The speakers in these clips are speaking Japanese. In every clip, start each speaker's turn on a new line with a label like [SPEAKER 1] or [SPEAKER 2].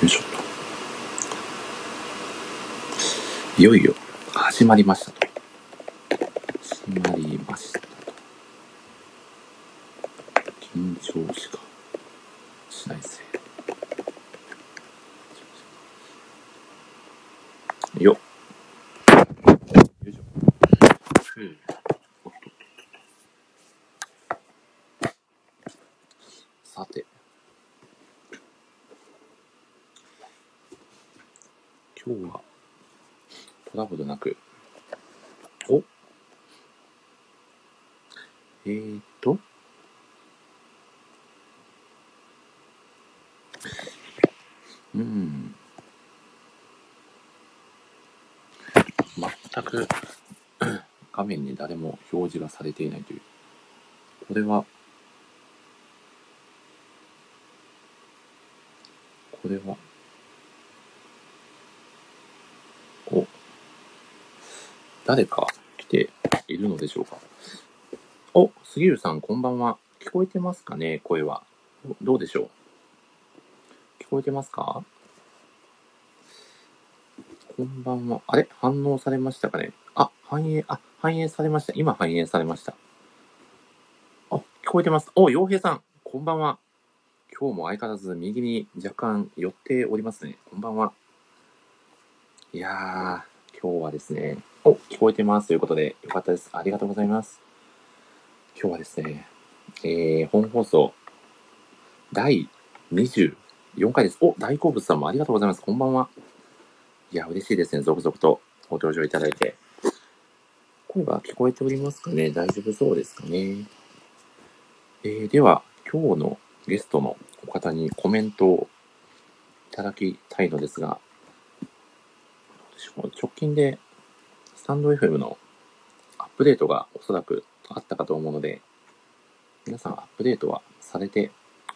[SPEAKER 1] よいしょっといよいよ始まりましたと始まりましたと緊張しかしないぜよっよいしょうんおっとさて今日はトラブルなくおえー、っとうん全く画面に誰も表示がされていないというこれはこれはお、誰か来ているのでしょうか。お、杉浦さん、こんばんは。聞こえてますかね、声は。どどうでしょう。聞こえてますかこんばんは。あれ反応されましたかねあ、反映、あ、反映されました。今反映されました。あ、聞こえてます。お、洋平さん、こんばんは。今日も相変わらず右に若干寄っておりますね。こんばんは。いやー、今日はですね、お、聞こえてますということで、よかったです。ありがとうございます。今日はですね、えー、本放送、第24回です。お、大好物さんもありがとうございます。こんばんは。いや、嬉しいですね。続々とご登場いただいて。声は聞こえておりますかね大丈夫そうですかねえー、では、今日のゲストのお方にコメントをいただきたいのですが、私も直近でスタンド FM のアップデートがおそらくあったかと思うので、皆さんアップデートはされて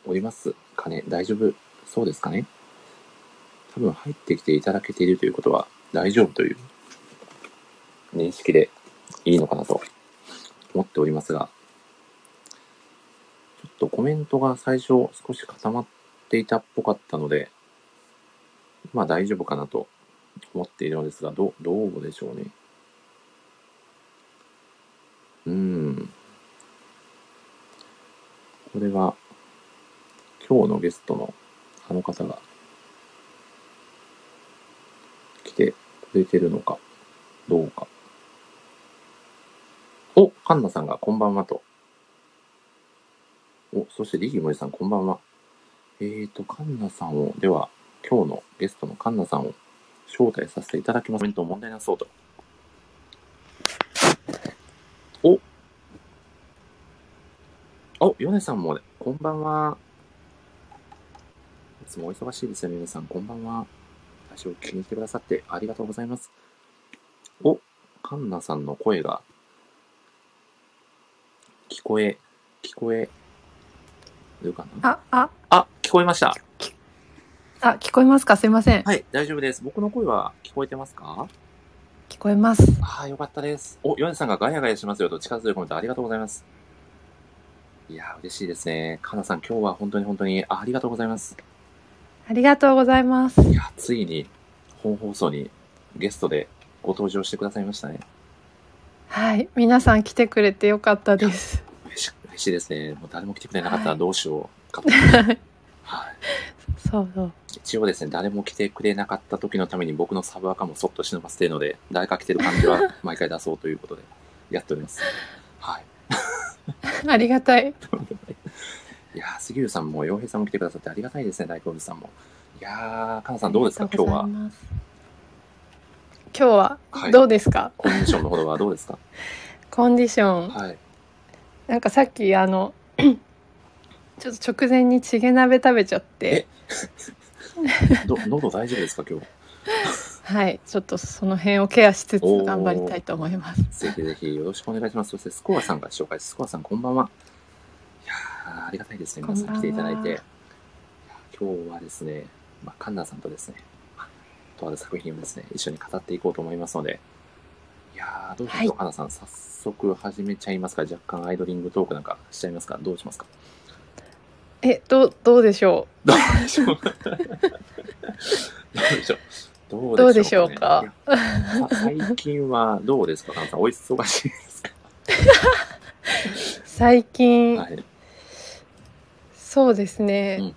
[SPEAKER 1] おりますかね大丈夫そうですかね多分入ってきていただけているということは大丈夫という認識でいいのかなと思っておりますが、ちょっとコメントが最初少し固まっていたっぽかったので、まあ大丈夫かなと思っているのですが、どう、どうでしょうね。うーん。これは、今日のゲストのあの方が来てくれてるのか、どうか。お、カンナさんがこんばんはと。お、そしてリギモリさんこんばんは。えーと、カンナさんを、では、今日のゲストのカンナさんを招待させていただきます。コメント問題なそうと。おお、ヨネさんも、こんばんは。いつもお忙しいですよね、ヨネさん。こんばんは。最初気に入ってくださってありがとうございます。お、カンナさんの声が、聞こえ、聞こえ、るかな
[SPEAKER 2] あ、あ、
[SPEAKER 1] あ、聞こえました。
[SPEAKER 2] あ、聞こえますかすいません。
[SPEAKER 1] はい、大丈夫です。僕の声は聞こえてますか
[SPEAKER 2] 聞こえます。
[SPEAKER 1] ああ、よかったです。お、ヨネさんがガヤガヤしますよと力強いコメントありがとうございます。いやー、嬉しいですね。カナさん、今日は本当に本当にありがとうございます。
[SPEAKER 2] ありがとうございます。
[SPEAKER 1] いやー、ついに本放送にゲストでご登場してくださいましたね。
[SPEAKER 2] はい。皆さん来てくれてよかった です。
[SPEAKER 1] 嬉し嬉しいですね。もう誰も来てくれなかったら
[SPEAKER 2] はい
[SPEAKER 1] どうしようか と。はい、
[SPEAKER 2] そうそう。
[SPEAKER 1] 一応ですね、誰も来てくれなかった時のために僕のサブアカもそっと忍ばせているので、誰か来てる感じ は毎回出そうということで、やっております。はい。
[SPEAKER 2] ありがたい。
[SPEAKER 1] いやー、杉浦さんも洋平さんも来てくださってありがたいですね、大好物さんも。いやー、かなさんどうですか、今日
[SPEAKER 2] あ
[SPEAKER 1] は
[SPEAKER 2] り。がとうございます今日は
[SPEAKER 1] はい
[SPEAKER 2] どうですか、
[SPEAKER 1] コンディションのほどはどうですか
[SPEAKER 2] コンディション。
[SPEAKER 1] はい。
[SPEAKER 2] なんかさっきあの、 ちょっと直前にチゲ鍋食べちゃって、
[SPEAKER 1] ど、喉大丈夫ですか、今日。
[SPEAKER 2] はい。ちょっとその辺をケアしつつ
[SPEAKER 1] おー
[SPEAKER 2] 頑張りたいと思います。
[SPEAKER 1] ぜひぜひよろしくお願いします。そして、スコアさんが紹介です。スコアさん、こんばんは。いやー、ありがたいですね、皆さん来ていただいて。い
[SPEAKER 2] こんばんは
[SPEAKER 1] や今日はですね、まあ、カンナさんとですね、まあとある作品をですね、一緒に語っていこうと思いますので、いやー、どうしましょう、
[SPEAKER 2] は
[SPEAKER 1] カンナさん、早速始めちゃいますか、若干アイドリングトークなんかしちゃいますか、どうしますか。
[SPEAKER 2] え、どう、どうでしょ
[SPEAKER 1] どうでしょう どうでしょう。ど
[SPEAKER 2] どうでしょうか
[SPEAKER 1] ね。いやさ最近はどうですか、カナさん。お忙しいですか。
[SPEAKER 2] 最近、
[SPEAKER 1] はい。
[SPEAKER 2] そうですね、
[SPEAKER 1] うんうん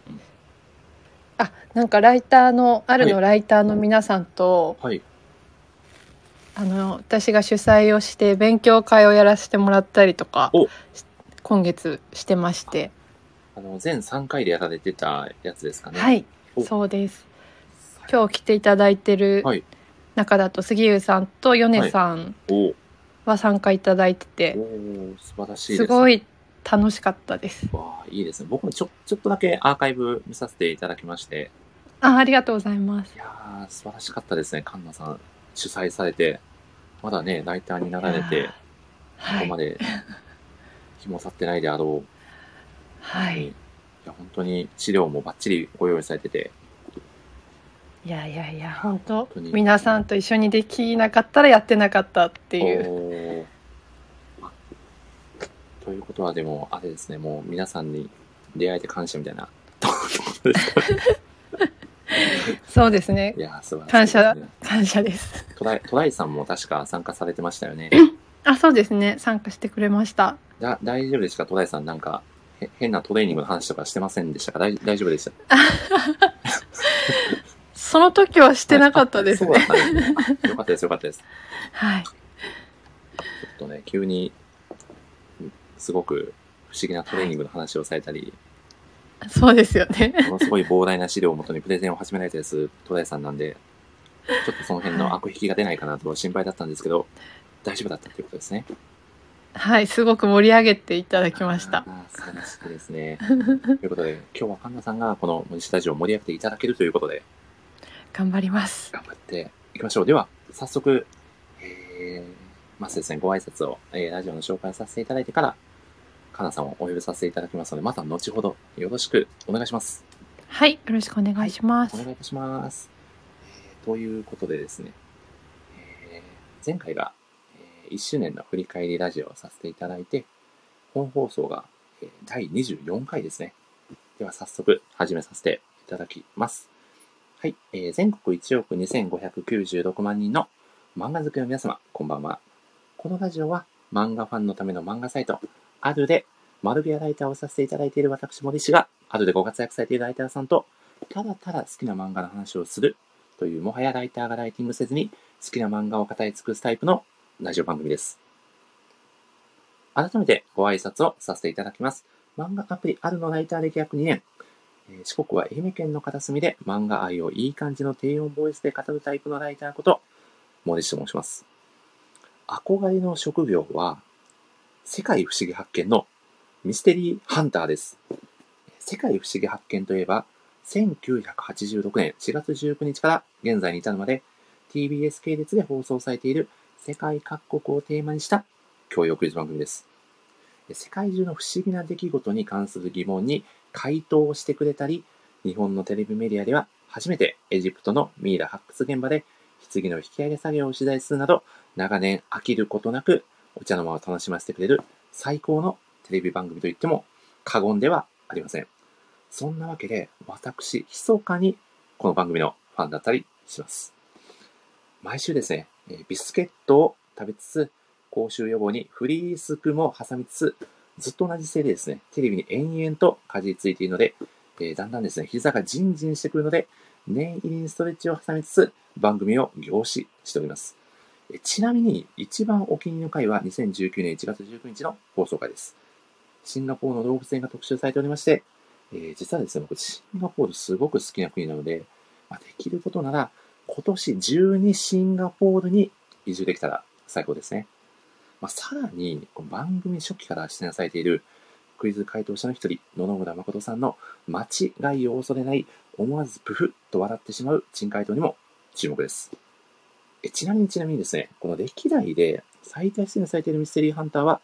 [SPEAKER 2] あなんかライターのある
[SPEAKER 1] は
[SPEAKER 2] のライターの皆さんと、
[SPEAKER 1] はい。
[SPEAKER 2] あの私が主催をして勉強会をやらせてもらったりとか
[SPEAKER 1] お
[SPEAKER 2] し今月してまして、
[SPEAKER 1] あの、全3回でやられてたやつですかね。
[SPEAKER 2] は。い
[SPEAKER 1] お
[SPEAKER 2] そうです今日来ていただいてる
[SPEAKER 1] はい
[SPEAKER 2] 中だと杉浦さんと米さん
[SPEAKER 1] おー
[SPEAKER 2] は参加いただいてて、
[SPEAKER 1] おー素晴らしいですす。
[SPEAKER 2] ご。い楽しかったです
[SPEAKER 1] わあ、いいですね。僕もちょ、ちょっとだけアーカイブ見させていただきまして。
[SPEAKER 2] あありがとうございます
[SPEAKER 1] いやー、素晴らしかったですね。カンナさん、主催されて、まだね、ライターになられ
[SPEAKER 2] い
[SPEAKER 1] て
[SPEAKER 2] や、
[SPEAKER 1] こ
[SPEAKER 2] は
[SPEAKER 1] こ
[SPEAKER 2] い
[SPEAKER 1] まで、日も去ってないであろう
[SPEAKER 2] は
[SPEAKER 1] に、い
[SPEAKER 2] い、
[SPEAKER 1] や本当に資料もバッチリご用意されてて、
[SPEAKER 2] いやいやいや本当
[SPEAKER 1] 当に
[SPEAKER 2] 皆さんと一緒にできなかったらやってなかったっていう
[SPEAKER 1] おーあということはでも、あれですね、もう皆さんに出会えて感謝みたいな、ということですか
[SPEAKER 2] そうですね
[SPEAKER 1] いやー、素晴らしい、
[SPEAKER 2] 感謝。感謝です
[SPEAKER 1] トライ、トライさんも確か参加されてましたよね。
[SPEAKER 2] あ、そうですね。参加してくれました。
[SPEAKER 1] だ大丈夫でしたかトライさん、なんか、へ変なトレーニングの話とかしてませんでしたか大大丈夫でした
[SPEAKER 2] その時はしてなかったです
[SPEAKER 1] そうだ
[SPEAKER 2] ね。
[SPEAKER 1] ったんですね。あよかったです、よかったです。ち
[SPEAKER 2] は
[SPEAKER 1] ょ
[SPEAKER 2] い。
[SPEAKER 1] っとね、急に、うんすごく不思議なトレーニングの話をされたり、
[SPEAKER 2] そうですよね。
[SPEAKER 1] ものすごい膨大な資料をもとにプレゼンを始められたやつ、戸田さんなんで、ちょっとその辺の悪引きが出ないかなと心配だったんですけど、大丈夫だったということですね。
[SPEAKER 2] はい。すごく盛り上げていただきました。
[SPEAKER 1] あー素晴らしいですね。ということで、今日は神田さんがこの文字スタジオを盛り上げていただけるということで、
[SPEAKER 2] 頑張ります。
[SPEAKER 1] 頑張っていきましょう。では、早速、えー、まずですね、ご挨拶を、えーラジオの紹介をさせていただいてから、かなさんをお呼びさせていただきますので、また後ほどよろしくお願いします。
[SPEAKER 2] はい。よろしくお願いします。
[SPEAKER 1] お願いいたします。えーということでですね、えー前回が、え1周年の振り返りラジオをさせていただいて、本放送が、えー第24回ですね。では早速始めさせていただきます。はい、えー全国1億2596万人の漫画好きの皆様、こんばんは。このラジオは漫画ファンのための漫画サイト、あるで、マルゲアライターをさせていただいている私、森氏が、あるでご活躍されているライターさんと、ただただ好きな漫画の話をするという、もはやライターがライティングせずに、好きな漫画を語り尽くすタイプのラジオ番組です。改めてご挨拶をさせていただきます。漫画アプリあるのライター歴約2年。えー四国は愛媛県の片隅で漫画愛をいい感じの低音ボイスで語るタイプのライターこと、森氏と申します。憧れの職業は、世界不思議発見のミステリーハンターです。世界不思議発見といえば、1986年4月19日から現在に至るまで TBS 系列で放送されている世界各国をテーマにした教養クイズ番組です。世界中の不思議な出来事に関する疑問に回答をしてくれたり、日本のテレビメディアでは初めてエジプトのミイラ発掘現場で棺の引き上げ作業を取材するなど、長年飽きることなくお茶の間を楽しませてくれる最高のテレビ番組といっても過言ではありません。そんなわけで、私、密かにこの番組のファンだったりします。毎週ですね、えービスケットを食べつつ、口臭予防にフリースクも挟みつつ、ずっと同じ姿勢でですね、テレビに延々とかじりついているので、えーだんだんですね、膝がジンジンしてくるので、念入りにストレッチを挟みつつ、番組を凝視しております。えーちなみに、一番お気に入りの回は2019年1月19日の放送回です。シンガポールの動物園が特集されておりまして、えー実はですね、僕、シンガポールすごく好きな国なので、まあ、できることなら、今年中にシンガポールに移住できたら最高ですね。まあ、さらに、この番組初期から出演されているクイズ回答者の一人、野々村誠さんの間違いを恐れない、思わずプフッと笑ってしまう珍回答にも注目です。えちなみにちなみにですね、この歴代で最多出演されているミステリーハンターは、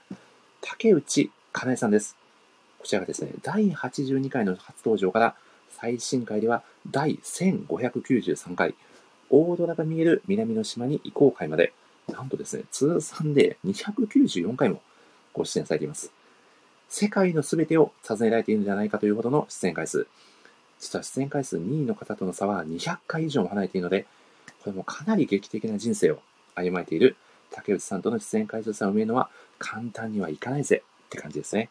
[SPEAKER 1] 竹内かなえさんです。こちらがですね、第82回の初登場から最新回では第1593回、大空が見える南の島に移行回まで、なんとですね、通算で294回もご出演されています。世界のすべてを尋ねられているんじゃないかというほどの出演回数。実は出演回数2位の方との差は200回以上も離れているので、これもかなり劇的な人生を歩まれている竹内さんとの出演回数差を埋めるのは簡単にはいかないぜって感じですね。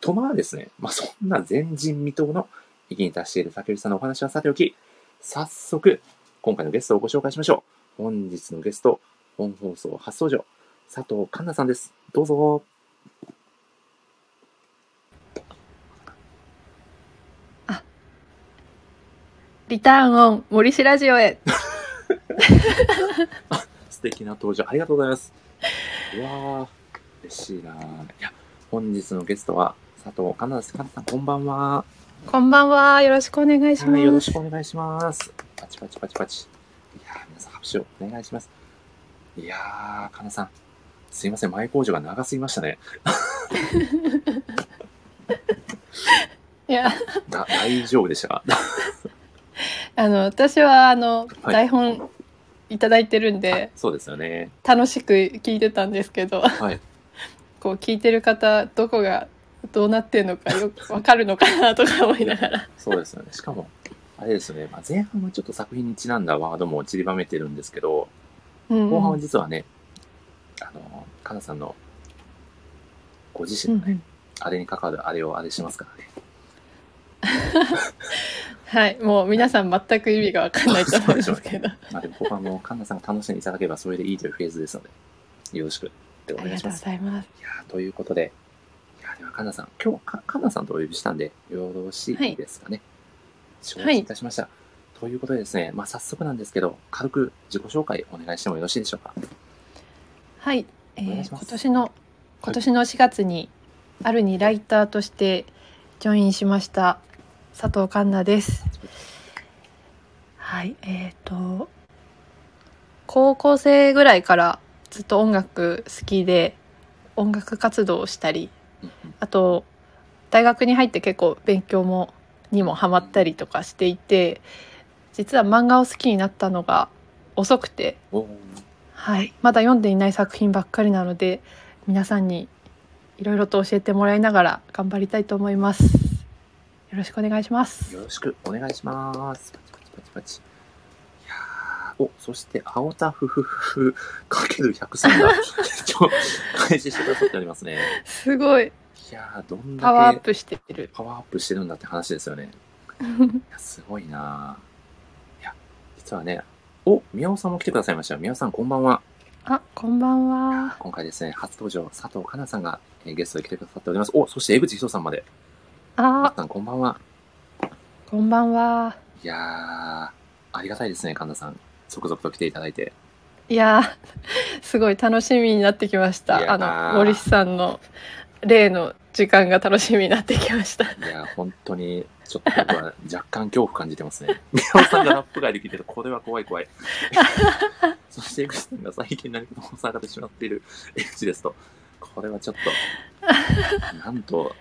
[SPEAKER 1] とまあですね、まあそんな前人未到の域に達している竹内さんのお話はさておき、早速、今回のゲストをご紹介しましょう。本日のゲスト、本放送初登場、佐藤環奈さんです。どうぞ。
[SPEAKER 2] リターンオン森氏ラジオへ。
[SPEAKER 1] 素敵な登場ありがとうございます。うわー、嬉しいなーいや、本日のゲストは佐藤かなです。かなさん、こんばんは。
[SPEAKER 2] こんばんは。よろしくお願いしま
[SPEAKER 1] は
[SPEAKER 2] す。
[SPEAKER 1] い、よろしくお願いします。パチパチパチパチ。いやー、皆さん拍手をお願いします。いやー、かなさん、すいません、前工場が長すぎましたね。
[SPEAKER 2] いや、
[SPEAKER 1] だ大丈夫でしたか
[SPEAKER 2] あの、私は、あの、
[SPEAKER 1] はい
[SPEAKER 2] 台本いただいてるんで、
[SPEAKER 1] そうですよね。
[SPEAKER 2] 楽しく聞いてたんですけど、
[SPEAKER 1] はい。
[SPEAKER 2] こう、聞いてる方、どこが、どうなってるのか、よくわかるのかな、とか思いながら。
[SPEAKER 1] そうですよね。しかも、あれですよね、まあ、前半はちょっと作品にちなんだワードも散りばめてるんですけど、
[SPEAKER 2] うん
[SPEAKER 1] 後半は実はね、あの、かなさんのご自
[SPEAKER 2] う
[SPEAKER 1] 身
[SPEAKER 2] ん
[SPEAKER 1] の
[SPEAKER 2] う
[SPEAKER 1] ね、
[SPEAKER 2] ん
[SPEAKER 1] あれに関わるあれをあれしますからね。
[SPEAKER 2] はい、もう皆さん全く意味がわかんないと思うんです けど。
[SPEAKER 1] まあでもここはもう、かなさんが楽しんでいただければそれでいいというフェーズですので、よろしくってお
[SPEAKER 2] あ
[SPEAKER 1] 願
[SPEAKER 2] り
[SPEAKER 1] い
[SPEAKER 2] が
[SPEAKER 1] し
[SPEAKER 2] とう
[SPEAKER 1] ま
[SPEAKER 2] ご
[SPEAKER 1] す。
[SPEAKER 2] ざいます。
[SPEAKER 1] いやーということで、いやーではかなさん、今日か、かなさんとお呼びしたんで、よろしいですかね。承知いたしました。ということでですね、まあ早速なんですけど、軽く自己紹介お願いしてもよろしいでしょうか。
[SPEAKER 2] はい、え
[SPEAKER 1] お願い
[SPEAKER 2] ー、
[SPEAKER 1] しま
[SPEAKER 2] 今
[SPEAKER 1] す
[SPEAKER 2] 年の今年の4月にあるにライターとしてジョインしました佐藤環奈です。はい、えっ、と高校生ぐらいからずっと音楽好きで音楽活動をしたり、
[SPEAKER 1] うんうん
[SPEAKER 2] あと大学に入って結構勉強もにもハマったりとかしていて、実は漫画を好きになったのが遅くて。
[SPEAKER 1] おー
[SPEAKER 2] はい、まだ読んでいない作品ばっかりなので皆さんにいろいろと教えてもらいながら頑張りたいと思いますよろしくお願いします
[SPEAKER 1] よろしくお願いします。パチパチパチパチ。いやーお、そして、青田ふふふふかける103が、 一応、開始してくださっておりますね。
[SPEAKER 2] すごい
[SPEAKER 1] いやーどんだけ
[SPEAKER 2] パワーアップしてる
[SPEAKER 1] パワーアップしてるんだって話ですよね。いや、すごいなーいや、実はね、お、宮尾さんも来てくださいました。宮尾さん、こんばんは。
[SPEAKER 2] あこんばんは
[SPEAKER 1] 今回ですね、初登場、佐藤かなさんが、えーゲストで来てくださっております。お、そして、江口ひとさんまで。皆
[SPEAKER 2] あ
[SPEAKER 1] さん、こんばんは。
[SPEAKER 2] こんばんはい
[SPEAKER 1] やー、ありがたいですね、神田さん。続々と来ていただいて。
[SPEAKER 2] いやーすごい楽しみになってきまし
[SPEAKER 1] いや
[SPEAKER 2] たあ
[SPEAKER 1] ー
[SPEAKER 2] の森さんの例の時間が楽しみになってきました
[SPEAKER 1] いや、本当に、ちょっと僕 は若干恐怖感じてますね。宮尾さんがラップ外で聞いてるこれは怖い 怖い。そして、江口さんが最近何かとされてしまっている江口ですと、これはちょっと、なんと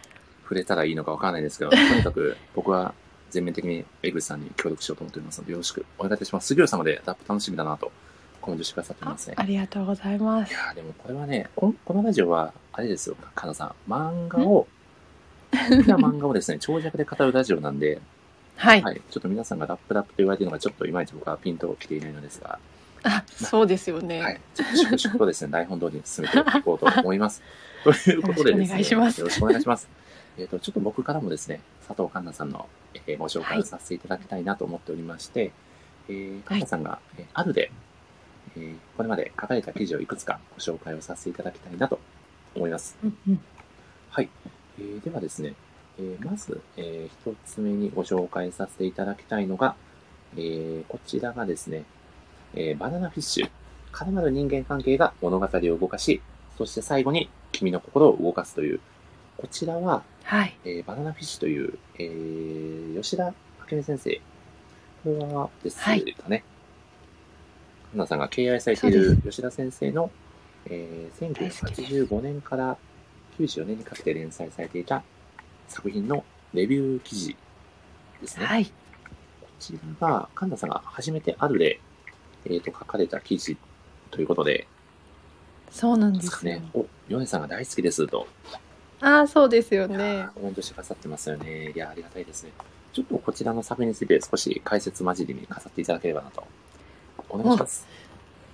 [SPEAKER 1] 触れたらいいのかわからないです けど、とにかく僕は全面的に江口さんに協力しようと思っておりますので、よろしくお願いいたします。杉浦様でラップ楽しみだなと、コメントしてくださっており
[SPEAKER 2] あ
[SPEAKER 1] ますね。
[SPEAKER 2] ありがとうございま
[SPEAKER 1] い
[SPEAKER 2] す
[SPEAKER 1] やーでもこれはねこんこのラジオはあれですよかなさん漫画を好きな漫画をですね長尺で語るラジオなんで、
[SPEAKER 2] はい、
[SPEAKER 1] はい、ちょっと皆さんがラップラップと言われているのがちょっといまいち僕はピンときていないのですが、
[SPEAKER 2] あそうですよね、
[SPEAKER 1] はい、ちょっと粛々とですね台本通りに進めていこうと思い ますということでですね
[SPEAKER 2] よろしくお願いします
[SPEAKER 1] よろしくお願いしますえっとちょっと僕からもですね佐藤環奈さんの、えーご紹介をさせていただきたいなと思っておりまして、えー、カンナさんが、えーあるで、えーこれまで書かれた記事をいくつかご紹介をさせていただきたいなと思います。
[SPEAKER 2] うんうん
[SPEAKER 1] はい。えーではですね、えーまず、えー一つ目にご紹介させていただきたいのが、えーこちらがですね、えーバナナフィッシュ、絡まる人間関係が物語を動かし、そして最後に君の心を動かすという、こちらは、
[SPEAKER 2] はい
[SPEAKER 1] えーバナナフィッシュという、えー吉田明美先生。これはですかね。はなさんが敬愛されてい
[SPEAKER 2] そう
[SPEAKER 1] る吉田先生の、えー
[SPEAKER 2] 大好きです
[SPEAKER 1] 1985年から94年にかけて連載されていた作品のレビュー記事ですね。
[SPEAKER 2] はい
[SPEAKER 1] こちらが、神田さんが初めてあるで、えーと、書かれた記事ということで、
[SPEAKER 2] そうなんで
[SPEAKER 1] ですか
[SPEAKER 2] すよ、
[SPEAKER 1] ね。お、ヨネさんが大好きですと
[SPEAKER 2] ああそうですよ
[SPEAKER 1] いや
[SPEAKER 2] ね
[SPEAKER 1] ーコメントしてくださってますよね。いやー、ありがたいですね。ちょっとこちらのサメについて少し解説交じりに飾っていただければなと。お願いします。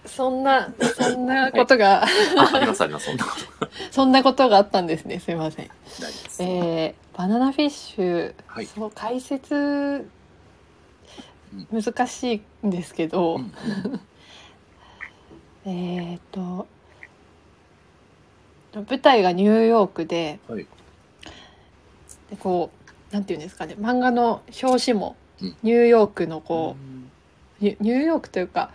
[SPEAKER 2] そんな、そんなことが、
[SPEAKER 1] あ、ありますあります。そんなこと
[SPEAKER 2] そんなことがあったんですね。すいません。
[SPEAKER 1] ないです。
[SPEAKER 2] えーバナナフィッシュ、
[SPEAKER 1] はい
[SPEAKER 2] そう解説
[SPEAKER 1] うん
[SPEAKER 2] 難しいんですけど、
[SPEAKER 1] うん
[SPEAKER 2] えっと舞台がニューヨークで,、
[SPEAKER 1] はい
[SPEAKER 2] でこうなんていうんですかね漫画の表紙も
[SPEAKER 1] うん
[SPEAKER 2] ニューヨークのこ
[SPEAKER 1] うん
[SPEAKER 2] う、ニュニューヨークというか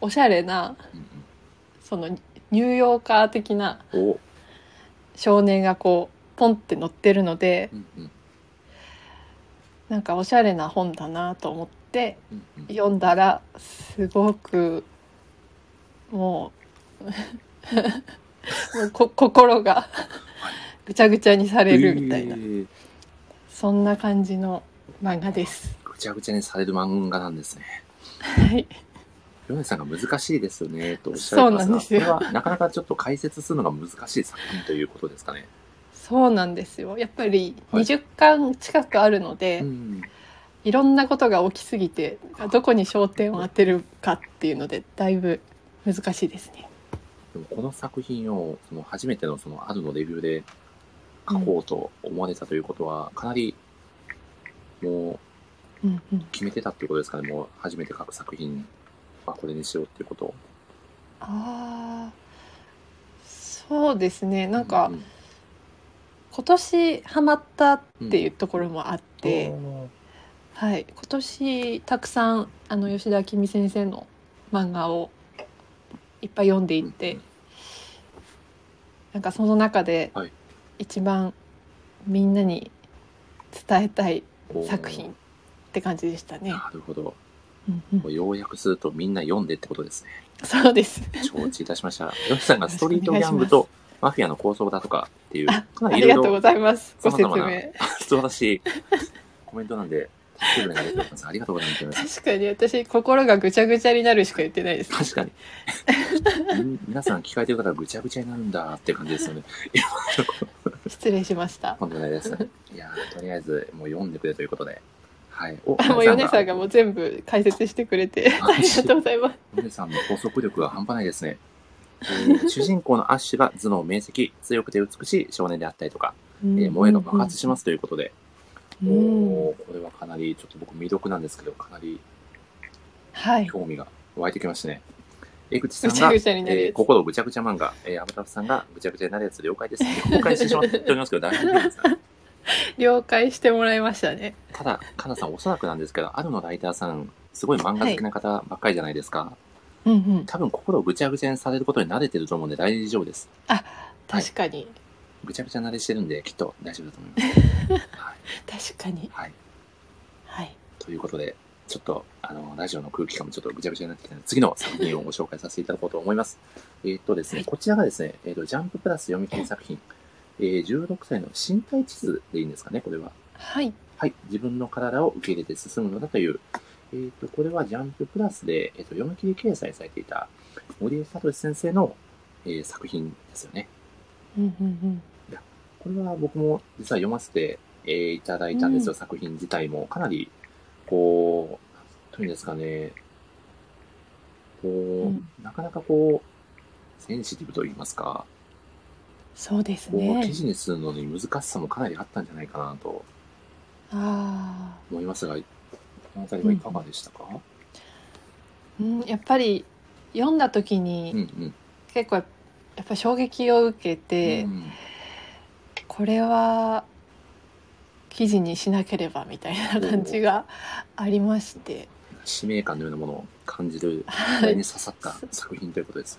[SPEAKER 2] おしゃれなそのニューヨーカー的な
[SPEAKER 1] うんお、
[SPEAKER 2] 少年がこうポンって乗ってるので
[SPEAKER 1] うんうん
[SPEAKER 2] なんかおしゃれな本だなと思って
[SPEAKER 1] うんうん
[SPEAKER 2] 読んだらすごくもう もうこ心がぐちゃぐちゃにされるみたいな、
[SPEAKER 1] えー
[SPEAKER 2] そんな感じの漫画です。
[SPEAKER 1] ぐちゃぐちゃにされる漫画なんですね。
[SPEAKER 2] はい、
[SPEAKER 1] ヨネさんが難しいですよね、とおっしゃってますが、
[SPEAKER 2] そうなんですよ
[SPEAKER 1] これはなかなかちょっと解説するのが難しい作品ということですかね。
[SPEAKER 2] そうなんですよやっぱり
[SPEAKER 1] はい
[SPEAKER 2] 20巻近くあるので、
[SPEAKER 1] うん。
[SPEAKER 2] いろんなことが起きすぎてどこに焦点を当てるかっていうのでだいぶ難しいですね。
[SPEAKER 1] でもこの作品を、その初めてのそのあるのレビューで書こうと思われたということは、かなり、もう
[SPEAKER 2] うんうん、
[SPEAKER 1] 決めてたっていうことですかね、もう初めて書く作品はこれにしようっていうこと。
[SPEAKER 2] ああそうですねなんか、
[SPEAKER 1] うん
[SPEAKER 2] 今年ハマったっていうところもあって、はい、今年たくさんあの吉田明美先生の漫画をいっぱい読んでいって、
[SPEAKER 1] うん
[SPEAKER 2] なんかその中で
[SPEAKER 1] はい
[SPEAKER 2] 一番みんなに伝えたい
[SPEAKER 1] おー
[SPEAKER 2] 作品って感じでしたね。
[SPEAKER 1] なるほど。
[SPEAKER 2] うんうん
[SPEAKER 1] もう要約するとみんな読んでってことですね。
[SPEAKER 2] そうです。
[SPEAKER 1] 承知いたしました。ヨネさんがストリートギャングとマフィアの構想だとかっていう、かな
[SPEAKER 2] あ
[SPEAKER 1] り
[SPEAKER 2] り
[SPEAKER 1] 色
[SPEAKER 2] がとう
[SPEAKER 1] 々
[SPEAKER 2] ございます。ご
[SPEAKER 1] 様
[SPEAKER 2] 説
[SPEAKER 1] 々な
[SPEAKER 2] 明。
[SPEAKER 1] 素晴らしいコメントなんで、すぐにありがとうございます。ありがとうございます。
[SPEAKER 2] 確かに私心がぐちゃぐちゃになるしか言ってないです。
[SPEAKER 1] 確かに。 み 皆さん聞かれてる方がぐちゃぐちゃになるんだっていう感じですよね。
[SPEAKER 2] 失礼しました。
[SPEAKER 1] とんでもないです。いやーとりあえずもう読んでくれということで。はい。お、
[SPEAKER 2] あもう米さんがもう全部解説してくれて ありがとうございます。
[SPEAKER 1] ヨネさんの拘束力が半端ないです ね。えー主人公のアッシュが頭脳明晰、強くて美しい少年であったりとか、えー萌えが爆発しますということで、
[SPEAKER 2] う
[SPEAKER 1] お
[SPEAKER 2] ん。
[SPEAKER 1] おーこれはかなり、ちょっと僕未読なんですけど、かなり
[SPEAKER 2] はい。
[SPEAKER 1] 興味が湧いてきましたね。江口さ
[SPEAKER 2] ぐ
[SPEAKER 1] ん
[SPEAKER 2] ちゃ
[SPEAKER 1] が
[SPEAKER 2] ぐちゃになる
[SPEAKER 1] え
[SPEAKER 2] や
[SPEAKER 1] ー
[SPEAKER 2] つ。
[SPEAKER 1] 心をぐちゃぐちゃ漫画、えー、アブタフさんがぐちゃぐちゃになるやつ了解です。公開してしまっておりますけど、大丈夫ですか
[SPEAKER 2] 了解してもらいましたね。
[SPEAKER 1] ただ、かなさん、おそらくなんですけど、あるのライターさん、すごい漫画好きな方ばっかりじゃないですか。
[SPEAKER 2] うんうん。
[SPEAKER 1] 多分、心をぐちゃぐちゃにされることに慣れてると思うんで大丈夫です。
[SPEAKER 2] 確かに、
[SPEAKER 1] ぐちゃぐちゃ慣れしてるんで、きっと大丈夫だと思います。はい。
[SPEAKER 2] 確かに。
[SPEAKER 1] はい。
[SPEAKER 2] はい。
[SPEAKER 1] ということで、ちょっと、あの、ラジオの空気感もちょっとぐちゃぐちゃになってきたので、次の作品をご紹介させていただこうと思います。えーっとですね、
[SPEAKER 2] はい
[SPEAKER 1] こちらがですね、えーっと、ジャンププラス読み切り作品、えー、16歳の身体地図でいいんですかね、これは。
[SPEAKER 2] はい。
[SPEAKER 1] はい、自分の体を受け入れて進むのだという、えー、とこれはジャンププラスで、えー、と読み切り掲載されていた森江聡先生の、えー作品ですよね。
[SPEAKER 2] うんうん
[SPEAKER 1] これは僕も実は読ませて、えーいただいたんですよ、
[SPEAKER 2] う
[SPEAKER 1] 作品自体も。かなり、こう、というんですかね、こう、
[SPEAKER 2] うん
[SPEAKER 1] なかなかこう、センシティブと言いますか、
[SPEAKER 2] そうです
[SPEAKER 1] こう、記
[SPEAKER 2] ね。
[SPEAKER 1] 事にするのに難しさもかなりあったんじゃないかなと
[SPEAKER 2] ああ。
[SPEAKER 1] 思いますが、この辺りはいかがでしたか、
[SPEAKER 2] うん、やっぱり読んだ時
[SPEAKER 1] うん、
[SPEAKER 2] に
[SPEAKER 1] うん。
[SPEAKER 2] 結構やっぱ衝撃を受けて、
[SPEAKER 1] うん
[SPEAKER 2] これは記事にしなければみたいな感じがありまして。
[SPEAKER 1] 使命感のようなものを感じる、
[SPEAKER 2] は
[SPEAKER 1] 誰
[SPEAKER 2] い
[SPEAKER 1] に。刺さった作品ということです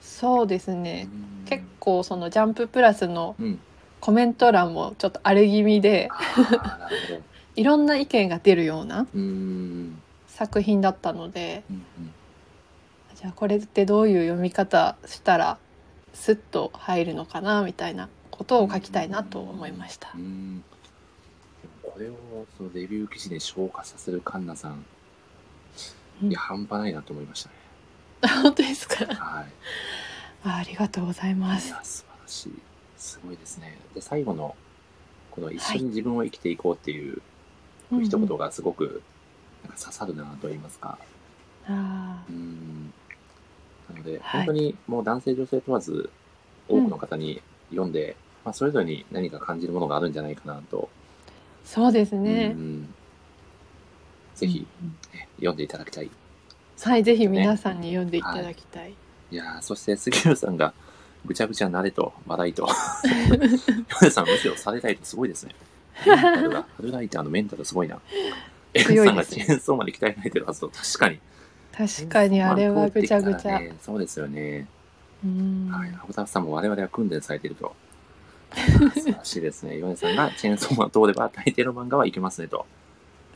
[SPEAKER 2] そうです
[SPEAKER 1] よ
[SPEAKER 2] ね
[SPEAKER 1] ね。。
[SPEAKER 2] 結構そのジャンププラスの
[SPEAKER 1] うん。
[SPEAKER 2] コメント欄もちょっと荒れ気味で
[SPEAKER 1] ああ、なるほど。
[SPEAKER 2] いろんな意見が出るような
[SPEAKER 1] うーん。
[SPEAKER 2] 作品だったので
[SPEAKER 1] うんうん
[SPEAKER 2] じゃあこれってどういう読み方したらスッと入るのかなみたいなことを書きたいなと思いました
[SPEAKER 1] うー。ん。でもこれをそのレビュー記事で消化させるカンナさん、
[SPEAKER 2] うん
[SPEAKER 1] いや、半端ないなと思いましたね。
[SPEAKER 2] 本当ですか
[SPEAKER 1] はい。
[SPEAKER 2] あありがとうございま
[SPEAKER 1] い
[SPEAKER 2] す。
[SPEAKER 1] や、素晴らしい。すごいですね。で、最後の、この一緒に自分を生きていこうっていう一言がすごくなんか刺さるなと言いますか。
[SPEAKER 2] うんうんあ
[SPEAKER 1] うんなので、
[SPEAKER 2] は
[SPEAKER 1] 本
[SPEAKER 2] い
[SPEAKER 1] 当にもう男性女性問わず多くの方に読んで、まあ、それぞれに何か感じるものがあるんじゃないかなと、
[SPEAKER 2] ーそうです
[SPEAKER 1] う
[SPEAKER 2] ね。
[SPEAKER 1] んぜひ、
[SPEAKER 2] うん
[SPEAKER 1] ね読んでいただきたい。
[SPEAKER 2] はい、ぜひ皆さんに読んでいただきたい。
[SPEAKER 1] いやーそして杉浦さんがぐちゃぐちゃなれと話題 と米さんむしろされたいとすごいですねメンタ ルが春ライターのメンタルすごいなエル
[SPEAKER 2] 強
[SPEAKER 1] さ
[SPEAKER 2] い
[SPEAKER 1] ん
[SPEAKER 2] で
[SPEAKER 1] が
[SPEAKER 2] す
[SPEAKER 1] チ
[SPEAKER 2] ね
[SPEAKER 1] ェーンソーまで鍛えられてるはずと確かに
[SPEAKER 2] 確かにあれはぐちゃぐちゃ。
[SPEAKER 1] まあ通ってきたらねそうですよね、
[SPEAKER 2] うん
[SPEAKER 1] はい羽生田さんも我々は訓練されている と素晴らしいですね米さんがチェーンソーマン通れば大抵の漫画はいけますねと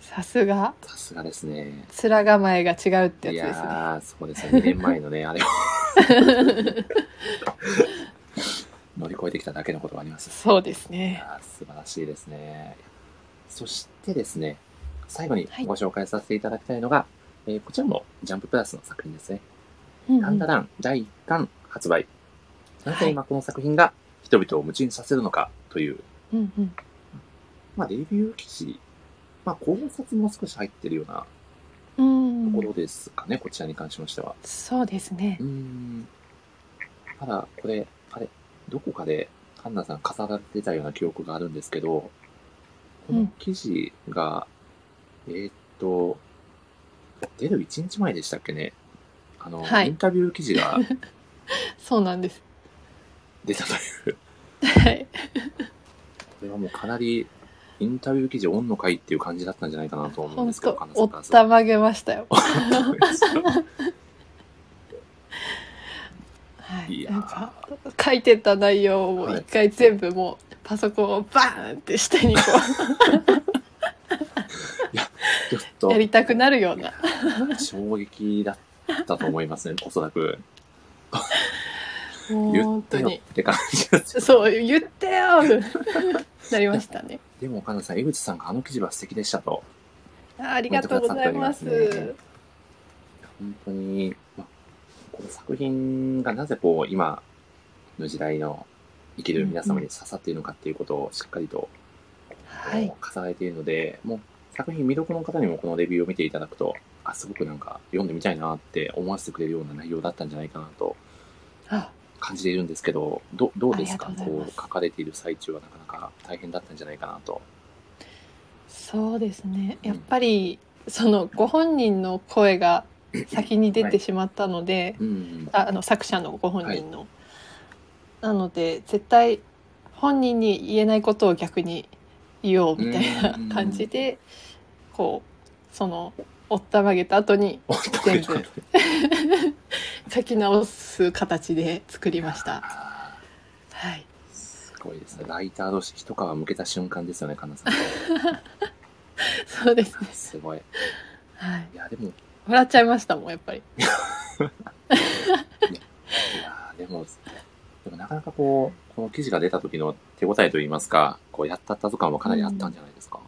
[SPEAKER 2] さすが
[SPEAKER 1] さすがですね
[SPEAKER 2] 面構えが違うって
[SPEAKER 1] い
[SPEAKER 2] やつですね。
[SPEAKER 1] やーそうですよ2年前の ねあれを乗り越えてきただけのことがあります
[SPEAKER 2] そうです
[SPEAKER 1] い
[SPEAKER 2] ね。
[SPEAKER 1] やー素晴らしいですねそしてですね最後に
[SPEAKER 2] はい
[SPEAKER 1] ご紹介させていただきたいのが、えーこちらもジャンププラスの作品ですね
[SPEAKER 2] う
[SPEAKER 1] 「
[SPEAKER 2] ん
[SPEAKER 1] な、んだらん」第1巻発売な
[SPEAKER 2] は
[SPEAKER 1] ぜ
[SPEAKER 2] い
[SPEAKER 1] 今この作品が人々を夢中にさせるのかという、
[SPEAKER 2] うんうん
[SPEAKER 1] まあ、レビュー記事まあ考察も少し入ってるような
[SPEAKER 2] うん
[SPEAKER 1] ところですかね、こちらに関しましては
[SPEAKER 2] そうですね
[SPEAKER 1] う。ーんただ、これ、あれ、どこかで、ハンナさん重なってたような記憶があるんですけど、こ
[SPEAKER 2] う
[SPEAKER 1] の
[SPEAKER 2] ん
[SPEAKER 1] 記事が、えーっと、出る1日前でしたっけね。あの、
[SPEAKER 2] はい
[SPEAKER 1] インタビュー記事が
[SPEAKER 2] そうなんです。
[SPEAKER 1] 出たという、
[SPEAKER 2] はい。
[SPEAKER 1] これはもうかなり、インタビュー記事オンの回っていう感じだったんじゃないかなと思うん
[SPEAKER 2] 本
[SPEAKER 1] ですけど、
[SPEAKER 2] 当
[SPEAKER 1] カンナさ
[SPEAKER 2] お
[SPEAKER 1] ん
[SPEAKER 2] っ
[SPEAKER 1] からすると
[SPEAKER 2] たまげましたよ。はいい。
[SPEAKER 1] やー
[SPEAKER 2] なんか書いてた内容を
[SPEAKER 1] はい
[SPEAKER 2] 一回全部もうパソコンをバーンって下 にこ
[SPEAKER 1] ちょっ
[SPEAKER 2] う
[SPEAKER 1] と
[SPEAKER 2] や、りたくなるような。
[SPEAKER 1] 衝撃だったと思いますね、おそらく。
[SPEAKER 2] もう
[SPEAKER 1] 言っ
[SPEAKER 2] 本当
[SPEAKER 1] たよ
[SPEAKER 2] に。
[SPEAKER 1] って感じですよね
[SPEAKER 2] そう言ってよ なりましたね。
[SPEAKER 1] でも、岡田さん、江口さんがあの記事は素敵でしたと。
[SPEAKER 2] あありがとうございます。
[SPEAKER 1] コメントくださっておりますね本当に、まあ、この作品がなぜこう、今の時代の生きる皆様に刺さっているのかっていうことをしっかりと、
[SPEAKER 2] はい。
[SPEAKER 1] 重ねているので、もう作品見どころの方にもこのレビューを見ていただくと、あ、すごくなんか読んでみたいなって思わせてくれるような内容だったんじゃないかなと
[SPEAKER 2] あ
[SPEAKER 1] 感じているんですけど、どどうですか
[SPEAKER 2] ありがとうござ
[SPEAKER 1] こ
[SPEAKER 2] いうます
[SPEAKER 1] 書かれている最中はなかなか大変だったんじゃないかなと。
[SPEAKER 2] そうですね。
[SPEAKER 1] うん
[SPEAKER 2] やっぱりそのご本人の声が先に出てしまったので、
[SPEAKER 1] うん。
[SPEAKER 2] ああの作者のご本人の、なので絶対本人に言えないことを逆に言おうみたいな
[SPEAKER 1] うん
[SPEAKER 2] 感じでこうそのおったまげた後に全部書き直す形で作りました。はい。
[SPEAKER 1] すごいですね。ライター同士一皮向けた瞬間ですよね、神田さん。
[SPEAKER 2] そうです ね。
[SPEAKER 1] すごい。
[SPEAKER 2] はい。
[SPEAKER 1] いや、でも、
[SPEAKER 2] 笑っちゃいましたもんやっぱり。
[SPEAKER 1] いや、でも、でもなかなかこう、この記事が出た時の手応えといいますか、こう、やったったと感もかなりあったんじゃないですか。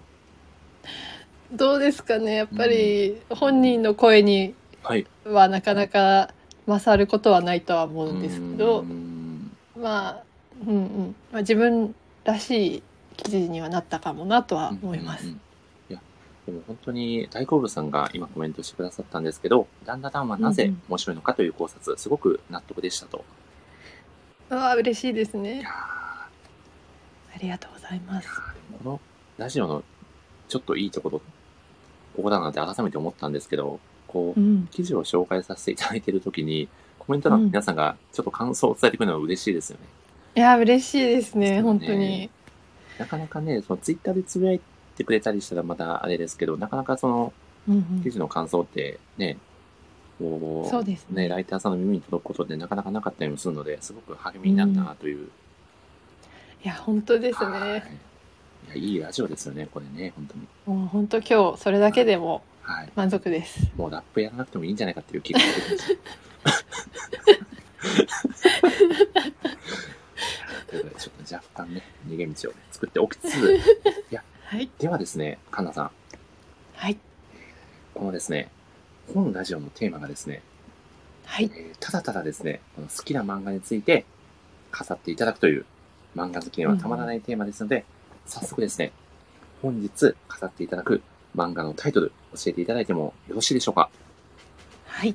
[SPEAKER 2] どうですかねやっぱり本人の声に
[SPEAKER 1] はい。
[SPEAKER 2] はなかなか勝ることはないとは思うんですけ
[SPEAKER 1] う
[SPEAKER 2] ど
[SPEAKER 1] ー、ん
[SPEAKER 2] まあ、うんうん、まあ、自分らしい記事にはなったかもなとは思い
[SPEAKER 1] う
[SPEAKER 2] ま
[SPEAKER 1] ん
[SPEAKER 2] す
[SPEAKER 1] う。んいや、でも本当に大好物さんが今コメントしてくださったんですけど、ダンダダンはな
[SPEAKER 2] うん
[SPEAKER 1] ぜ
[SPEAKER 2] うん
[SPEAKER 1] 面白いのかという考察、すごく納得でしたと。
[SPEAKER 2] うわあ、嬉しいです
[SPEAKER 1] い
[SPEAKER 2] ね
[SPEAKER 1] や。ー
[SPEAKER 2] ありがとうございます。
[SPEAKER 1] このラジオのちょっといいところ、ここだなって改めて思ったんですけど、こう
[SPEAKER 2] う、ん、
[SPEAKER 1] 記事を紹介させていただいているときに、コメント欄の皆さんがちょっと感想を伝えてくれるのは嬉しいですよね。
[SPEAKER 2] いや嬉しいですね。
[SPEAKER 1] そう
[SPEAKER 2] 本
[SPEAKER 1] ね
[SPEAKER 2] 当に。
[SPEAKER 1] なかなかね、そのツイッターでつぶやいてくれたりしたらまたあれですけど、なかなかその
[SPEAKER 2] うん
[SPEAKER 1] 記事の感想ってね、こ
[SPEAKER 2] そうですね
[SPEAKER 1] ライターさんの耳に届くことでなかなかなかったりもするので、すごく励みになるなという。
[SPEAKER 2] いや本当です
[SPEAKER 1] はい
[SPEAKER 2] ね。
[SPEAKER 1] いや、いいラジオですよね、これね、本当に。
[SPEAKER 2] もう本当今日それだけでも
[SPEAKER 1] はい。
[SPEAKER 2] 満足です。
[SPEAKER 1] もうラップやらなくてもいいんじゃないかっていう気がしてきました。ということで、ちょっと若干ね、逃げ道を作っておきつつ、
[SPEAKER 2] はい
[SPEAKER 1] ではですね、カンナさん、
[SPEAKER 2] はい
[SPEAKER 1] このですね、本ラジオのテーマがですね、
[SPEAKER 2] はい
[SPEAKER 1] えーただただですね、この好きな漫画について語っていただくという、漫画好きにはたまらないテーマですので、早速ですね、本日語っていただく漫画のタイトル、教えていただいてもよろしいでしょうか。
[SPEAKER 2] はい。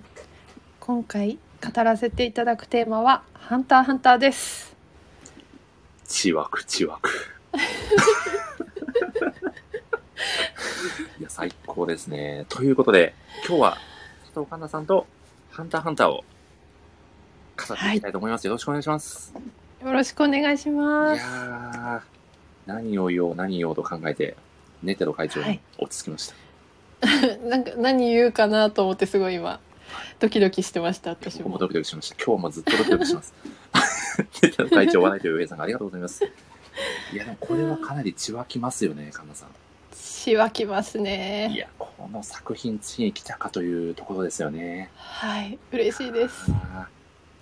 [SPEAKER 2] 今回語らせていただくテーマはハンターハンターです。
[SPEAKER 1] ちわくち わく。いや、最高ですね。ということで、今日は佐藤環奈さんとハンターハンターを語っていきたいと思います。よろしくお願いします。
[SPEAKER 2] よろしくお願いし
[SPEAKER 1] いや
[SPEAKER 2] ます。
[SPEAKER 1] ー、何を言おう、何言おうと考えて、ネテロ会長
[SPEAKER 2] は
[SPEAKER 1] に
[SPEAKER 2] い
[SPEAKER 1] 落ち着きました。
[SPEAKER 2] なんか何言うかなと思ってすごい今ドキドキしてました私
[SPEAKER 1] 僕も
[SPEAKER 2] も。
[SPEAKER 1] ドキドキしました。今日もずっとドキドキし ます。ネテロ会長、笑いという上さんありがとうございます。いや、でもこれはかなり血湧きますよね、環奈さん。
[SPEAKER 2] しわきます
[SPEAKER 1] い
[SPEAKER 2] ね。
[SPEAKER 1] や、この作品ついに来たかというところですよね。
[SPEAKER 2] はい嬉しいです。
[SPEAKER 1] あ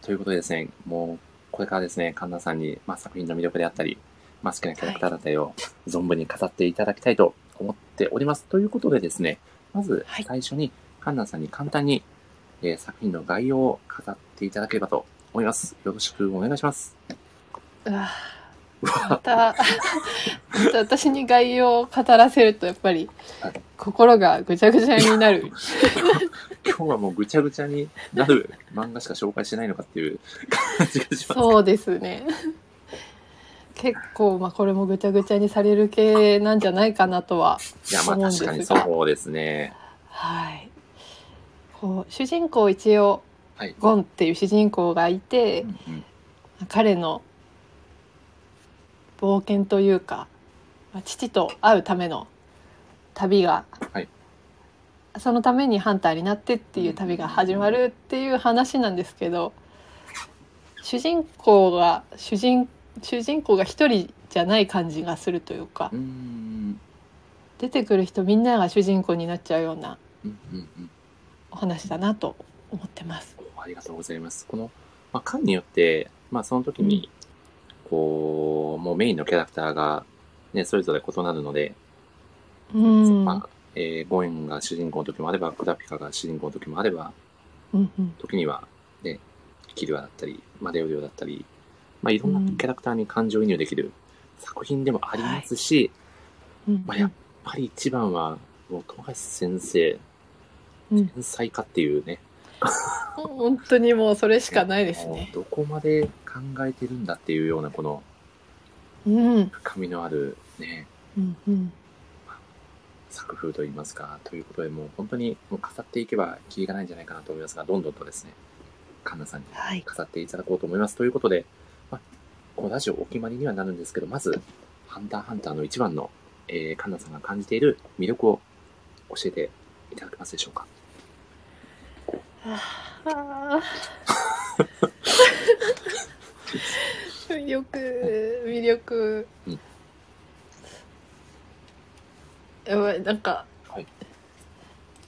[SPEAKER 1] ーということでですね、もうこれからですね、神田さんに、まあ、作品の魅力であったり、まあ、好きなキャラクターだったりを存分に語っていただきたいと思っております。ということでですね、まず
[SPEAKER 2] はい
[SPEAKER 1] 最初に神田さんに簡単に、えー作品の概要を語っていただければと思います。よろしくお願いします。
[SPEAKER 2] うわまたまた私に概要を語らせるとやっぱり
[SPEAKER 1] はい
[SPEAKER 2] 心がぐちゃぐちゃになる。
[SPEAKER 1] 今日はもうぐちゃぐちゃになる 漫画しか紹介してないのかっていう感じがします。
[SPEAKER 2] そうですね。結構まあこれもぐちゃぐちゃにされる系なんじゃないかなとはい
[SPEAKER 1] や、まあ
[SPEAKER 2] 思うん
[SPEAKER 1] 確
[SPEAKER 2] です
[SPEAKER 1] かに
[SPEAKER 2] が。
[SPEAKER 1] そうですね。
[SPEAKER 2] はい。こう主人公一応
[SPEAKER 1] はい。
[SPEAKER 2] ゴンっていう主人公がいて。
[SPEAKER 1] うんうん
[SPEAKER 2] 彼の冒険というかまあ父と会うための旅が、
[SPEAKER 1] はい
[SPEAKER 2] そのためにハンターになってっていう旅が始まるっていう話なんですけど主人公が主人主人公が一人じゃない感じがするというか
[SPEAKER 1] うーん
[SPEAKER 2] 出てくる人みんなが主人公になっちゃうような
[SPEAKER 1] うんうんうん
[SPEAKER 2] お話だなと思ってます。
[SPEAKER 1] ありがとうございます。この、まあ、巻によって、まあ、その時に、こう、もうメインのキャラクターが、ね、それぞれ異なるので、
[SPEAKER 2] うん、
[SPEAKER 1] まあ、えーゴエンが主人公の時もあれば、クラピカが主人公の時もあれば、
[SPEAKER 2] うんうん
[SPEAKER 1] 時には、ね、キルアだったり、まあ、レオレオだったり、まあ、いろんなキャラクターに感情移入できる作品でもありますし、
[SPEAKER 2] うん
[SPEAKER 1] まあ、やっぱり一番は、もう、富樫先生、
[SPEAKER 2] うん
[SPEAKER 1] 天才かっていうね、
[SPEAKER 2] 本当にもうそれしかないですね。
[SPEAKER 1] もうどこまで考えてるんだっていうような、この、
[SPEAKER 2] うん
[SPEAKER 1] 深みのあるね、
[SPEAKER 2] うんうん
[SPEAKER 1] 作風といいますか、ということで、もう本当にもう語っていけばキリがないんじゃないかなと思いますが、どんどんとですね、神田さんに
[SPEAKER 2] はい。
[SPEAKER 1] 語っていただこうと思います。ということで、まあ、このラジオお決まりにはなるんですけど、まず、ハンターハンターの一番の、えー、神田さんが感じている魅力を教えていただけますでしょうか。
[SPEAKER 2] あー 魅力魅力、
[SPEAKER 1] うん
[SPEAKER 2] やばいなんか、
[SPEAKER 1] はい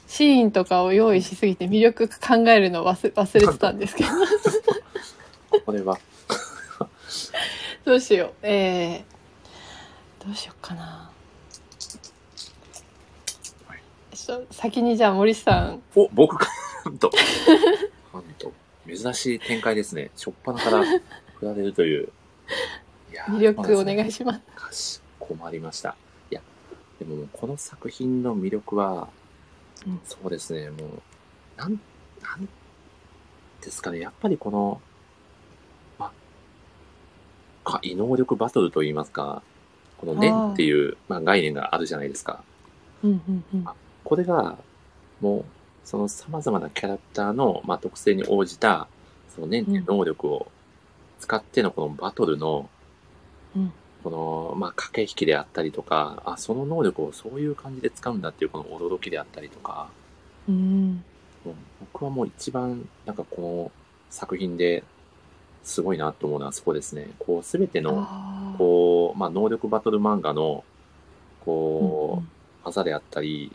[SPEAKER 2] シーンとかを用意しすぎて魅力考えるの忘忘れてたんですけ ど
[SPEAKER 1] これは、
[SPEAKER 2] どうしようえー、どうしようかな
[SPEAKER 1] はい
[SPEAKER 2] ちょっと先にじゃあ森さん
[SPEAKER 1] お、僕か、なんと、なんと、珍しい展開ですね。初っ端から振られるという。いやー
[SPEAKER 2] 魅力お
[SPEAKER 1] そうですね
[SPEAKER 2] 願いします
[SPEAKER 1] かしこまりましたいやでももうこの作品の魅力は、
[SPEAKER 2] うん
[SPEAKER 1] そうですねもうなんなんですかねやっぱりこのまあか異能力バトルといいますかこの「
[SPEAKER 2] あ
[SPEAKER 1] 念」
[SPEAKER 2] ー
[SPEAKER 1] っていうまあ、概念があるじゃないですか
[SPEAKER 2] うんうんうん
[SPEAKER 1] これがもうそのさまざまなキャラクターの、まあ、特性に応じたその念っていう能力を使ってのこのバトルの、
[SPEAKER 2] うん
[SPEAKER 1] この、まあ、駆け引きであったりとか、あ、その能力をそういう感じで使うんだっていうこの驚きであったりとか、
[SPEAKER 2] うん
[SPEAKER 1] もう僕はもう一番、なんかこの作品ですごいなと思うのはそこですね。こう、すべての、
[SPEAKER 2] あー
[SPEAKER 1] こう、まあ、能力バトル漫画の、
[SPEAKER 2] うんう
[SPEAKER 1] こ
[SPEAKER 2] ん
[SPEAKER 1] う、技であったり、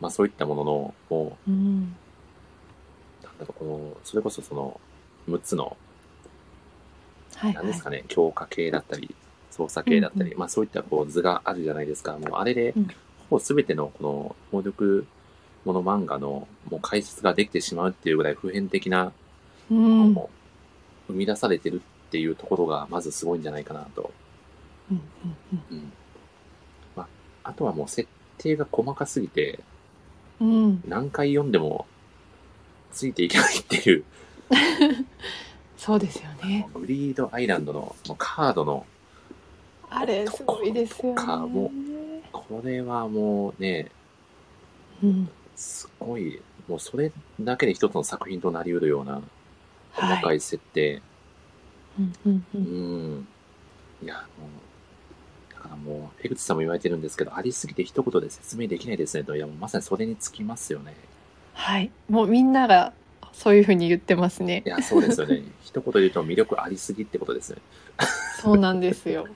[SPEAKER 1] まあ、そういったものの、も
[SPEAKER 2] うん
[SPEAKER 1] う、なんだろう、この、それこそその、6つの、
[SPEAKER 2] はい
[SPEAKER 1] なんで
[SPEAKER 2] は
[SPEAKER 1] す
[SPEAKER 2] い
[SPEAKER 1] かね、強化系だったり、操作系だったり、
[SPEAKER 2] うん
[SPEAKER 1] まあそういったこう図があるじゃないですか。もうあれで、
[SPEAKER 2] うん
[SPEAKER 1] ほぼ全てのこの能力もの漫画のもう解説ができてしまうっていうぐらい普遍的な
[SPEAKER 2] う
[SPEAKER 1] もの
[SPEAKER 2] ん
[SPEAKER 1] も生み出されてるっていうところがまずすごいんじゃないかなと、
[SPEAKER 2] うんうんうん
[SPEAKER 1] うん、あとはもう設定が細かすぎて、
[SPEAKER 2] うん、
[SPEAKER 1] 何回読んでもついていけないっていう、
[SPEAKER 2] そうですよね。
[SPEAKER 1] ブリードアイランドのもうカードの、
[SPEAKER 2] あれすごいですよ
[SPEAKER 1] とかも
[SPEAKER 2] ね。
[SPEAKER 1] これはもうね、
[SPEAKER 2] うん、
[SPEAKER 1] すごい、もうそれだけで一つの作品となりうるような細か
[SPEAKER 2] はい。
[SPEAKER 1] い設定。
[SPEAKER 2] うんうんう。
[SPEAKER 1] うんん。いや、もう、だからもう、江口さんも言われてるんですけど、ありすぎて一言で説明できないですねと、いや、もうまさにそれにつきますよね。
[SPEAKER 2] はい。もうみんながそういうふうに言ってますね
[SPEAKER 1] い。や、そうですよね。一言で言うと魅力ありすぎってことですね。
[SPEAKER 2] そうなんですよ。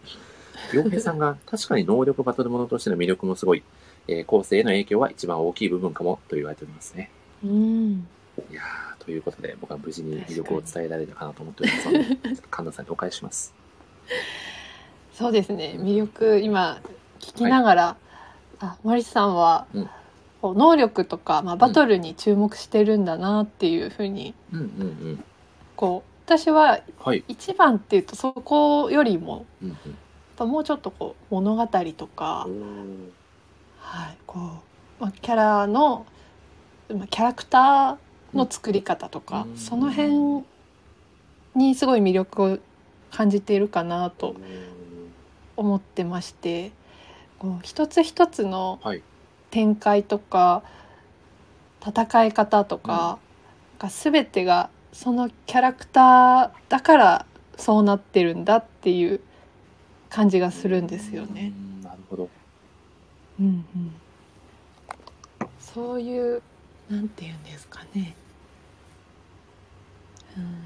[SPEAKER 1] 洋平さんが確かに能力バトルものとしての魅力もすごい、えー後世への影響は一番大きい部分かもと言われておりますね。
[SPEAKER 2] うん。
[SPEAKER 1] いやー、ということで僕は無事に魅力を伝えられたかなと思っており ますので、ちょっと神田さんにお返しします。
[SPEAKER 2] そうですね魅力今聞きながら、あ森さんは、
[SPEAKER 1] うん
[SPEAKER 2] こう能力とか、まあ、バトルに注目してるんだなっていうふうに、
[SPEAKER 1] うんうんうん。
[SPEAKER 2] こう私は
[SPEAKER 1] はい。
[SPEAKER 2] 一番っていうとそこよりも
[SPEAKER 1] うん
[SPEAKER 2] やっぱもうちょっとこう物語とか、
[SPEAKER 1] うん。
[SPEAKER 2] はいこうまあ、キャラの、まあ、キャラクターの作り方とか、
[SPEAKER 1] うん
[SPEAKER 2] その辺にすごい魅力を感じているかなと思ってましてこう一つ一つの
[SPEAKER 1] はい
[SPEAKER 2] 展開とか、戦い方とか,、が全てがそのキャラクターだからそうなってるんだっていう感じがするんですよね。
[SPEAKER 1] うん。なるほど。
[SPEAKER 2] うんうん、そういうなんて言うんですかね、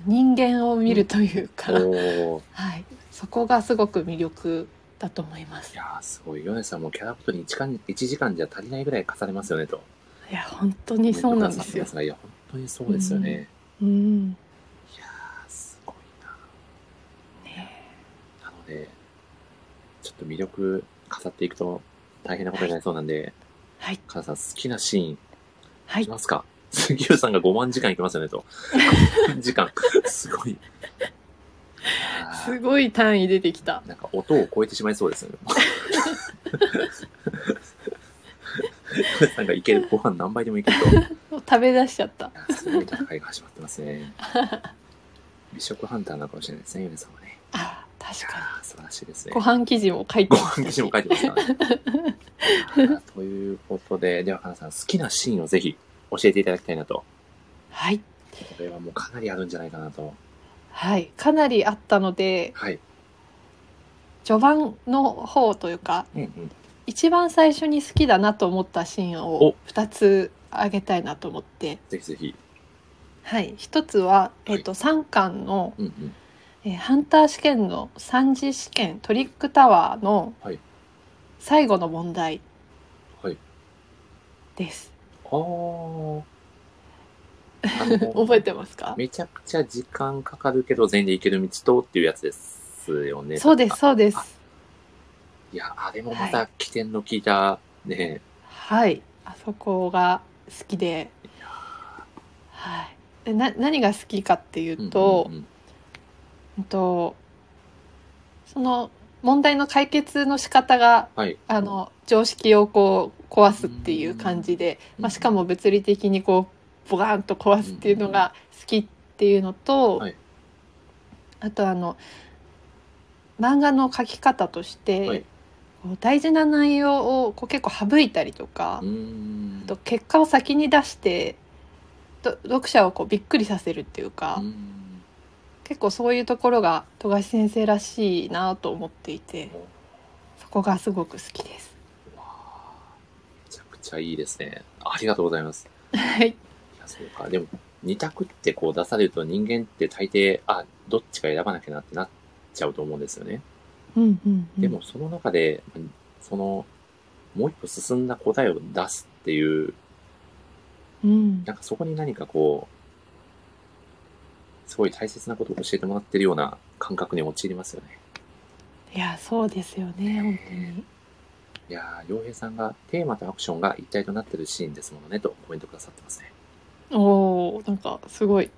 [SPEAKER 2] うん、人間を見るというか、
[SPEAKER 1] おー
[SPEAKER 2] はい、そこがすごく魅力だと思います
[SPEAKER 1] い。やー、すごい。ヨネさんもキャラクターに1時間 ,1 時間じゃ足りないぐらい重ねますよねと。
[SPEAKER 2] いや本当にそうなんですよ。
[SPEAKER 1] いや、本当にそうですよね。
[SPEAKER 2] うん、
[SPEAKER 1] いやー、すごいな。
[SPEAKER 2] ね
[SPEAKER 1] なので、ちょっと魅力飾っていくと大変なことになりそうなんで、
[SPEAKER 2] はい
[SPEAKER 1] カナさん好きなシーン
[SPEAKER 2] はいい
[SPEAKER 1] きますか杉浦さんが5万時間いきますよねと。5万時間。すごい。あ
[SPEAKER 2] すごい単位出てきた
[SPEAKER 1] ー。なんか音を超えてしまいそうですよね。 カナさんがいける、ご飯何杯でもいけると。い
[SPEAKER 2] 食べ出しちゃった。
[SPEAKER 1] やすごい戦いが始まってますね。美食ハンターなのかもしれないですね、ヨネさんはね。
[SPEAKER 2] あ確か
[SPEAKER 1] あー素晴らしいですね
[SPEAKER 2] に。ご。飯記事も書いて
[SPEAKER 1] ご
[SPEAKER 2] まし
[SPEAKER 1] 飯
[SPEAKER 2] た
[SPEAKER 1] 記事
[SPEAKER 2] し
[SPEAKER 1] も。書いてますからね。あーということで、では、かなさん、好きなシーンをぜひ教えていただきたいなと。
[SPEAKER 2] はい
[SPEAKER 1] これはもうかなりあるんじゃないかなと。
[SPEAKER 2] はいかなりあったので
[SPEAKER 1] はい。
[SPEAKER 2] 序盤の方というか
[SPEAKER 1] うんうん。
[SPEAKER 2] 一番最初に好きだなと思ったシーン
[SPEAKER 1] お
[SPEAKER 2] を2つあげたいなと思って、
[SPEAKER 1] ぜひぜひ。
[SPEAKER 2] はい、1つは、えっと3巻の、
[SPEAKER 1] うんうん。
[SPEAKER 2] えーハンター試験の3次試験トリックタワーの
[SPEAKER 1] はい
[SPEAKER 2] 最後の問題
[SPEAKER 1] はい
[SPEAKER 2] です。
[SPEAKER 1] あーあの
[SPEAKER 2] 覚えてますか
[SPEAKER 1] めちゃくちゃ時間かかるけど、全員で行ける道とっていうやつですよね。
[SPEAKER 2] そうです。そうです。
[SPEAKER 1] いや、あれもまた起点の効いた、ね、
[SPEAKER 2] はい、あそこが好きで、はい。でな何が好きかっていうと、
[SPEAKER 1] うんうんうん
[SPEAKER 2] うんとその問題の解決の仕方が
[SPEAKER 1] はい。
[SPEAKER 2] あの常識をこう壊すっていう感じで、
[SPEAKER 1] うん
[SPEAKER 2] まあ、しかも物理的にこうボガーンと壊すっていうのが好きっていうのと、
[SPEAKER 1] はい
[SPEAKER 2] あとあの漫画の描き方として、
[SPEAKER 1] はい
[SPEAKER 2] こう大事な内容をこう結構省いたりとか、
[SPEAKER 1] うーん
[SPEAKER 2] あと結果を先に出してど読者をこうびっくりさせるっていうか、
[SPEAKER 1] うーん
[SPEAKER 2] 結構そういうところが富樫先生らしいなと思っていてそこがすごく好きです。
[SPEAKER 1] めちゃくちゃいいですね。ありがとうございます。
[SPEAKER 2] はい
[SPEAKER 1] いや、そうか。でも、二択ってこう出されると人間って大抵、あ、どっちか選ばなきゃなってなっちゃうと思うんですよね。
[SPEAKER 2] うんうんうん
[SPEAKER 1] でも、その中で、その、もう一歩進んだ答えを出すっていう、
[SPEAKER 2] うん
[SPEAKER 1] なんかそこに何かこう、すごい大切なことを教えてもらってるような感覚に陥りますよね。
[SPEAKER 2] いやそうですよね本当に
[SPEAKER 1] いやー、洋平さんがテーマとアクションが一体となってるシーンですものね、とコメント くださってますね。
[SPEAKER 2] おーなんかすごい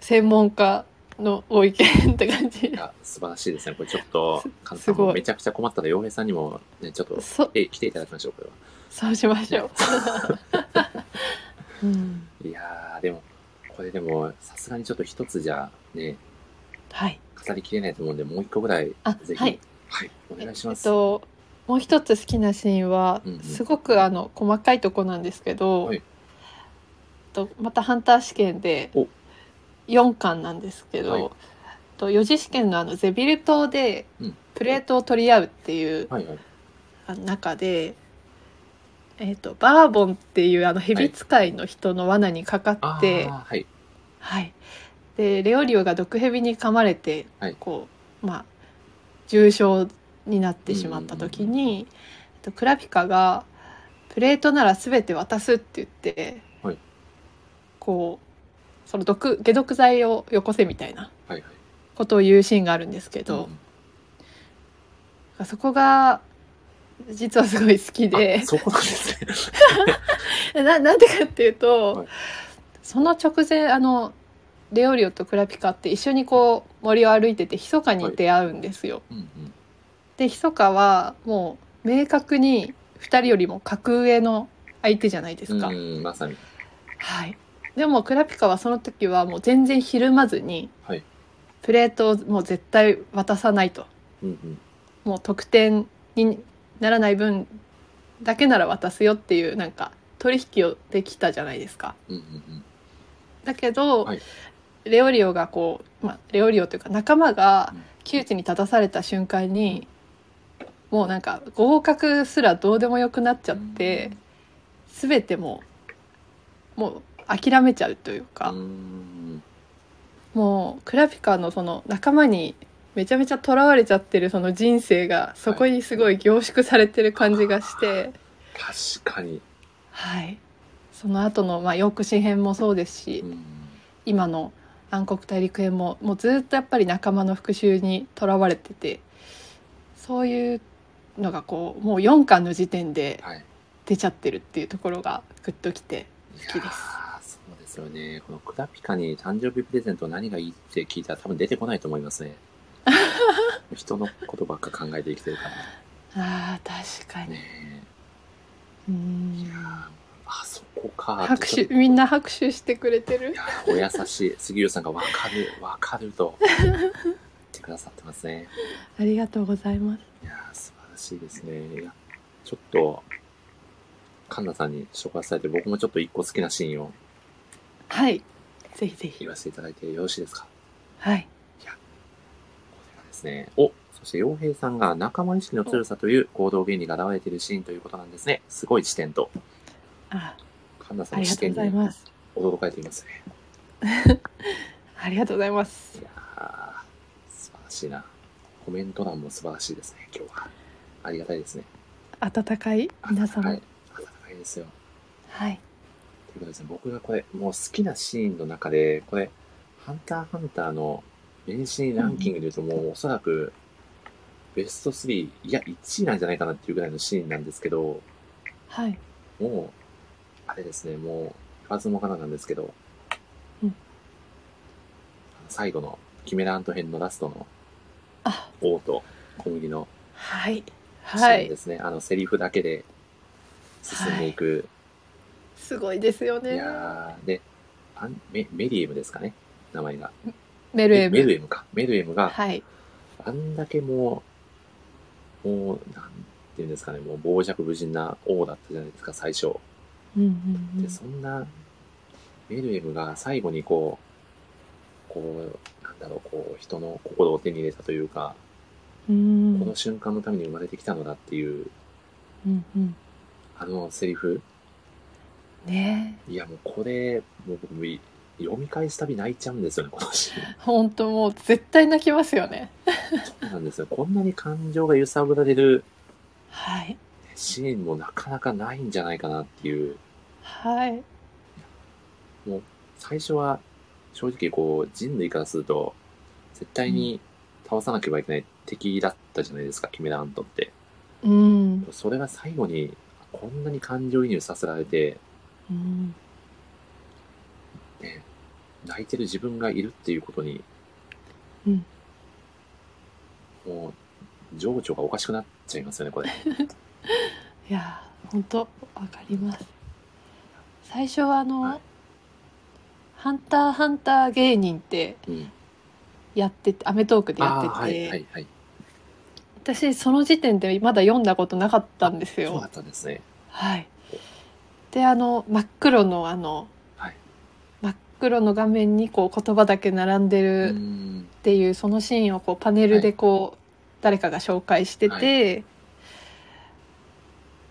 [SPEAKER 2] 専門家のご意見って感じ
[SPEAKER 1] い。や、素晴らしいですね。これちょっと
[SPEAKER 2] す、
[SPEAKER 1] カズさん
[SPEAKER 2] すご
[SPEAKER 1] も
[SPEAKER 2] い
[SPEAKER 1] めちゃくちゃ困ったら、洋平さんにも、ね、ちょっと、
[SPEAKER 2] そ
[SPEAKER 1] え、来ていただきましょう、これは。
[SPEAKER 2] そうしましょ う。うん、
[SPEAKER 1] いやー、でも、これでも、さすがにちょっと一つじゃ、ね、
[SPEAKER 2] はい。
[SPEAKER 1] 語りきれないと思うんで、もう一個ぐらい、
[SPEAKER 2] あ
[SPEAKER 1] ぜ、ひ、
[SPEAKER 2] はい。
[SPEAKER 1] はい、お願いし
[SPEAKER 2] え
[SPEAKER 1] ま
[SPEAKER 2] っ
[SPEAKER 1] す。
[SPEAKER 2] ともう一つ好きなシーンは、
[SPEAKER 1] うんうん
[SPEAKER 2] すごくあの細かいとこなんですけど、
[SPEAKER 1] はい
[SPEAKER 2] えっとまたハンター試験で
[SPEAKER 1] お
[SPEAKER 2] 4巻なんですけど、
[SPEAKER 1] はい
[SPEAKER 2] えっと4次試験のあのゼビル島で
[SPEAKER 1] うん
[SPEAKER 2] プレートを取り合うっていう
[SPEAKER 1] はいはい。
[SPEAKER 2] あの中で、えっとバーボンっていうあの蛇使いの人の罠にかか
[SPEAKER 1] あ
[SPEAKER 2] っ
[SPEAKER 1] ー
[SPEAKER 2] て、
[SPEAKER 1] はい。
[SPEAKER 2] はい、でレオリオが毒蛇に噛まれて、
[SPEAKER 1] はい
[SPEAKER 2] こうまあ重傷になってしまった時
[SPEAKER 1] うんうん
[SPEAKER 2] に、えっとクラピカが「プレートなら全て渡す」って言って、
[SPEAKER 1] はい
[SPEAKER 2] こうその毒解毒剤をよこせみたいな
[SPEAKER 1] はいはい。
[SPEAKER 2] ことを言うシーンがあるんですけど、そこが実はすごい好き
[SPEAKER 1] うん
[SPEAKER 2] で
[SPEAKER 1] あそこなんですね。
[SPEAKER 2] な なんでかっていうと、
[SPEAKER 1] はい
[SPEAKER 2] その直前あのレオリオとクラピカって一緒にこう森を歩いてて密かに出会うんですよ。
[SPEAKER 1] うんうん。
[SPEAKER 2] で密かはもう明確に2人よりも格上の相手じゃないですか。
[SPEAKER 1] うん、まさに。
[SPEAKER 2] はい、でもクラピカはその時はもう全然ひるまずに、
[SPEAKER 1] はい
[SPEAKER 2] プレートをもう絶対渡さないと
[SPEAKER 1] うんうん。
[SPEAKER 2] もう得点にならない分だけなら渡すよっていうなんか取引をできたじゃないですか。
[SPEAKER 1] うんうん
[SPEAKER 2] だけど、
[SPEAKER 1] はい
[SPEAKER 2] レオリオがこう、まあ、レオリオというか仲間が
[SPEAKER 1] うん
[SPEAKER 2] 窮地に立たされた瞬間に、もうなんか合格すらどうでもよくなっちゃって、全てもうもう諦めちゃうというか、
[SPEAKER 1] うん。うん。
[SPEAKER 2] もうクラピカのその仲間にめちゃめちゃ囚われちゃってるその人生がそこにすごい凝縮されてる感じがして、
[SPEAKER 1] 確かに。
[SPEAKER 2] はい、その後のまあヨークシ編もそうですし、
[SPEAKER 1] うん。
[SPEAKER 2] 今の暗黒大陸編ももうずっとやっぱり仲間の復讐にとらわれててそういうのがこうもう4巻の時点で
[SPEAKER 1] はい。
[SPEAKER 2] 出ちゃってるっていうところがグッときて好きです
[SPEAKER 1] いやーそうですよね。このクラピカに誕生日プレゼント何がいいって聞いたら多分出てこないと思います ね。人のことばっか考えて生きてるから
[SPEAKER 2] あー確かに、
[SPEAKER 1] ね。
[SPEAKER 2] うー
[SPEAKER 1] い
[SPEAKER 2] ん
[SPEAKER 1] やーあそこか。
[SPEAKER 2] 拍
[SPEAKER 1] ちょ
[SPEAKER 2] 手
[SPEAKER 1] っと
[SPEAKER 2] みんな拍手してくれて
[SPEAKER 1] い
[SPEAKER 2] る
[SPEAKER 1] やーお優しい杉浦さんがわかるわかると言ってくださってますね。
[SPEAKER 2] ありがとうございます
[SPEAKER 1] いやー素晴らしいですね。いやちょっと神田さんに触発されて僕もちょっと一個好きなシーンを
[SPEAKER 2] はいぜひぜひ
[SPEAKER 1] 言わせていただいてよろしいですか。
[SPEAKER 2] はい
[SPEAKER 1] これがですね、おそして洋平さんが仲間意識の強さという行動原理が現れているシーンということなんですね。すごい視点と、
[SPEAKER 2] あ
[SPEAKER 1] 神田さ
[SPEAKER 2] あ
[SPEAKER 1] んの
[SPEAKER 2] りが
[SPEAKER 1] 視
[SPEAKER 2] とう
[SPEAKER 1] 点
[SPEAKER 2] ござい
[SPEAKER 1] に
[SPEAKER 2] ます
[SPEAKER 1] 驚かれていますね。
[SPEAKER 2] ありがとうございます
[SPEAKER 1] いやー、素晴らしいな。コメント欄も素晴らしいですね、今日は。ありがたいですね。
[SPEAKER 2] 温かい皆様
[SPEAKER 1] は
[SPEAKER 2] はいい、。
[SPEAKER 1] 温かいですよ。ということですね、僕がこれ、もう好きなシーンの中で、これ、ハンターハンターの名シーンランキングで言うと、もうおそらく、ベスト3、いや、1位なんじゃないかなっていうぐらいのシーンなんですけど、
[SPEAKER 2] はい
[SPEAKER 1] もう、あれですね、もう、言わずもがななんですけど、
[SPEAKER 2] うん
[SPEAKER 1] あの最後の、キメラント編のラストの、
[SPEAKER 2] あ
[SPEAKER 1] 王と小麦の
[SPEAKER 2] はい
[SPEAKER 1] シー
[SPEAKER 2] は
[SPEAKER 1] ン
[SPEAKER 2] い
[SPEAKER 1] ですね、あの、セリフだけで進んでいく、
[SPEAKER 2] すごいですよ
[SPEAKER 1] い、
[SPEAKER 2] ね
[SPEAKER 1] やー、であんメ、メリエムですかね、名前が。
[SPEAKER 2] メルエム
[SPEAKER 1] メルエムか。メルエムが、
[SPEAKER 2] はい
[SPEAKER 1] あんだけもう、もう、なんていうんですかね、もう傍若無人な王だったじゃないですか、最初。
[SPEAKER 2] うんうんう
[SPEAKER 1] で
[SPEAKER 2] ん、
[SPEAKER 1] そんなメルエムが最後にこうこうなんだろうこう人の心を手に入れたというか、
[SPEAKER 2] うん
[SPEAKER 1] この瞬間のために生まれてきたのだっていう
[SPEAKER 2] うんうん
[SPEAKER 1] あのセリフ
[SPEAKER 2] ね
[SPEAKER 1] いやもうこれもう僕もい読み返すたび泣いちゃうんですよねこのシーン
[SPEAKER 2] 本当もう絶対泣きますよね
[SPEAKER 1] そうなんですよこんなに感情が揺さぶられる
[SPEAKER 2] はい
[SPEAKER 1] シーンもなかなかないんじゃないかなっていう
[SPEAKER 2] はい
[SPEAKER 1] 最初は正直こう人類からすると絶対に倒さなければいけない敵だったじゃないですか、キメラアントって
[SPEAKER 2] うん、
[SPEAKER 1] それが最後にこんなに感情移入させられて、
[SPEAKER 2] うん、
[SPEAKER 1] ね、泣いてる自分がいるっていうことに
[SPEAKER 2] うん
[SPEAKER 1] もう、情緒がおかしくなっちゃいますよね、これ。
[SPEAKER 2] いやー本当わかります最初はあの、
[SPEAKER 1] はい
[SPEAKER 2] ハンターハンター芸人」って
[SPEAKER 1] うん。
[SPEAKER 2] やってて『アメトーク』でやって
[SPEAKER 1] あ
[SPEAKER 2] て、
[SPEAKER 1] あ、はい、はい、はい。
[SPEAKER 2] 私その時点でまだ読んだことなかったんです
[SPEAKER 1] そうだ
[SPEAKER 2] よ
[SPEAKER 1] ったんですね。
[SPEAKER 2] はいであの真っ黒のあの、
[SPEAKER 1] はい
[SPEAKER 2] 真っ黒の画面にこう言葉だけ並んで
[SPEAKER 1] う
[SPEAKER 2] る
[SPEAKER 1] ん。
[SPEAKER 2] っていうそのシーンをこうパネルでこう、誰かが紹介してて、
[SPEAKER 1] は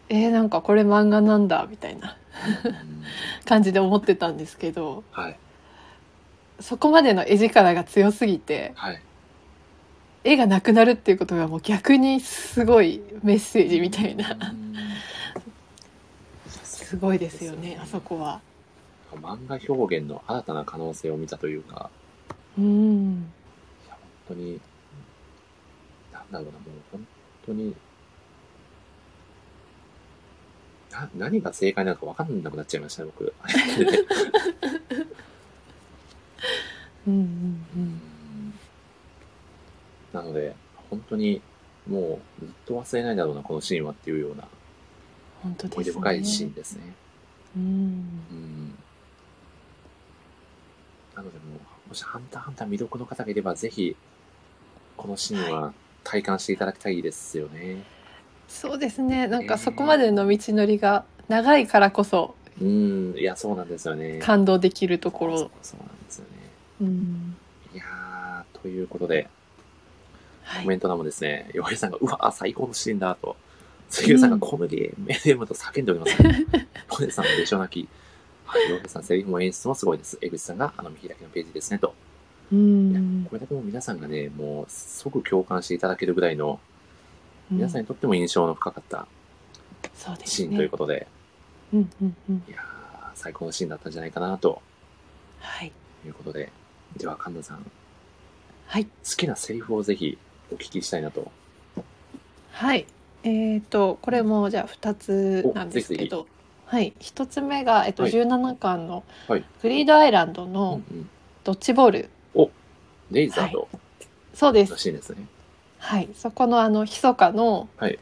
[SPEAKER 2] えー、なんかこれ漫画なんだみたいな
[SPEAKER 1] うん
[SPEAKER 2] 感じで思ってたんですけど
[SPEAKER 1] はい、
[SPEAKER 2] そこまでの絵力が強すぎて
[SPEAKER 1] はい。
[SPEAKER 2] 絵がなくなるっていうことがもう逆にすごいメッセージみたい
[SPEAKER 1] う
[SPEAKER 2] な
[SPEAKER 1] ん。
[SPEAKER 2] すごいですよねあそこは。
[SPEAKER 1] 漫画表現の新たな可能性を見たというか、
[SPEAKER 2] うん
[SPEAKER 1] いや、本当に、なんだろうな、もう本当に、な、何が正解なのか分かんなくなっちゃいましたね、僕。
[SPEAKER 2] うんうんうん
[SPEAKER 1] なので、本当に、もう、ずっと忘れないだろうな、このシーンはっていうような、
[SPEAKER 2] 本当で
[SPEAKER 1] 思
[SPEAKER 2] すね
[SPEAKER 1] い出深いシーンですね。
[SPEAKER 2] うん
[SPEAKER 1] うん。なので、もう、もし、ハンターハンター未読の方がいれば、ぜひ、このシーンは体感していただきたいですよね。
[SPEAKER 2] そうですねなんかそこまでの道のりが長いからこそ
[SPEAKER 1] うん、いや、そうなんですよね。
[SPEAKER 2] 感動できると
[SPEAKER 1] そ
[SPEAKER 2] こ
[SPEAKER 1] う
[SPEAKER 2] ろ、
[SPEAKER 1] そうなんですよね。
[SPEAKER 2] うん
[SPEAKER 1] いやー、ということで、
[SPEAKER 2] は
[SPEAKER 1] コメ
[SPEAKER 2] い、
[SPEAKER 1] ント欄もですね、洋平さんが、うわ、最高のシーンだと、杉浦さんが
[SPEAKER 2] うん
[SPEAKER 1] コメディ、メディアムと叫んでおり ますね。ポネさんのでしょ泣き。はい、洋平さん、セリフも演出もすごいです。江口さんが、あの、見開きのページですね、と。
[SPEAKER 2] うん
[SPEAKER 1] これだけもう皆さんがね、もう、即共感していただけるぐらいの、皆さん
[SPEAKER 2] う
[SPEAKER 1] にとっても印象の深かった
[SPEAKER 2] そうですね
[SPEAKER 1] シーンということで、
[SPEAKER 2] うんうんうん
[SPEAKER 1] いやー、最高のシーンだったんじゃないかな、と
[SPEAKER 2] はい
[SPEAKER 1] いうことで。では、神田さん、好
[SPEAKER 2] はい
[SPEAKER 1] きなセリフをぜひ、お聞きしたいなと。
[SPEAKER 2] はい。えっ、と、これもじゃあ2つなんですけど、はい。1つ目が、えっと、
[SPEAKER 1] はい
[SPEAKER 2] 17巻の
[SPEAKER 1] はい
[SPEAKER 2] グリードアイランド
[SPEAKER 1] うんう
[SPEAKER 2] の
[SPEAKER 1] ん。
[SPEAKER 2] ドッジボール。
[SPEAKER 1] レイザーと、
[SPEAKER 2] そうで
[SPEAKER 1] の
[SPEAKER 2] す。
[SPEAKER 1] シーンですね。
[SPEAKER 2] はい。そこのあの、密かの、
[SPEAKER 1] はい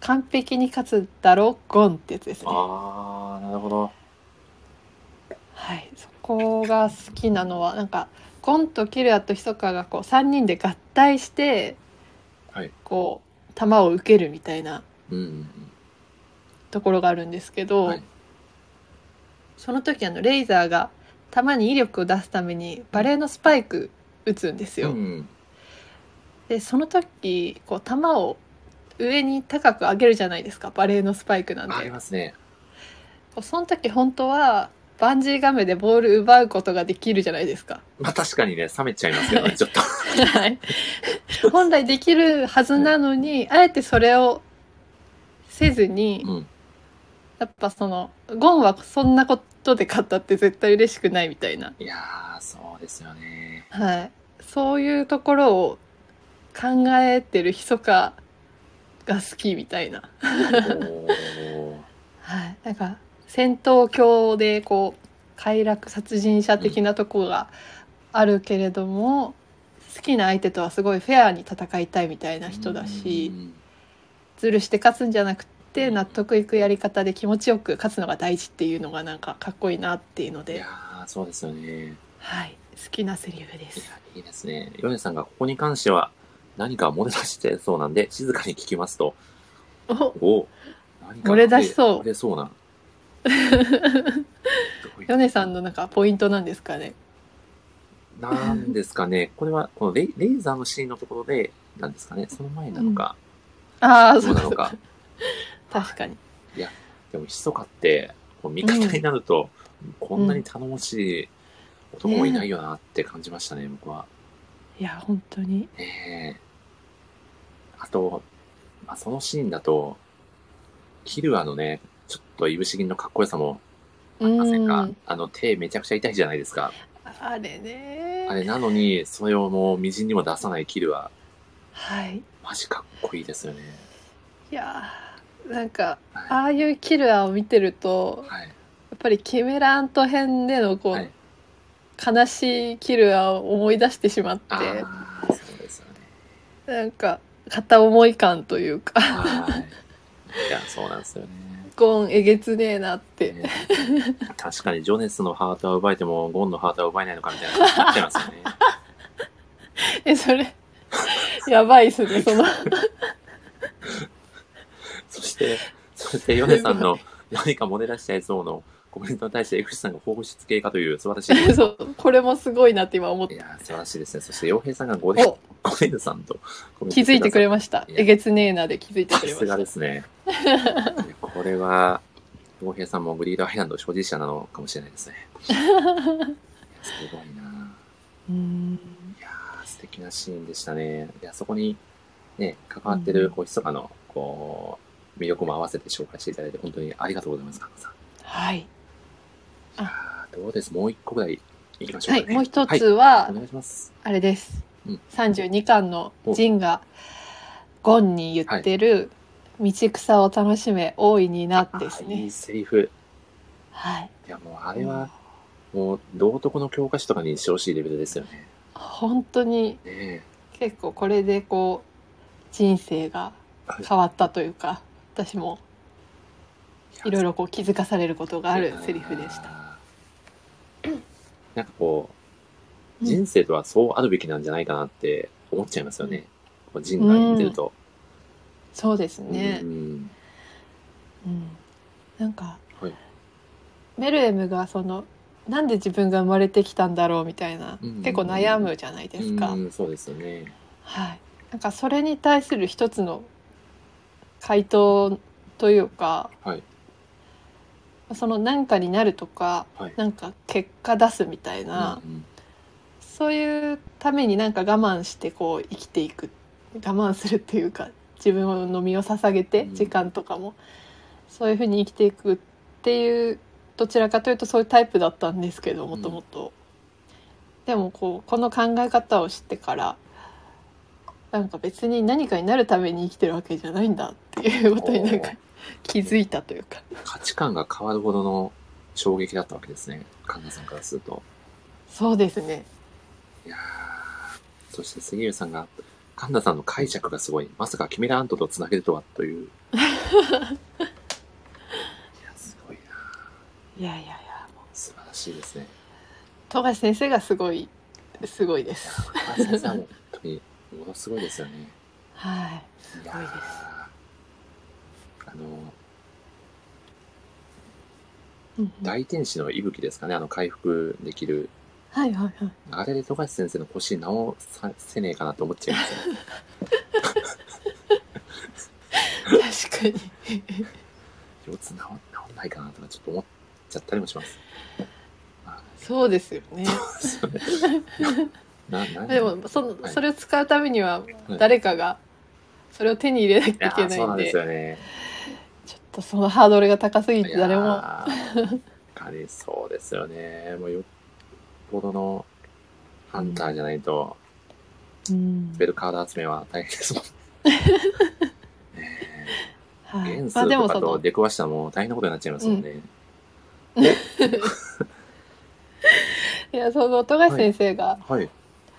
[SPEAKER 2] 完璧に勝つだろ、ゴンってやつですね。
[SPEAKER 1] あー、なるほど。
[SPEAKER 2] はい。そこが好きなのは、なんか、ゴンとキルアと密かがこう3人で合体して、
[SPEAKER 1] はい
[SPEAKER 2] こう、球を受けるみたいな
[SPEAKER 1] うんうんうん。
[SPEAKER 2] ところがあるんですけど、
[SPEAKER 1] はい
[SPEAKER 2] その時あのレイザーが弾に威力を出すためにバレーのスパイク打つんですよ。
[SPEAKER 1] うん
[SPEAKER 2] でその時こう弾を上に高く上げるじゃないですかバレーのスパイクなん
[SPEAKER 1] あり
[SPEAKER 2] で。
[SPEAKER 1] ますね。
[SPEAKER 2] こうその時本当はバンジーガムでボール奪うことができるじゃないですか。
[SPEAKER 1] まあ確かにね、冷めちゃいますけ どね、ちょっと。
[SPEAKER 2] はい本来できるはずなのに、あえてそれをせずに、
[SPEAKER 1] うん。
[SPEAKER 2] やっぱそのゴンはそんなことで勝ったって絶対嬉しくないみたいない
[SPEAKER 1] やー、そうですよね。
[SPEAKER 2] はい、そういうところを考えてるひそかが好きみたい な、
[SPEAKER 1] おー
[SPEAKER 2] はい、なんか戦闘狂でこう快楽殺人者的なとこがあるけれども、好きな相手とはすごいフェアに戦いたいみたいな人だし、
[SPEAKER 1] うん
[SPEAKER 2] ズルして勝つんじゃなくて納得いくやり方で気持ちよく勝つのが大事っていうのがなんかかっこいいなっていうの
[SPEAKER 1] い
[SPEAKER 2] で
[SPEAKER 1] や、ー、そうですよね。
[SPEAKER 2] はい、好きなセリフで
[SPEAKER 1] い
[SPEAKER 2] す。
[SPEAKER 1] や、いいですね。ヨネさんがここに関しては何か漏れ出してそうなんで、静かに聞きますと。
[SPEAKER 2] お
[SPEAKER 1] おー何か
[SPEAKER 2] 漏れ出しそう
[SPEAKER 1] 漏れ そうな。
[SPEAKER 2] ヨネさん
[SPEAKER 1] の。
[SPEAKER 2] のなんかポイントなんですかね。
[SPEAKER 1] なんですかね。これは、このレイレイザーのシーンのところで、なんですかね。その前なのか、
[SPEAKER 2] ああ、
[SPEAKER 1] ど
[SPEAKER 2] そうう
[SPEAKER 1] な
[SPEAKER 2] そ
[SPEAKER 1] の
[SPEAKER 2] う
[SPEAKER 1] か。
[SPEAKER 2] 確かに。
[SPEAKER 1] でも、ひそかって、こう味方になると、こんなに頼もしい男もいないよなって感じましたね、僕は。
[SPEAKER 2] いや、本当に。
[SPEAKER 1] ええあと、まあ、そのシーンだと、キルアのね、ちょっといぶし銀のかっこよさも
[SPEAKER 2] う
[SPEAKER 1] ありませんか、
[SPEAKER 2] ん。
[SPEAKER 1] あの手めちゃくちゃ痛いじゃないですか。
[SPEAKER 2] あれね
[SPEAKER 1] あれなのに、それをもう微塵にも出さないキルア、
[SPEAKER 2] はい。
[SPEAKER 1] マジかっこいいですよね。
[SPEAKER 2] いやー、なんか、
[SPEAKER 1] は
[SPEAKER 2] ああいうキルアを見てると
[SPEAKER 1] い。、はい。
[SPEAKER 2] やっぱりキメラント編でのこう、
[SPEAKER 1] はい
[SPEAKER 2] 悲しいキルアを思い出してしまって、
[SPEAKER 1] あ
[SPEAKER 2] なんか片思い感というか
[SPEAKER 1] はい。いや、そうなんですよね。
[SPEAKER 2] ゴンえげつねえなって、
[SPEAKER 1] ね確かに、情熱のハートは奪えても、ゴンのハートは奪えないのかみたいな感じになっちゃいますよね。
[SPEAKER 2] えそれやばいっすね その
[SPEAKER 1] そして、そして、ヨネさんの何か漏れ出したやつをのコメントに対して、江口さんが報告しつけかという素晴らしい。
[SPEAKER 2] そ
[SPEAKER 1] いう
[SPEAKER 2] これもすごいなって今思 って
[SPEAKER 1] や、素晴ら しいですね。そして、洋平さんがゴレ
[SPEAKER 2] お
[SPEAKER 1] ゴレンさんとコメント
[SPEAKER 2] 気づいてくれ
[SPEAKER 1] ま
[SPEAKER 2] ました
[SPEAKER 1] いや
[SPEAKER 2] えげつねえなで気づいて
[SPEAKER 1] さ
[SPEAKER 2] くれ
[SPEAKER 1] す
[SPEAKER 2] ま
[SPEAKER 1] さす
[SPEAKER 2] し
[SPEAKER 1] が
[SPEAKER 2] た
[SPEAKER 1] ですね。これは、洋平さんもブリードアイランド所持者なのかもしれないですね。すごいな
[SPEAKER 2] うん
[SPEAKER 1] いやー素敵なシーンでしたね。いや、そこに、ね、関わってる、こう、ひそかの、こう、魅力も合わせて紹介していただいて、本当にありがとうございます、神田さん。
[SPEAKER 2] はい
[SPEAKER 1] あどうですもう一個ぐらい行きましょう
[SPEAKER 2] は
[SPEAKER 1] か、
[SPEAKER 2] い
[SPEAKER 1] ね。
[SPEAKER 2] もう一
[SPEAKER 1] はい
[SPEAKER 2] つは、
[SPEAKER 1] お願いします。
[SPEAKER 2] あれです、
[SPEAKER 1] うん
[SPEAKER 2] 32巻のジンがゴンに言ってる「道草を楽しめ大いにな」です
[SPEAKER 1] あい
[SPEAKER 2] ね
[SPEAKER 1] い。セリフ。
[SPEAKER 2] はい、
[SPEAKER 1] いや、もう、あれは、もう、道徳の教科書とかにしてほしいレベルですよね。
[SPEAKER 2] 本当に
[SPEAKER 1] ね
[SPEAKER 2] 結構これでこう人生が
[SPEAKER 1] はい
[SPEAKER 2] 変わったというか私も
[SPEAKER 1] え。
[SPEAKER 2] いろいろこう気づかされることがあるセリフでした。
[SPEAKER 1] た。なんかこう、
[SPEAKER 2] うん
[SPEAKER 1] 人生とはそうあるべきなんじゃないかなって思っちゃいますよね。こうジンが言ってると。
[SPEAKER 2] そうですね
[SPEAKER 1] う、ん
[SPEAKER 2] うんなんか、
[SPEAKER 1] はい
[SPEAKER 2] メルエムがそのなんで自分が生まれてきたんだろうみたいな、
[SPEAKER 1] うん
[SPEAKER 2] 結構悩むじゃないですか。
[SPEAKER 1] うん、そうですよね。
[SPEAKER 2] はい、なんかそれに対する一つの回答というか、
[SPEAKER 1] はい
[SPEAKER 2] その何かになるとか、
[SPEAKER 1] はい
[SPEAKER 2] なんか結果出すみたいな、
[SPEAKER 1] うん
[SPEAKER 2] そういうためになんか我慢してこう生きていく我慢するっていうか自分の身を捧げて
[SPEAKER 1] うん
[SPEAKER 2] 時間とかも、そういうふうに生きていくっていうどちらかというとそういうタイプだったんですけどもともと。でもこうこの考え方を知ってからなんか別に何かになるために生きてるわけじゃないんだっていうことになんか
[SPEAKER 1] おー
[SPEAKER 2] 気づいたというか
[SPEAKER 1] 価値観が変わるほどの衝撃だったわけですね。神田さんからすると。
[SPEAKER 2] そうですね
[SPEAKER 1] いやーそして杉浦さんが、神田さんの解釈がすごい。まさかキメラアントと繋げるとは、という。いや、すごいな。
[SPEAKER 2] いやいやいやもう
[SPEAKER 1] 素晴らしいですね。
[SPEAKER 2] 富樫先生がすごいすごい
[SPEAKER 1] い
[SPEAKER 2] で
[SPEAKER 1] や
[SPEAKER 2] す。
[SPEAKER 1] ー神田さんも本当に、ものすごいですよね。
[SPEAKER 2] はい
[SPEAKER 1] す
[SPEAKER 2] ごいです
[SPEAKER 1] あの、
[SPEAKER 2] うんうん
[SPEAKER 1] 大天使の息吹ですかね。あの、回復できる
[SPEAKER 2] はいはいはい。
[SPEAKER 1] あれで富樫先生の腰直させねえかなと思っちゃいますね。
[SPEAKER 2] 確かに。
[SPEAKER 1] 腰痛直直んないかなとかちょっと思っちゃったりもします。
[SPEAKER 2] そうですよね。
[SPEAKER 1] な、な
[SPEAKER 2] でも、その、
[SPEAKER 1] はい
[SPEAKER 2] それを使うためには、
[SPEAKER 1] はい
[SPEAKER 2] 誰かが。それを手に入れなきゃい
[SPEAKER 1] や
[SPEAKER 2] け
[SPEAKER 1] ー
[SPEAKER 2] な
[SPEAKER 1] そう
[SPEAKER 2] いん
[SPEAKER 1] なんで
[SPEAKER 2] で。
[SPEAKER 1] すよね。
[SPEAKER 2] ちょっとそのハードルが高すぎて、誰
[SPEAKER 1] い
[SPEAKER 2] も。
[SPEAKER 1] やーかりそうですよね。もうよっぽどのハンターじゃないと、
[SPEAKER 2] うん
[SPEAKER 1] ベルカード集めは大変です もん。ねえ
[SPEAKER 2] はい
[SPEAKER 1] 元
[SPEAKER 2] まあ、
[SPEAKER 1] 素
[SPEAKER 2] で
[SPEAKER 1] と
[SPEAKER 2] も、
[SPEAKER 1] か
[SPEAKER 2] そ
[SPEAKER 1] と
[SPEAKER 2] の。
[SPEAKER 1] 出くわしたらもう大変なことになっちゃいますもんね。
[SPEAKER 2] いや、その富樫先生が、
[SPEAKER 1] はい。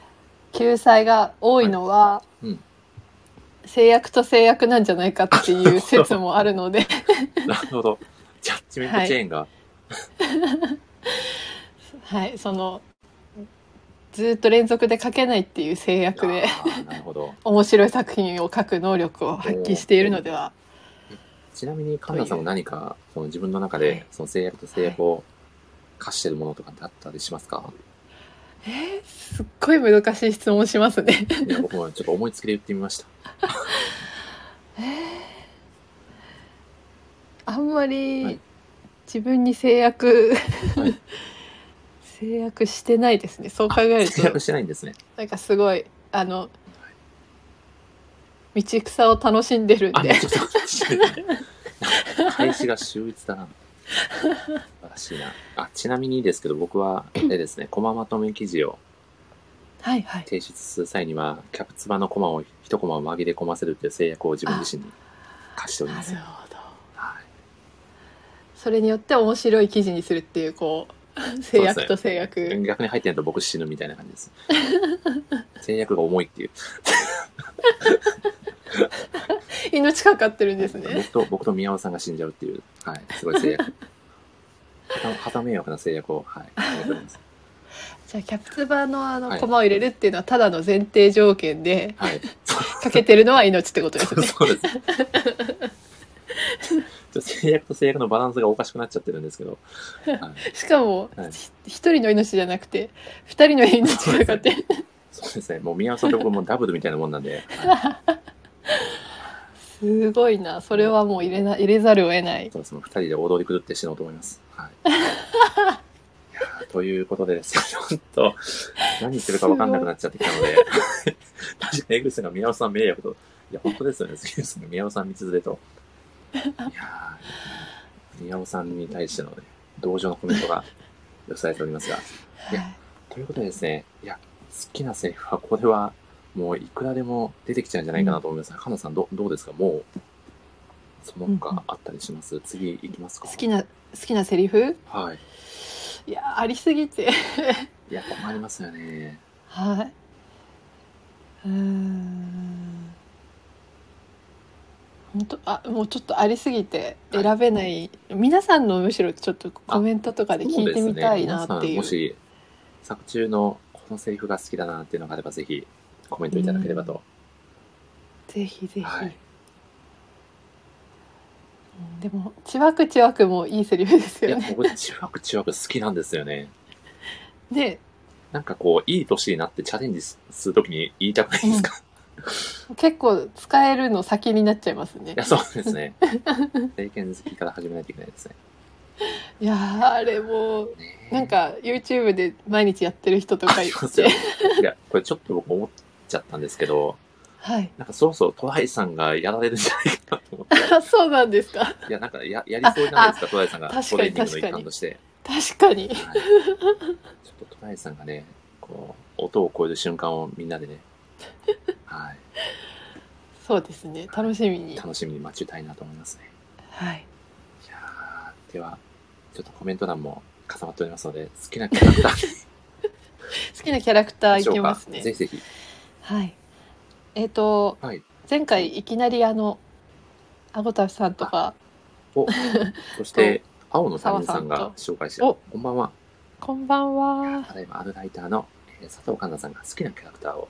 [SPEAKER 2] 救済が多いのは。
[SPEAKER 1] いうん
[SPEAKER 2] 制約と制約なんじゃないかっていう説もあるの で
[SPEAKER 1] なるほど。ジャッジメントチェーンが、
[SPEAKER 2] はいそのずーっと連続で書けないっていう制約で
[SPEAKER 1] あ ーなるほど。
[SPEAKER 2] 面白い作品を書く能力を発揮しているのでは
[SPEAKER 1] ちなみに神田さんも何かその自分の中
[SPEAKER 2] は
[SPEAKER 1] で
[SPEAKER 2] い
[SPEAKER 1] その制約と制約を課してるものとかってあったりしますか、
[SPEAKER 2] えーすっごい難しい質問しますね
[SPEAKER 1] いや僕もちょっと思いつきで言ってみました。
[SPEAKER 2] あんまり、
[SPEAKER 1] はい
[SPEAKER 2] 自分に制約、
[SPEAKER 1] はい
[SPEAKER 2] 制約してないですねそう考え る
[SPEAKER 1] 制
[SPEAKER 2] と
[SPEAKER 1] 約してないんですね。
[SPEAKER 2] なんかすごいあの道草を楽しんでるん
[SPEAKER 1] あ、
[SPEAKER 2] で
[SPEAKER 1] ちょっと待って。開始が秀逸だな。素晴らしいな。 あ、ちなみにですけど僕は、あれですね、駒まとめ記事を
[SPEAKER 2] はいはい
[SPEAKER 1] 提出する際には、キャプツバの駒を一駒を紛れ込ませるという制約を自分自身に課しており
[SPEAKER 2] な
[SPEAKER 1] ます
[SPEAKER 2] る。ほど
[SPEAKER 1] はい。
[SPEAKER 2] それによって面白い記事にするっていうこう制約と制約、
[SPEAKER 1] 逆に入ってないと僕死ぬみたいな感じです。制約が重いっていう。
[SPEAKER 2] 命かかってるんですね
[SPEAKER 1] 僕と、僕と宮尾さんが死んじゃうっていう、はい、すごい制約。 はたはた迷惑な制約を、はい、持っております
[SPEAKER 2] じゃあキャプツバのあ
[SPEAKER 1] は
[SPEAKER 2] の
[SPEAKER 1] い
[SPEAKER 2] 駒を入れるっていうのはただの前提条件で
[SPEAKER 1] はい。
[SPEAKER 2] かけてるのは命ってことですね
[SPEAKER 1] そうです。ちょっと制約と制約のバランスがおかしくなっちゃってるんですけど、 はい、
[SPEAKER 2] しかも
[SPEAKER 1] はい
[SPEAKER 2] ひ一、人の命じゃなくて二人の命がかかって
[SPEAKER 1] そうですね、もう宮尾さんと僕もダブルみたいなもんなんで、はい
[SPEAKER 2] すごいなそれはもう入れな入れざるを得ない
[SPEAKER 1] そうですね、二人で踊り狂って死のうと思います。はい。いやーということでですね、ちょっと、何言ってるか分かんなくなっちゃってきたので、確かに江口さんが宮尾さん迷惑と、いや、本当ですよね、杉口さんが宮尾さん見続れと。いやー宮尾さんに対しての、ね、同情のコメントが寄せられておりますが、いや
[SPEAKER 2] はい
[SPEAKER 1] ということでですね、いや、好きなセリフは、これは、もういくらでも出てきちゃうんじゃないかなと思いますが、かなさんど、どうですかもう、その
[SPEAKER 2] うんうん
[SPEAKER 1] 他あったりします、次行きますか
[SPEAKER 2] 好きな好きなセリフ
[SPEAKER 1] はい。
[SPEAKER 2] いやありすぎて
[SPEAKER 1] いや、困りますよね。
[SPEAKER 2] はいうーん本当あもうちょっとありすぎて選べない、皆さんのむしろちょっとコメントとかで聞いてみたいなってい
[SPEAKER 1] そうですね皆
[SPEAKER 2] う
[SPEAKER 1] さんもし、作中のこのセリフが好きだなっていうのがあれば、ぜひ、コメントいただければと。
[SPEAKER 2] ぜひぜひ、
[SPEAKER 1] はい
[SPEAKER 2] うんでも「ちわくちわく」もいいセリフです
[SPEAKER 1] いや
[SPEAKER 2] よ、ね
[SPEAKER 1] 僕、ちわくちわく好きなんですよね。
[SPEAKER 2] で
[SPEAKER 1] なんかこう、いい年になってチャレンジするときに言いたくないですか、
[SPEAKER 2] 結構使えるの先になっちゃいますね
[SPEAKER 1] いや、そうです ね。経験好きから始めないといけないですね。
[SPEAKER 2] いやーあれもう
[SPEAKER 1] ねえ
[SPEAKER 2] な んか YouTube で毎日やってる人とか
[SPEAKER 1] あ り
[SPEAKER 2] いて
[SPEAKER 1] ますよ。いや、これちょっと僕思っちゃったんですけど、
[SPEAKER 2] はい
[SPEAKER 1] なんかそろそろトライさんがやられるんじゃないかなと思って。
[SPEAKER 2] あ そうなんですか
[SPEAKER 1] いや、なんかややりそうじゃないですか、トライさんが
[SPEAKER 2] 確かに
[SPEAKER 1] トレーニングの一環として。
[SPEAKER 2] 確かに
[SPEAKER 1] はいちょっとトライさんがね、こう、音を超える瞬間をみんなでね、は
[SPEAKER 2] そうですね楽しみ
[SPEAKER 1] い、
[SPEAKER 2] に
[SPEAKER 1] 楽しみに待ちたいなと思いますね。
[SPEAKER 2] はい
[SPEAKER 1] いやーでは、ちょっとコメント欄も重なっておりますので、好きなキャラクター
[SPEAKER 2] 好きなキャラクター
[SPEAKER 1] で
[SPEAKER 2] い
[SPEAKER 1] しょ
[SPEAKER 2] け
[SPEAKER 1] うか
[SPEAKER 2] ま。すね
[SPEAKER 1] ぜひぜひ。
[SPEAKER 2] はいえっ、と
[SPEAKER 1] はい。
[SPEAKER 2] 前回いきなりあのあごたさんとか
[SPEAKER 1] お、そして、青の他人さんが紹介して、
[SPEAKER 2] お
[SPEAKER 1] こんばんは。
[SPEAKER 2] こんばんは
[SPEAKER 1] ただいまあるライターのえー佐藤環奈さんが好きなキャラクターを、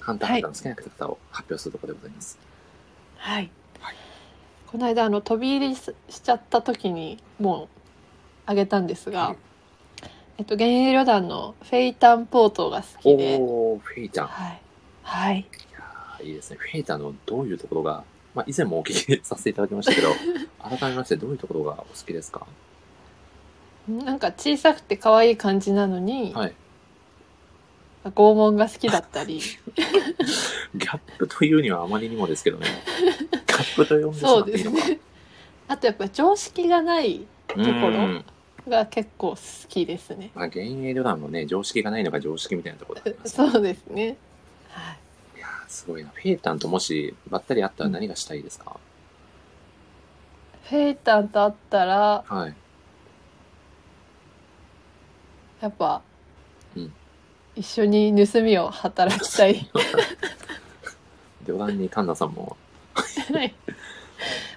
[SPEAKER 1] ハンターハンターの好きなキャラクターを発表するところでございます。
[SPEAKER 2] はい、
[SPEAKER 1] はい
[SPEAKER 2] この間あの飛び入りししちゃった時にもうあげたんですが、
[SPEAKER 1] はい
[SPEAKER 2] えっと、現役旅団のフェイタンポートが好きで、
[SPEAKER 1] おー、フェイタン。
[SPEAKER 2] はいはい、
[SPEAKER 1] あーいいですね。フェイタンのどういうところが、まあ、以前もお聞き させていただきましたけど、改めましてどういうところがお好きですか
[SPEAKER 2] なんか小さくて可愛い感じなのに、
[SPEAKER 1] はい。
[SPEAKER 2] 拷問が好きだっ たり
[SPEAKER 1] ギャップというにはあまりにもですけどね。ギャップと呼んでしま
[SPEAKER 2] そ
[SPEAKER 1] っ
[SPEAKER 2] う
[SPEAKER 1] て
[SPEAKER 2] で
[SPEAKER 1] いい
[SPEAKER 2] す
[SPEAKER 1] のか。
[SPEAKER 2] ね あとやっぱ常識がない
[SPEAKER 1] と
[SPEAKER 2] ろが結構好きですね
[SPEAKER 1] まあ、幻影旅団もね、常識がないのが常識みたいなところがありますね
[SPEAKER 2] そうですねはい
[SPEAKER 1] いやーすごいな。フェイタンともし、ばったり会ったら何がしたいですか、
[SPEAKER 2] フェイタンと会ったら
[SPEAKER 1] はい。
[SPEAKER 2] やっぱ、
[SPEAKER 1] うん
[SPEAKER 2] 一緒に盗みを働きたい
[SPEAKER 1] 旅団に環奈さんも
[SPEAKER 2] はい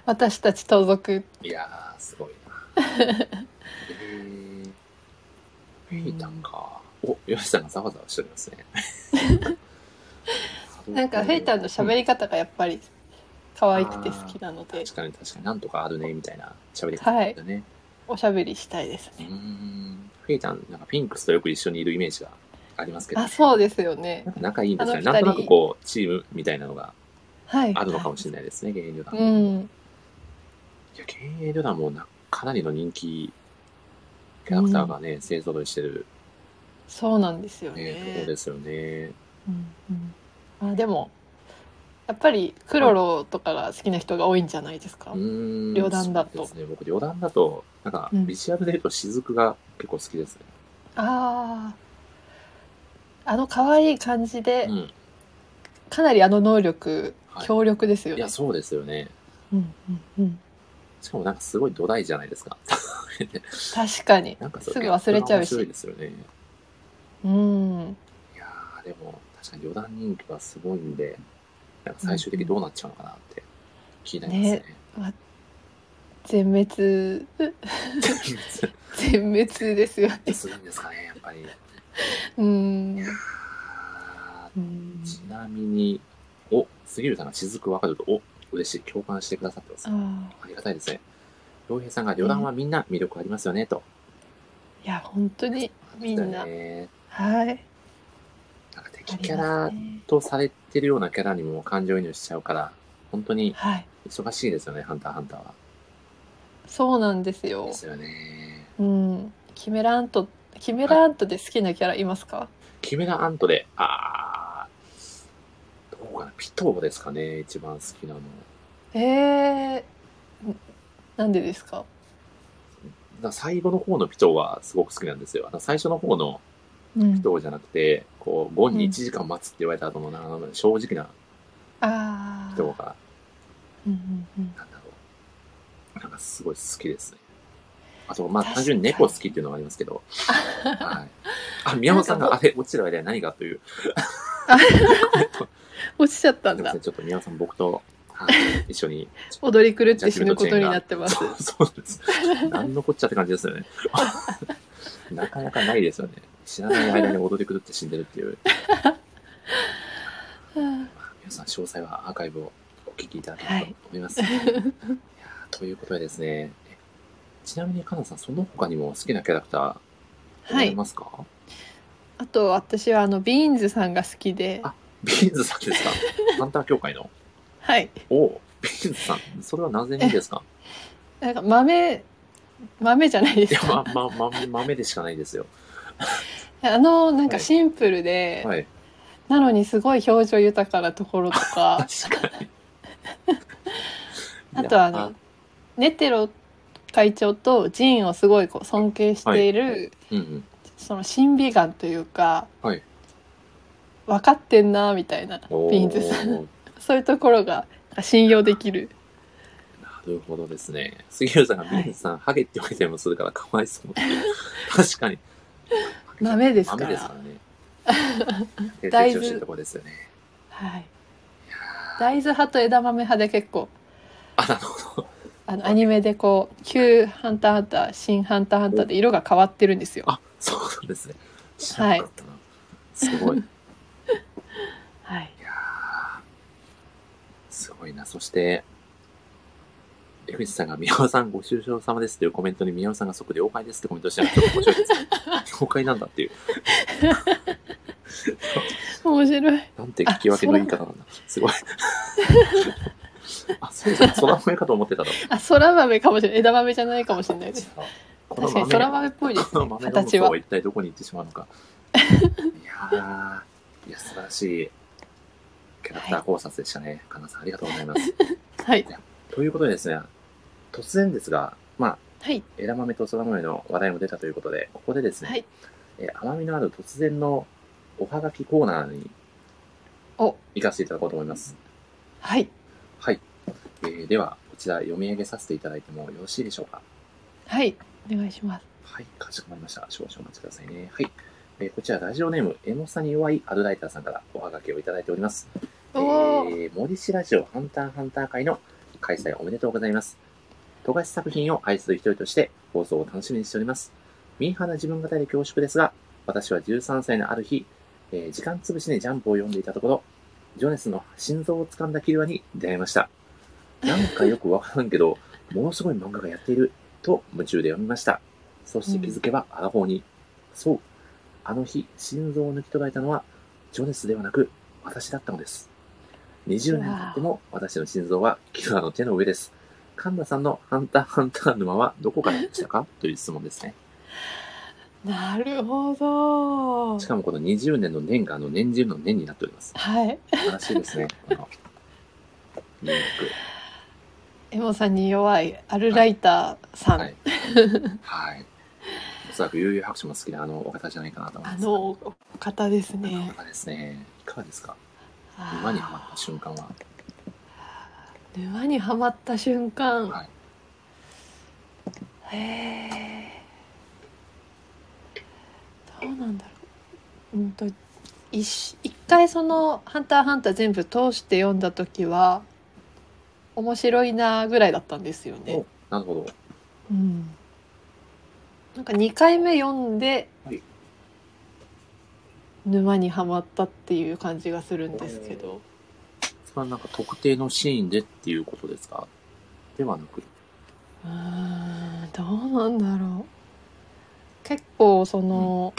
[SPEAKER 2] 私たち盗賊
[SPEAKER 1] いやー、すごいな。 えー、フェイタンか。お、ヨシさんがざわざわしておりますね。
[SPEAKER 2] なんかフェイタンの喋
[SPEAKER 1] り、
[SPEAKER 2] り方がやっぱり可愛くて好きなので
[SPEAKER 1] 確かに確かになんとかあるね、みたいな喋り方だったね。
[SPEAKER 2] おしゃべりしたいです
[SPEAKER 1] うー
[SPEAKER 2] ね
[SPEAKER 1] ん。フェイタン、なんかフィンクスとよく一緒にいるイメージがありますけど、
[SPEAKER 2] あそうですよね
[SPEAKER 1] なんか仲いいんですかね。
[SPEAKER 2] あの
[SPEAKER 1] な
[SPEAKER 2] 二
[SPEAKER 1] ん
[SPEAKER 2] 人
[SPEAKER 1] となくこう、チームみたいなのが
[SPEAKER 2] はい
[SPEAKER 1] あるのかもしれないですね、芸人旅団。
[SPEAKER 2] う
[SPEAKER 1] い
[SPEAKER 2] ん
[SPEAKER 1] や、芸人旅団もなかなりの人気キャラクターがね、勢ぞろいしてる、
[SPEAKER 2] そうなんですよね
[SPEAKER 1] ねところですよね。
[SPEAKER 2] うんうん、あでもやっぱりクロロとかが好きな人が多いんじゃないですか、
[SPEAKER 1] うーん
[SPEAKER 2] 旅団だと
[SPEAKER 1] そうですね。僕、旅団だと、なんか、
[SPEAKER 2] うん
[SPEAKER 1] ビジュアルで言うと、雫が結構好きですね。
[SPEAKER 2] あああの可愛い感じで、
[SPEAKER 1] うん。
[SPEAKER 2] かなりあの能力、
[SPEAKER 1] はい
[SPEAKER 2] 強力ですよ
[SPEAKER 1] い
[SPEAKER 2] ね
[SPEAKER 1] や、そうですよね。
[SPEAKER 2] うんうんうん
[SPEAKER 1] しかもなんかすごい土台じゃないですか。
[SPEAKER 2] 確かに
[SPEAKER 1] なんかそ
[SPEAKER 2] すぐ忘れちゃう
[SPEAKER 1] 面白い
[SPEAKER 2] し
[SPEAKER 1] ですよね。
[SPEAKER 2] うん
[SPEAKER 1] いやーでも確かに余談人気はすごいんで、なんか最終的にどうなっちゃうのかなって気になりますね。
[SPEAKER 2] 全滅全滅で すよね
[SPEAKER 1] するんですかね、やっぱり。
[SPEAKER 2] うん
[SPEAKER 1] あ
[SPEAKER 2] うん
[SPEAKER 1] ーちなみに、お、杉浦さんが雫わかると、お、嬉しい、共感してくださってます。
[SPEAKER 2] あ
[SPEAKER 1] ありがたいですね。洋平さんが、余談はみんな魅力ありますよね、と。
[SPEAKER 2] ーいや本当にみんな
[SPEAKER 1] だね
[SPEAKER 2] はい
[SPEAKER 1] なんか敵
[SPEAKER 2] あ
[SPEAKER 1] キ
[SPEAKER 2] り
[SPEAKER 1] ャ
[SPEAKER 2] ま
[SPEAKER 1] ラ
[SPEAKER 2] すね
[SPEAKER 1] とされてるようなキャラにも感情移入しちゃうから、本当に
[SPEAKER 2] はい
[SPEAKER 1] 忙しいですよね、ハンターハンターは。
[SPEAKER 2] そうなんですよ
[SPEAKER 1] ですよね。
[SPEAKER 2] うんキメラアントキメラアントで好きなキャラいますか
[SPEAKER 1] キメラアントで、あー、どうかな、ピトーですかね、一番好きなの。
[SPEAKER 2] えー、んなんでですか
[SPEAKER 1] だ最後の方のピトーはすごく好きなんですよ。だ最初の方の
[SPEAKER 2] うん
[SPEAKER 1] ピトーじゃなくて、こう、ゴンに1時間待つって言われた後の、あの正直な
[SPEAKER 2] あ
[SPEAKER 1] ピ
[SPEAKER 2] あ
[SPEAKER 1] トーが、
[SPEAKER 2] うんうんうん
[SPEAKER 1] なんだろう。なんかすごい好きですね。あと、まあ、
[SPEAKER 2] 確かに
[SPEAKER 1] 単純に猫好きっていうのがありますけど。はい。 あ、宮本さんが、あれ、落ちてる間に何がという。
[SPEAKER 2] 落ちちゃったん
[SPEAKER 1] すいま
[SPEAKER 2] だ
[SPEAKER 1] せんちょっと宮本さん、僕と、はい、一緒に。
[SPEAKER 2] 踊り狂って死ぬことになってます
[SPEAKER 1] そうそうなんです。なんのこっちゃって感じですよ ね。なかなかないですよね。知らない間に踊り狂って死んでるっていう。
[SPEAKER 2] うん
[SPEAKER 1] 皆さん、詳細はアーカイブをお聞きいただけ
[SPEAKER 2] は
[SPEAKER 1] ればと
[SPEAKER 2] い
[SPEAKER 1] 思い ます。い、やーということでですね、えちなみに、かなさん、その他にも好きなキャラクター、おら
[SPEAKER 2] は
[SPEAKER 1] れ
[SPEAKER 2] い
[SPEAKER 1] ますか、
[SPEAKER 2] あと私はあのビーンズさんが好きで
[SPEAKER 1] あビーンズさん ですかハンター協会の。
[SPEAKER 2] はい
[SPEAKER 1] おお、ビーンズさん、それはなぜにですか
[SPEAKER 2] なんか豆豆じゃないで
[SPEAKER 1] い
[SPEAKER 2] す
[SPEAKER 1] や、
[SPEAKER 2] か
[SPEAKER 1] ま、ま、ま、豆でしかないですよ。
[SPEAKER 2] あのなんか
[SPEAKER 1] はい
[SPEAKER 2] シンプルで、
[SPEAKER 1] はい。
[SPEAKER 2] なのにすごい表情豊かな ところとか
[SPEAKER 1] 確かに。
[SPEAKER 2] あとはあの、ネテロ会長とジンをすごいこう尊敬している、
[SPEAKER 1] はいうんうん。
[SPEAKER 2] その審美眼というか、
[SPEAKER 1] はい
[SPEAKER 2] 分かってんなみたいなビ
[SPEAKER 1] お
[SPEAKER 2] ーンズさん
[SPEAKER 1] ー
[SPEAKER 2] そういうところが信用できる
[SPEAKER 1] なるほどですね。杉浦さんがビーンズさん、ハゲって言われたりもするからかわいそう。確かに。
[SPEAKER 2] 豆ですから
[SPEAKER 1] 豆ですからね。
[SPEAKER 2] 大
[SPEAKER 1] 大
[SPEAKER 2] 豆
[SPEAKER 1] 豆。とこですよね。
[SPEAKER 2] はい大豆派と枝豆派で結構
[SPEAKER 1] あ、なるほど。
[SPEAKER 2] あのアニメでこう「旧ハンターハンター」「新ハンターハンター」で色が変わってるんですよ。
[SPEAKER 1] あ、そうなんですね。知らなかったな。すごい。い
[SPEAKER 2] はい、
[SPEAKER 1] やーすごいな。そして、江口さんが、宮尾さんご愁傷様ですというコメントに宮尾さんがそこで妖怪ですってコメントしてるのがちょっと面白いですね。妖怪なんだっていう。
[SPEAKER 2] 面白い
[SPEAKER 1] なんて聞き分けのいい方なんだ。すごい。あ、そうですね。空豆かと思ってたと。
[SPEAKER 2] あそら豆かもしれない枝豆じゃないかもしれないです
[SPEAKER 1] この豆、
[SPEAKER 2] 確かにそら豆っぽいで す
[SPEAKER 1] この
[SPEAKER 2] ね
[SPEAKER 1] 豆の
[SPEAKER 2] 形
[SPEAKER 1] 向こう
[SPEAKER 2] は
[SPEAKER 1] は一体どこに行ってしまうのか。いやー、いや、素晴らしいキャラクター考察でしたね。かなさん、ありがとうございます。
[SPEAKER 2] はい
[SPEAKER 1] ということでですね、突然ですが、まあ、
[SPEAKER 2] はい
[SPEAKER 1] 枝豆と空豆の話題も出たということで、ここでですね、
[SPEAKER 2] はい
[SPEAKER 1] えー甘みのある突然のおはがきコーナーに
[SPEAKER 2] お
[SPEAKER 1] 行かせていただこうと思います。
[SPEAKER 2] はい
[SPEAKER 1] はい。えーでは、こちら読み上げさせていただいてもよろしいでしょうか。
[SPEAKER 2] はいお願いします
[SPEAKER 1] はい、かしこまりました。少々お待ちくださいね。はい。えーこちら、ラジオネーム、エモさに弱いアルライターさんからおはがきをいただいております。え
[SPEAKER 2] おー
[SPEAKER 1] ー、森氏ラジオハンターハンター会の開催おめでとうございます。富樫作品を愛する一人として放送を楽しみにしております。ミーハーな自分語りで恐縮ですが、私は13歳のある日、えー時間つぶしにジャンプを読んでいたところ、ジョネスの心臓を掴んだキルアに出会いました。なんかよくわからんけど、ものすごい漫画がやっていると夢中で読みました。そして気づけばアラフォーに。そう。あの日、心臓を抜き取られたのは、ジョネスではなく、私だったのです。20年経っても、私の心臓はキルアの手の上です。神田さんのハンターハンター沼はどこからで したかという質問ですね。
[SPEAKER 2] なるほど
[SPEAKER 1] しかもこの20年の年があの年中の年になっております。
[SPEAKER 2] はい
[SPEAKER 1] 素晴らしいです ね。この入
[SPEAKER 2] エモさんに弱いアルライターさん、
[SPEAKER 1] 力はい。はい。おそらく悠々白書も好きなあのお方じゃないかなと思い
[SPEAKER 2] あ
[SPEAKER 1] ます。
[SPEAKER 2] のお方です
[SPEAKER 1] あのお
[SPEAKER 2] ね
[SPEAKER 1] 方ですね。いかがですか
[SPEAKER 2] あー
[SPEAKER 1] 沼にはまった瞬間は。
[SPEAKER 2] 沼にはまった瞬間、
[SPEAKER 1] はい
[SPEAKER 2] へえどうなんだろううんと一一回その「ハンターハンター」全部通して読んだ時は面白いなぐらいだったんですよね
[SPEAKER 1] お。なるほど。
[SPEAKER 2] うん、なんか2回目読んで、
[SPEAKER 1] はい
[SPEAKER 2] 沼にはまったっていう感じがするんですけど
[SPEAKER 1] それはなんか特定のシーンでっていうことですかではなく。
[SPEAKER 2] うーんどうなんだろう結構その、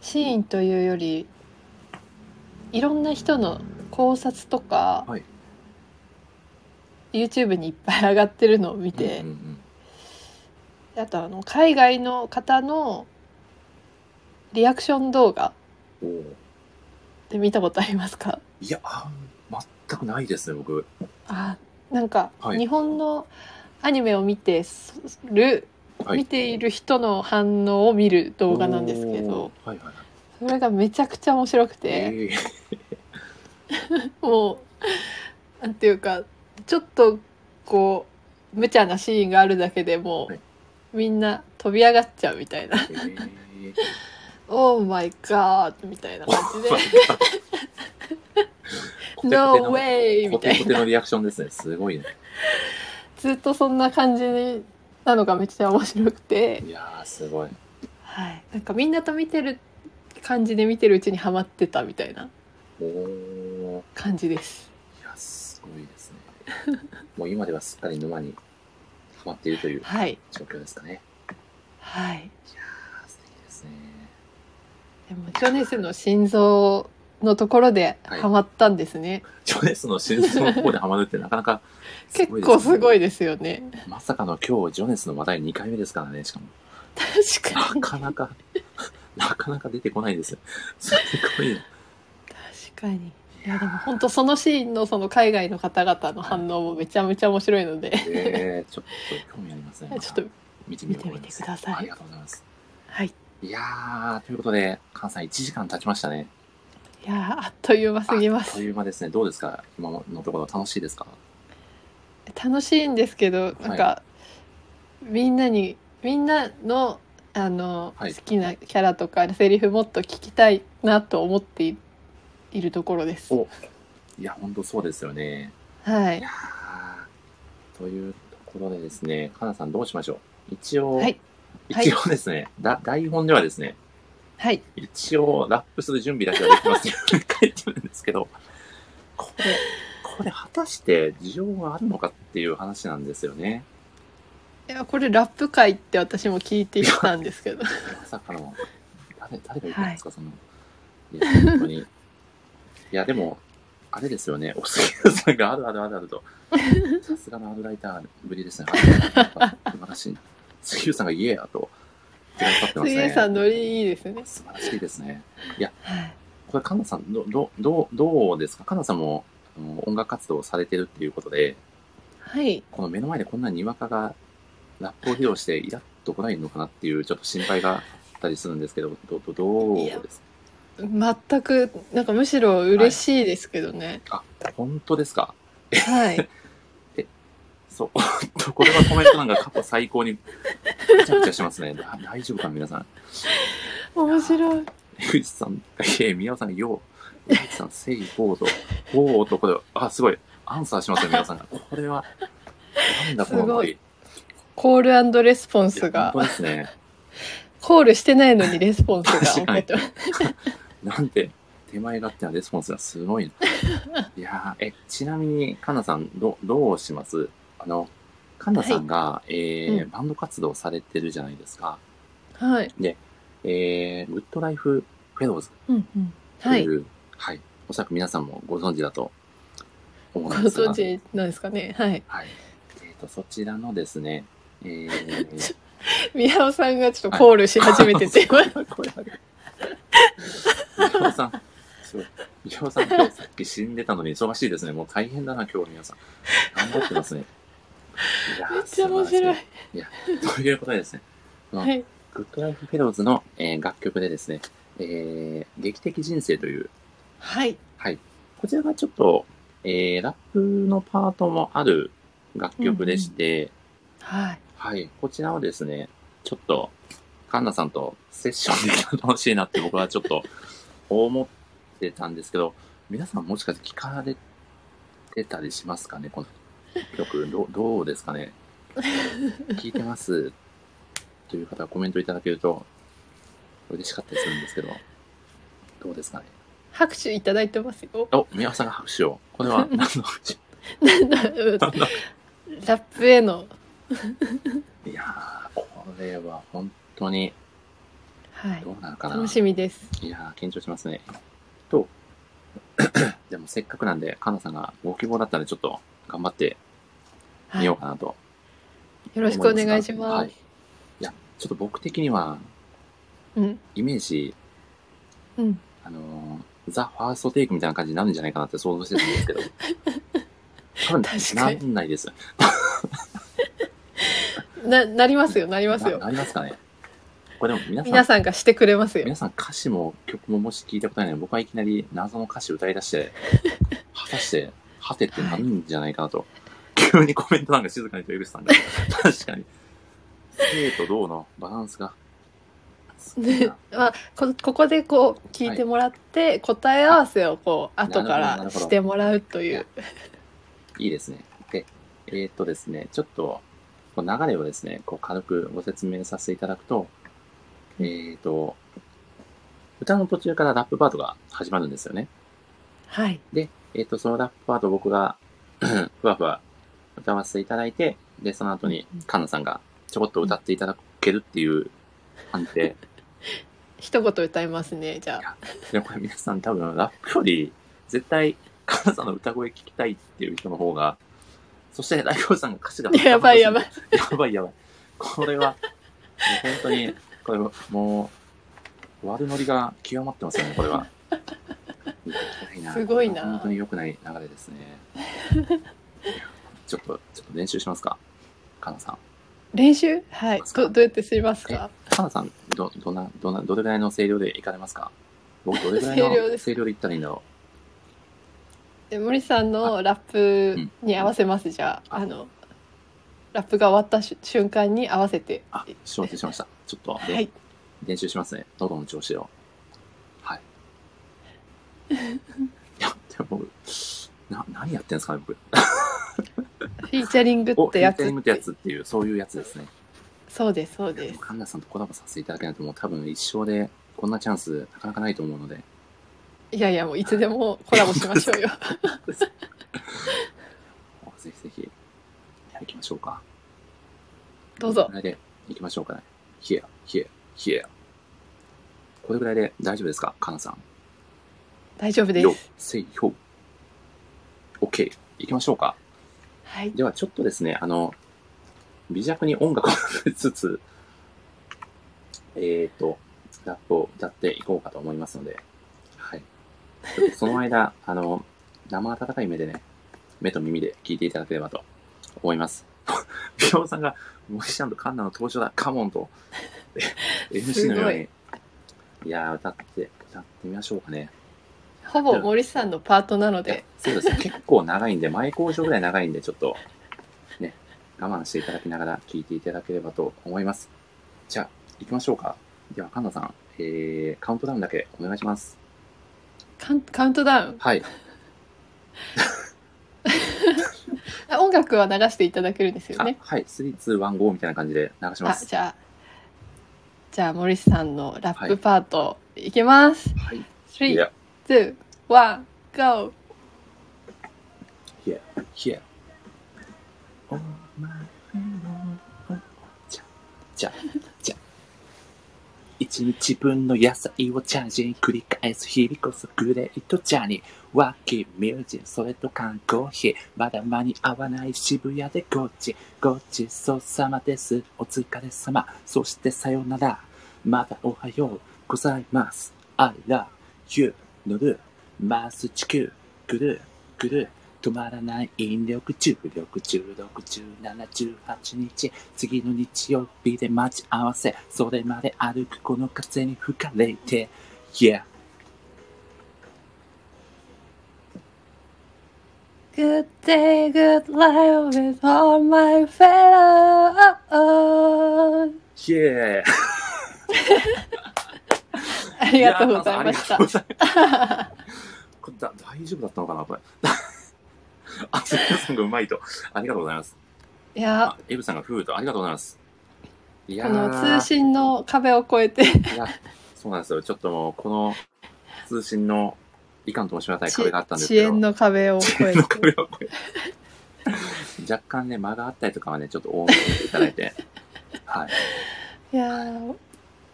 [SPEAKER 2] シーンというよりいろんな人の考察とか、
[SPEAKER 1] はい
[SPEAKER 2] YouTube にいっぱい上がってるのを見て。
[SPEAKER 1] うんうん
[SPEAKER 2] あとあの海外の方のリアクション動画
[SPEAKER 1] うん、おー
[SPEAKER 2] って見たことありますか
[SPEAKER 1] いや、あー全くないですね、僕。
[SPEAKER 2] あなんか
[SPEAKER 1] はい
[SPEAKER 2] 日本のアニメを見てする、
[SPEAKER 1] はい
[SPEAKER 2] 見ている人の反応を見る動画なんですけど
[SPEAKER 1] おー。はいはいはい。
[SPEAKER 2] それがめちゃくちゃ面白くて、
[SPEAKER 1] えー
[SPEAKER 2] もうなんていうかちょっとこう無茶なシーンがあるだけでもう、
[SPEAKER 1] はい
[SPEAKER 2] みんな飛び上がっちゃうみたいな
[SPEAKER 1] えー
[SPEAKER 2] 「オーマイガー」みたいな感 じで「ノーウェイ」み
[SPEAKER 1] コ
[SPEAKER 2] た
[SPEAKER 1] テ
[SPEAKER 2] い
[SPEAKER 1] コ
[SPEAKER 2] な
[SPEAKER 1] テのリアクションですね。すごいね。
[SPEAKER 2] ずっとそんな感じなのがめっちゃ面白くて、
[SPEAKER 1] いやー、すごい。
[SPEAKER 2] はい、なんかみんなと見てる感じで見てるうちにハマってたみたいな
[SPEAKER 1] おー。
[SPEAKER 2] 感じです。
[SPEAKER 1] いや、すごい ですね。もう今ではすっかり沼にハマっているという
[SPEAKER 2] はい、
[SPEAKER 1] 状況ですかね。
[SPEAKER 2] はい、
[SPEAKER 1] あー素敵ですね。
[SPEAKER 2] でもジョネスの心臓のところで
[SPEAKER 1] はい
[SPEAKER 2] ハマったんですね。
[SPEAKER 1] ジョネスの心臓の方でハマるってなかなか
[SPEAKER 2] 結構すごい
[SPEAKER 1] で
[SPEAKER 2] ですよね。
[SPEAKER 1] すね。まさかの今日、ジョネスの話題2回目ですからね、しかも。
[SPEAKER 2] 確か
[SPEAKER 1] な
[SPEAKER 2] に
[SPEAKER 1] かなか、 なかなか出てこないですよ。すごいな。
[SPEAKER 2] 確かに。いやでも本当そのシーンのその海外の方々の反応もめちゃめちゃ面白いので、
[SPEAKER 1] えー、ちょっと興味ありますね。また
[SPEAKER 2] ちょっと
[SPEAKER 1] 見てみようと思いま
[SPEAKER 2] 見てみて
[SPEAKER 1] す。
[SPEAKER 2] ください
[SPEAKER 1] ありがとうございます。
[SPEAKER 2] はい。い
[SPEAKER 1] いやー、ということで、関西1時間経ちましたね。
[SPEAKER 2] やーあっという間すぎま
[SPEAKER 1] あっと
[SPEAKER 2] す。
[SPEAKER 1] いう間ですね。どうですか今のところ楽しいですか
[SPEAKER 2] 楽しいんですけど、なんか、みんなにみんなのあの、
[SPEAKER 1] はい
[SPEAKER 2] 好きなキャラとかセリフもっと聞きたいなと思っていいるところです。
[SPEAKER 1] おいや、本当そうですよね。
[SPEAKER 2] はい
[SPEAKER 1] いや。ーというところでですね、かなさんどうしましょう一応、
[SPEAKER 2] はいはい
[SPEAKER 1] 一応ですね、だ 台本ではですね、
[SPEAKER 2] はい。
[SPEAKER 1] 一応ラップする準備だけはできます よ書いてるんですけど、これ、これ果たして需要があるのかっていう話なんですよね。
[SPEAKER 2] いやこれラップ会って私も聞いてきたんで すけど。
[SPEAKER 1] まさかの、誰、誰が言ったんですか、その、いや、本当に。いや、でも、あれですよね、おすぎさんがあるあるあるあると、さすがのアルライターぶりですね。あ素晴らしい。杉浦さんが言えやと、手がかかってます
[SPEAKER 2] 杉江
[SPEAKER 1] ね。
[SPEAKER 2] さんノリいいですね。
[SPEAKER 1] 素晴らしいですね。
[SPEAKER 2] はい。
[SPEAKER 1] これ、カナさん、ど、ど、どう、どうですかカナさんも、あの音楽活動をされてるっていうことで、
[SPEAKER 2] はい。
[SPEAKER 1] この目の前でこんなにわかがラップを披露してイラッと来ないのかなっていうちょっと心配があったりするんですけど、ど、ど、どう
[SPEAKER 2] い
[SPEAKER 1] で
[SPEAKER 2] や
[SPEAKER 1] すか
[SPEAKER 2] 全くなんかむしろ嬉しいですけどね。
[SPEAKER 1] あ、本当ですか。
[SPEAKER 2] はい。
[SPEAKER 1] そう。 おっとこれはコメントなんか過去最高に、めちゃくちゃしますね。だ大丈夫かな皆さん。
[SPEAKER 2] 面白い。
[SPEAKER 1] 江口さん、ええ、宮尾さん、よう。江口さん、せい、ぼうと、ぼうと、これ、あ、すごい。アンサーしますね、皆さんが。これは、なんだこの
[SPEAKER 2] す
[SPEAKER 1] ノ
[SPEAKER 2] ごい
[SPEAKER 1] リ
[SPEAKER 2] コールレスポン
[SPEAKER 1] い
[SPEAKER 2] ス
[SPEAKER 1] や
[SPEAKER 2] が
[SPEAKER 1] 本当ですね。
[SPEAKER 2] コールしてないのにレスポンスが起こってます。
[SPEAKER 1] なんて、手前勝手なレスポンスがすごいな。 いやーえ、ちなみに、カンナさん、ど、どうしますあの、カンナさんが、えー
[SPEAKER 2] う
[SPEAKER 1] バンド活動されてるじゃないですか。
[SPEAKER 2] はい。
[SPEAKER 1] えー、グッドライフフェローズ
[SPEAKER 2] うんうん。
[SPEAKER 1] と
[SPEAKER 2] はい
[SPEAKER 1] い。う、はい、おそらく皆さんもご存知だと思
[SPEAKER 2] ご
[SPEAKER 1] うんですが、
[SPEAKER 2] 存知なんですかね。はい。
[SPEAKER 1] はい、えっ、と、そちらのですね、え ー、
[SPEAKER 2] 宮尾さんがちょっとコールし始めて て、
[SPEAKER 1] これ、みおさん、すごい。みおさん、今日さっき死んでたのに忙しいですね。もう大変だな、今日、皆さん。頑張ってますね。いやー
[SPEAKER 2] めっちゃ面白い。。
[SPEAKER 1] 素晴らしいということでですね、
[SPEAKER 2] はい。
[SPEAKER 1] グッドライフフェローズの、えー楽曲でですね、えー、劇的人生という
[SPEAKER 2] はい。
[SPEAKER 1] こちらがちょっと、えー、ラップのパートもある楽曲でして、
[SPEAKER 2] はい。
[SPEAKER 1] はい。こちらはですね、ちょっと、カンナさんとセッションできたら楽しいなって僕はちょっと思ってたんですけど、皆さんもしかして聞かれてたりしますかねこの曲、どどうですかね聞いてますという方はコメントいただけると嬉しかったりするんですけど、どうですかね
[SPEAKER 2] 拍手いただいてますよ。
[SPEAKER 1] お、宮尾さんが拍手を。これは何の拍手
[SPEAKER 2] なんだうんラップへの。
[SPEAKER 1] いやー、これは本当に
[SPEAKER 2] はい
[SPEAKER 1] ど。うなのかな
[SPEAKER 2] 楽しみです。
[SPEAKER 1] いやー、緊張しますね。と、 でもせっかくなんで、カンナさんがご希望だったらちょっと頑張って
[SPEAKER 2] は
[SPEAKER 1] み
[SPEAKER 2] い、
[SPEAKER 1] よう
[SPEAKER 2] よ
[SPEAKER 1] かなと。
[SPEAKER 2] ろしくお願いします。
[SPEAKER 1] はいいや、ちょっと僕的には、
[SPEAKER 2] うん。
[SPEAKER 1] イメージ、
[SPEAKER 2] うん。
[SPEAKER 1] あのーザ・ファーストテイクみたいな感じになるんじゃないかなって想像してたんですけ ど、多分
[SPEAKER 2] 確か
[SPEAKER 1] な
[SPEAKER 2] に
[SPEAKER 1] んないです。
[SPEAKER 2] な、なりますよ、なります
[SPEAKER 1] な
[SPEAKER 2] よ。
[SPEAKER 1] なりますかね。これでも皆さん、
[SPEAKER 2] 皆さんがしてくれますよ
[SPEAKER 1] 皆。さん歌詞も曲ももし聞いたことないので僕はいきなり謎の歌詞歌い出して果たして果てってなるんじゃないかなと、急にコメントなんか静かにと江口さんが確かに生と銅のバランスがすごい
[SPEAKER 2] ね
[SPEAKER 1] な、
[SPEAKER 2] まあ、こここでこう聞いてもらって、答え合わせをこう
[SPEAKER 1] なるほ
[SPEAKER 2] 後
[SPEAKER 1] どな
[SPEAKER 2] か
[SPEAKER 1] る
[SPEAKER 2] ら
[SPEAKER 1] ほど
[SPEAKER 2] してもらうという
[SPEAKER 1] いいですねでえーっとですねちょっとこの流れをですねこう軽くご説明させていただくとえーっと歌の途中からラップパートが始まるんですよね
[SPEAKER 2] はい
[SPEAKER 1] で、えっ、と、そのラップパートを僕が、 ふわふわ歌わせていただいて、で、その後に
[SPEAKER 2] うん、
[SPEAKER 1] カンナさんがちょこっと歌っていただけるっていう判定。
[SPEAKER 2] 一言歌いますねじゃあ
[SPEAKER 1] で、これ皆さん多分ラップより、絶対、カンナさんの歌声聞きたいっていう人の方が、そして、ライオさんが歌詞が。
[SPEAKER 2] やばいやばい。
[SPEAKER 1] やばいやばい。これは、もう本当に、これはもう、悪ノリが極まってますよね、これは。
[SPEAKER 2] すごいな
[SPEAKER 1] 本当に良くない流れですね。ちょっと、ちょっと練習しますか。かなさん。
[SPEAKER 2] 練習はいどどうやってすります
[SPEAKER 1] え
[SPEAKER 2] か、
[SPEAKER 1] かなさん、ど、どんな、どんな、どれぐらいの声量で行かれますか僕、どれぐらい
[SPEAKER 2] 声量で
[SPEAKER 1] の
[SPEAKER 2] す
[SPEAKER 1] 声量で行ったらいいんだろ
[SPEAKER 2] で森さんのラップに合わせます、じゃああのラップが終わったし瞬間に合わせて
[SPEAKER 1] う。あ、承知しました。ちょっと、で
[SPEAKER 2] はい
[SPEAKER 1] 練習しますね。喉の調子を。 はい。いや、でも僕、な、何やってんですかね、僕。
[SPEAKER 2] フィーチャリング
[SPEAKER 1] お、
[SPEAKER 2] ってや
[SPEAKER 1] フィーチャリングってや
[SPEAKER 2] つ
[SPEAKER 1] つっていう、そういうやつですね。
[SPEAKER 2] そうですそう
[SPEAKER 1] で
[SPEAKER 2] で
[SPEAKER 1] も、
[SPEAKER 2] す
[SPEAKER 1] カンナさんとコラボさせていただけないと、もう多分一生で、こんなチャンス、なかなかないと思うので。
[SPEAKER 2] いやいやもういつでもコラボしましょ うよ
[SPEAKER 1] ぜひぜひ、行きましょうか。
[SPEAKER 2] どうぞ
[SPEAKER 1] これぐらいで、行きましょうかね。Here, here, here. これぐらいで大丈夫ですか、カンナさん。
[SPEAKER 2] 大丈夫で
[SPEAKER 1] Yo,
[SPEAKER 2] す
[SPEAKER 1] say yo. OK、行きましょうか。
[SPEAKER 2] はい
[SPEAKER 1] ではちょっとですね、あの、微弱に音楽をかけつつ、えっ、と、ラップを歌っていこうかと思いますので、はい。ちょっとその間、あの、生温かい目でね、目と耳で聞いていただければと思います。美容さんが、もしちゃんとカンナの登場だ、カモ ンと、え MC のように、いやー、歌って、歌ってみましょうかね。
[SPEAKER 2] ほぼ森さんのパートな
[SPEAKER 1] い
[SPEAKER 2] の
[SPEAKER 1] や
[SPEAKER 2] で
[SPEAKER 1] そうですね。結構長いんで、前工場ぐらい長いんで、ちょっと、ね、我慢していただきながら聞いていただければと思います。じゃあ、行きましょうか。では、神田さん、えー、カウントダウンだけお願いします。
[SPEAKER 2] カウンカウントダウン
[SPEAKER 1] はい。
[SPEAKER 2] あ音楽は流していただけるんですよ
[SPEAKER 1] あ
[SPEAKER 2] ね。
[SPEAKER 1] はい。3、2、1、5みたいな感じで流しま
[SPEAKER 2] あ、
[SPEAKER 1] す。
[SPEAKER 2] じゃあ、じゃあ森さんのラップパート、い、きます。
[SPEAKER 1] はい。い
[SPEAKER 2] three,
[SPEAKER 1] や、
[SPEAKER 2] two, one, go.
[SPEAKER 1] いや、いや。お前のじゃ、じゃ、じゃ。一日分の野菜をチャージ繰り返す日々こそグレートジャーニーワーキーミュージックそれと缶コーヒーまだ間に合わない渋谷でゴチごちそうさまですお疲れ様そしてさよならまだおはようございます I love you 乗る回す地球ぐるぐる止まらない引力重力16、17、18日次の日曜日で待ち合わせそれまで歩くこの風に吹かれて Yeah
[SPEAKER 2] Good day, good life with all my
[SPEAKER 1] イエーイ
[SPEAKER 2] fellows. あ
[SPEAKER 1] あ
[SPEAKER 2] りがとうございました
[SPEAKER 1] りがとうご。ざいましたこれだ大丈夫だったのかなこれ。 あ、セブさんがうまいと。ありがとうございます。
[SPEAKER 2] いや
[SPEAKER 1] あ、、エブさんがフーとありがとうございます。いや
[SPEAKER 2] こ
[SPEAKER 1] ー
[SPEAKER 2] の通信の壁を越えて、
[SPEAKER 1] いや、そうなんですよ。ちょっともう、この通信のいかんともしれない壁があったんです
[SPEAKER 2] 遅
[SPEAKER 1] けど、
[SPEAKER 2] 延の壁を
[SPEAKER 1] 遅
[SPEAKER 2] 越え
[SPEAKER 1] 延
[SPEAKER 2] て
[SPEAKER 1] の。壁を越え て若干ね、間があったりとかはね、ちょっと多めにいただいて、はい。
[SPEAKER 2] いやー、い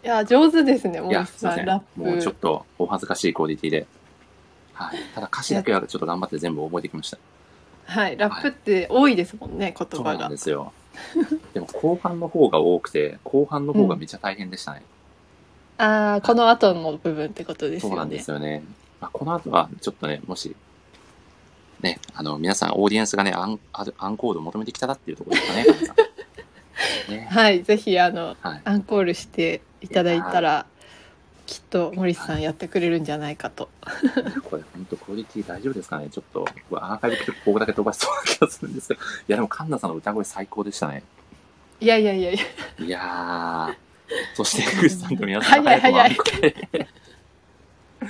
[SPEAKER 2] や上手ですね、
[SPEAKER 1] い
[SPEAKER 2] 森
[SPEAKER 1] や、すいま
[SPEAKER 2] さ
[SPEAKER 1] せ
[SPEAKER 2] ん、
[SPEAKER 1] ん
[SPEAKER 2] ラッ。プ。
[SPEAKER 1] もうちょっとお恥ずかしいクオリティで。はい。ただ歌詞だけはちょっと頑張って全部覚えてきました。
[SPEAKER 2] はい、ラップって多いですもんね、言
[SPEAKER 1] そう
[SPEAKER 2] 葉
[SPEAKER 1] なん
[SPEAKER 2] が
[SPEAKER 1] で。すよ。でも後半の方が多くて、後半の方がめっちゃ大変でしたね。
[SPEAKER 2] ああ、この後の部分ってことです
[SPEAKER 1] そうな
[SPEAKER 2] よ
[SPEAKER 1] んで
[SPEAKER 2] ね
[SPEAKER 1] す。よね。まあ、この後はちょっとね、もし、ね、あの、皆さん、オーディエンスがね、アンアルアンコールを求めてきたらっていうところ ですかね、神田さんね。
[SPEAKER 2] はい、ぜひ、あの、
[SPEAKER 1] はい。
[SPEAKER 2] アンコールしていただいたら、きっと森さんやってくれるんじゃないかと。
[SPEAKER 1] これ、本当クオリティ大丈夫ですかねちょっと、僕アーカイブ結構ここだけ飛ばしそうな気がするんですけど。いや、でも、神田さんの歌声最高でしたね。
[SPEAKER 2] いやいやいやいや、
[SPEAKER 1] いやー。そして、グッさんと皆さん、
[SPEAKER 2] 早い早い
[SPEAKER 1] くもアンコールい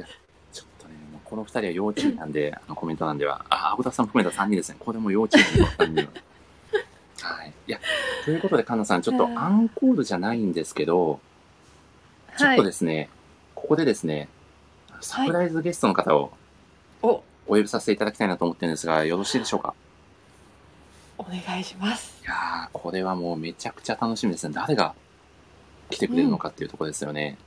[SPEAKER 1] やちょっとね、もうこの二人は要注意なんで、あのコメント欄では、あ、アゴタさん含めた三人ですね。これも要注意の三人は。はい。いや、ということで、カンナさん、ちょっと
[SPEAKER 2] うん
[SPEAKER 1] アンコールじゃないんですけど、ちょ
[SPEAKER 2] は
[SPEAKER 1] っと
[SPEAKER 2] い
[SPEAKER 1] で、すね、ここでですね、サプライズゲストの方を
[SPEAKER 2] お、
[SPEAKER 1] お呼びさせていただきたいなと思ってるんですが、よろしいでしょうか
[SPEAKER 2] お願いします
[SPEAKER 1] い。やー、これはもうめちゃくちゃ楽しみですね。誰が来てくれるのかっていうところですよね。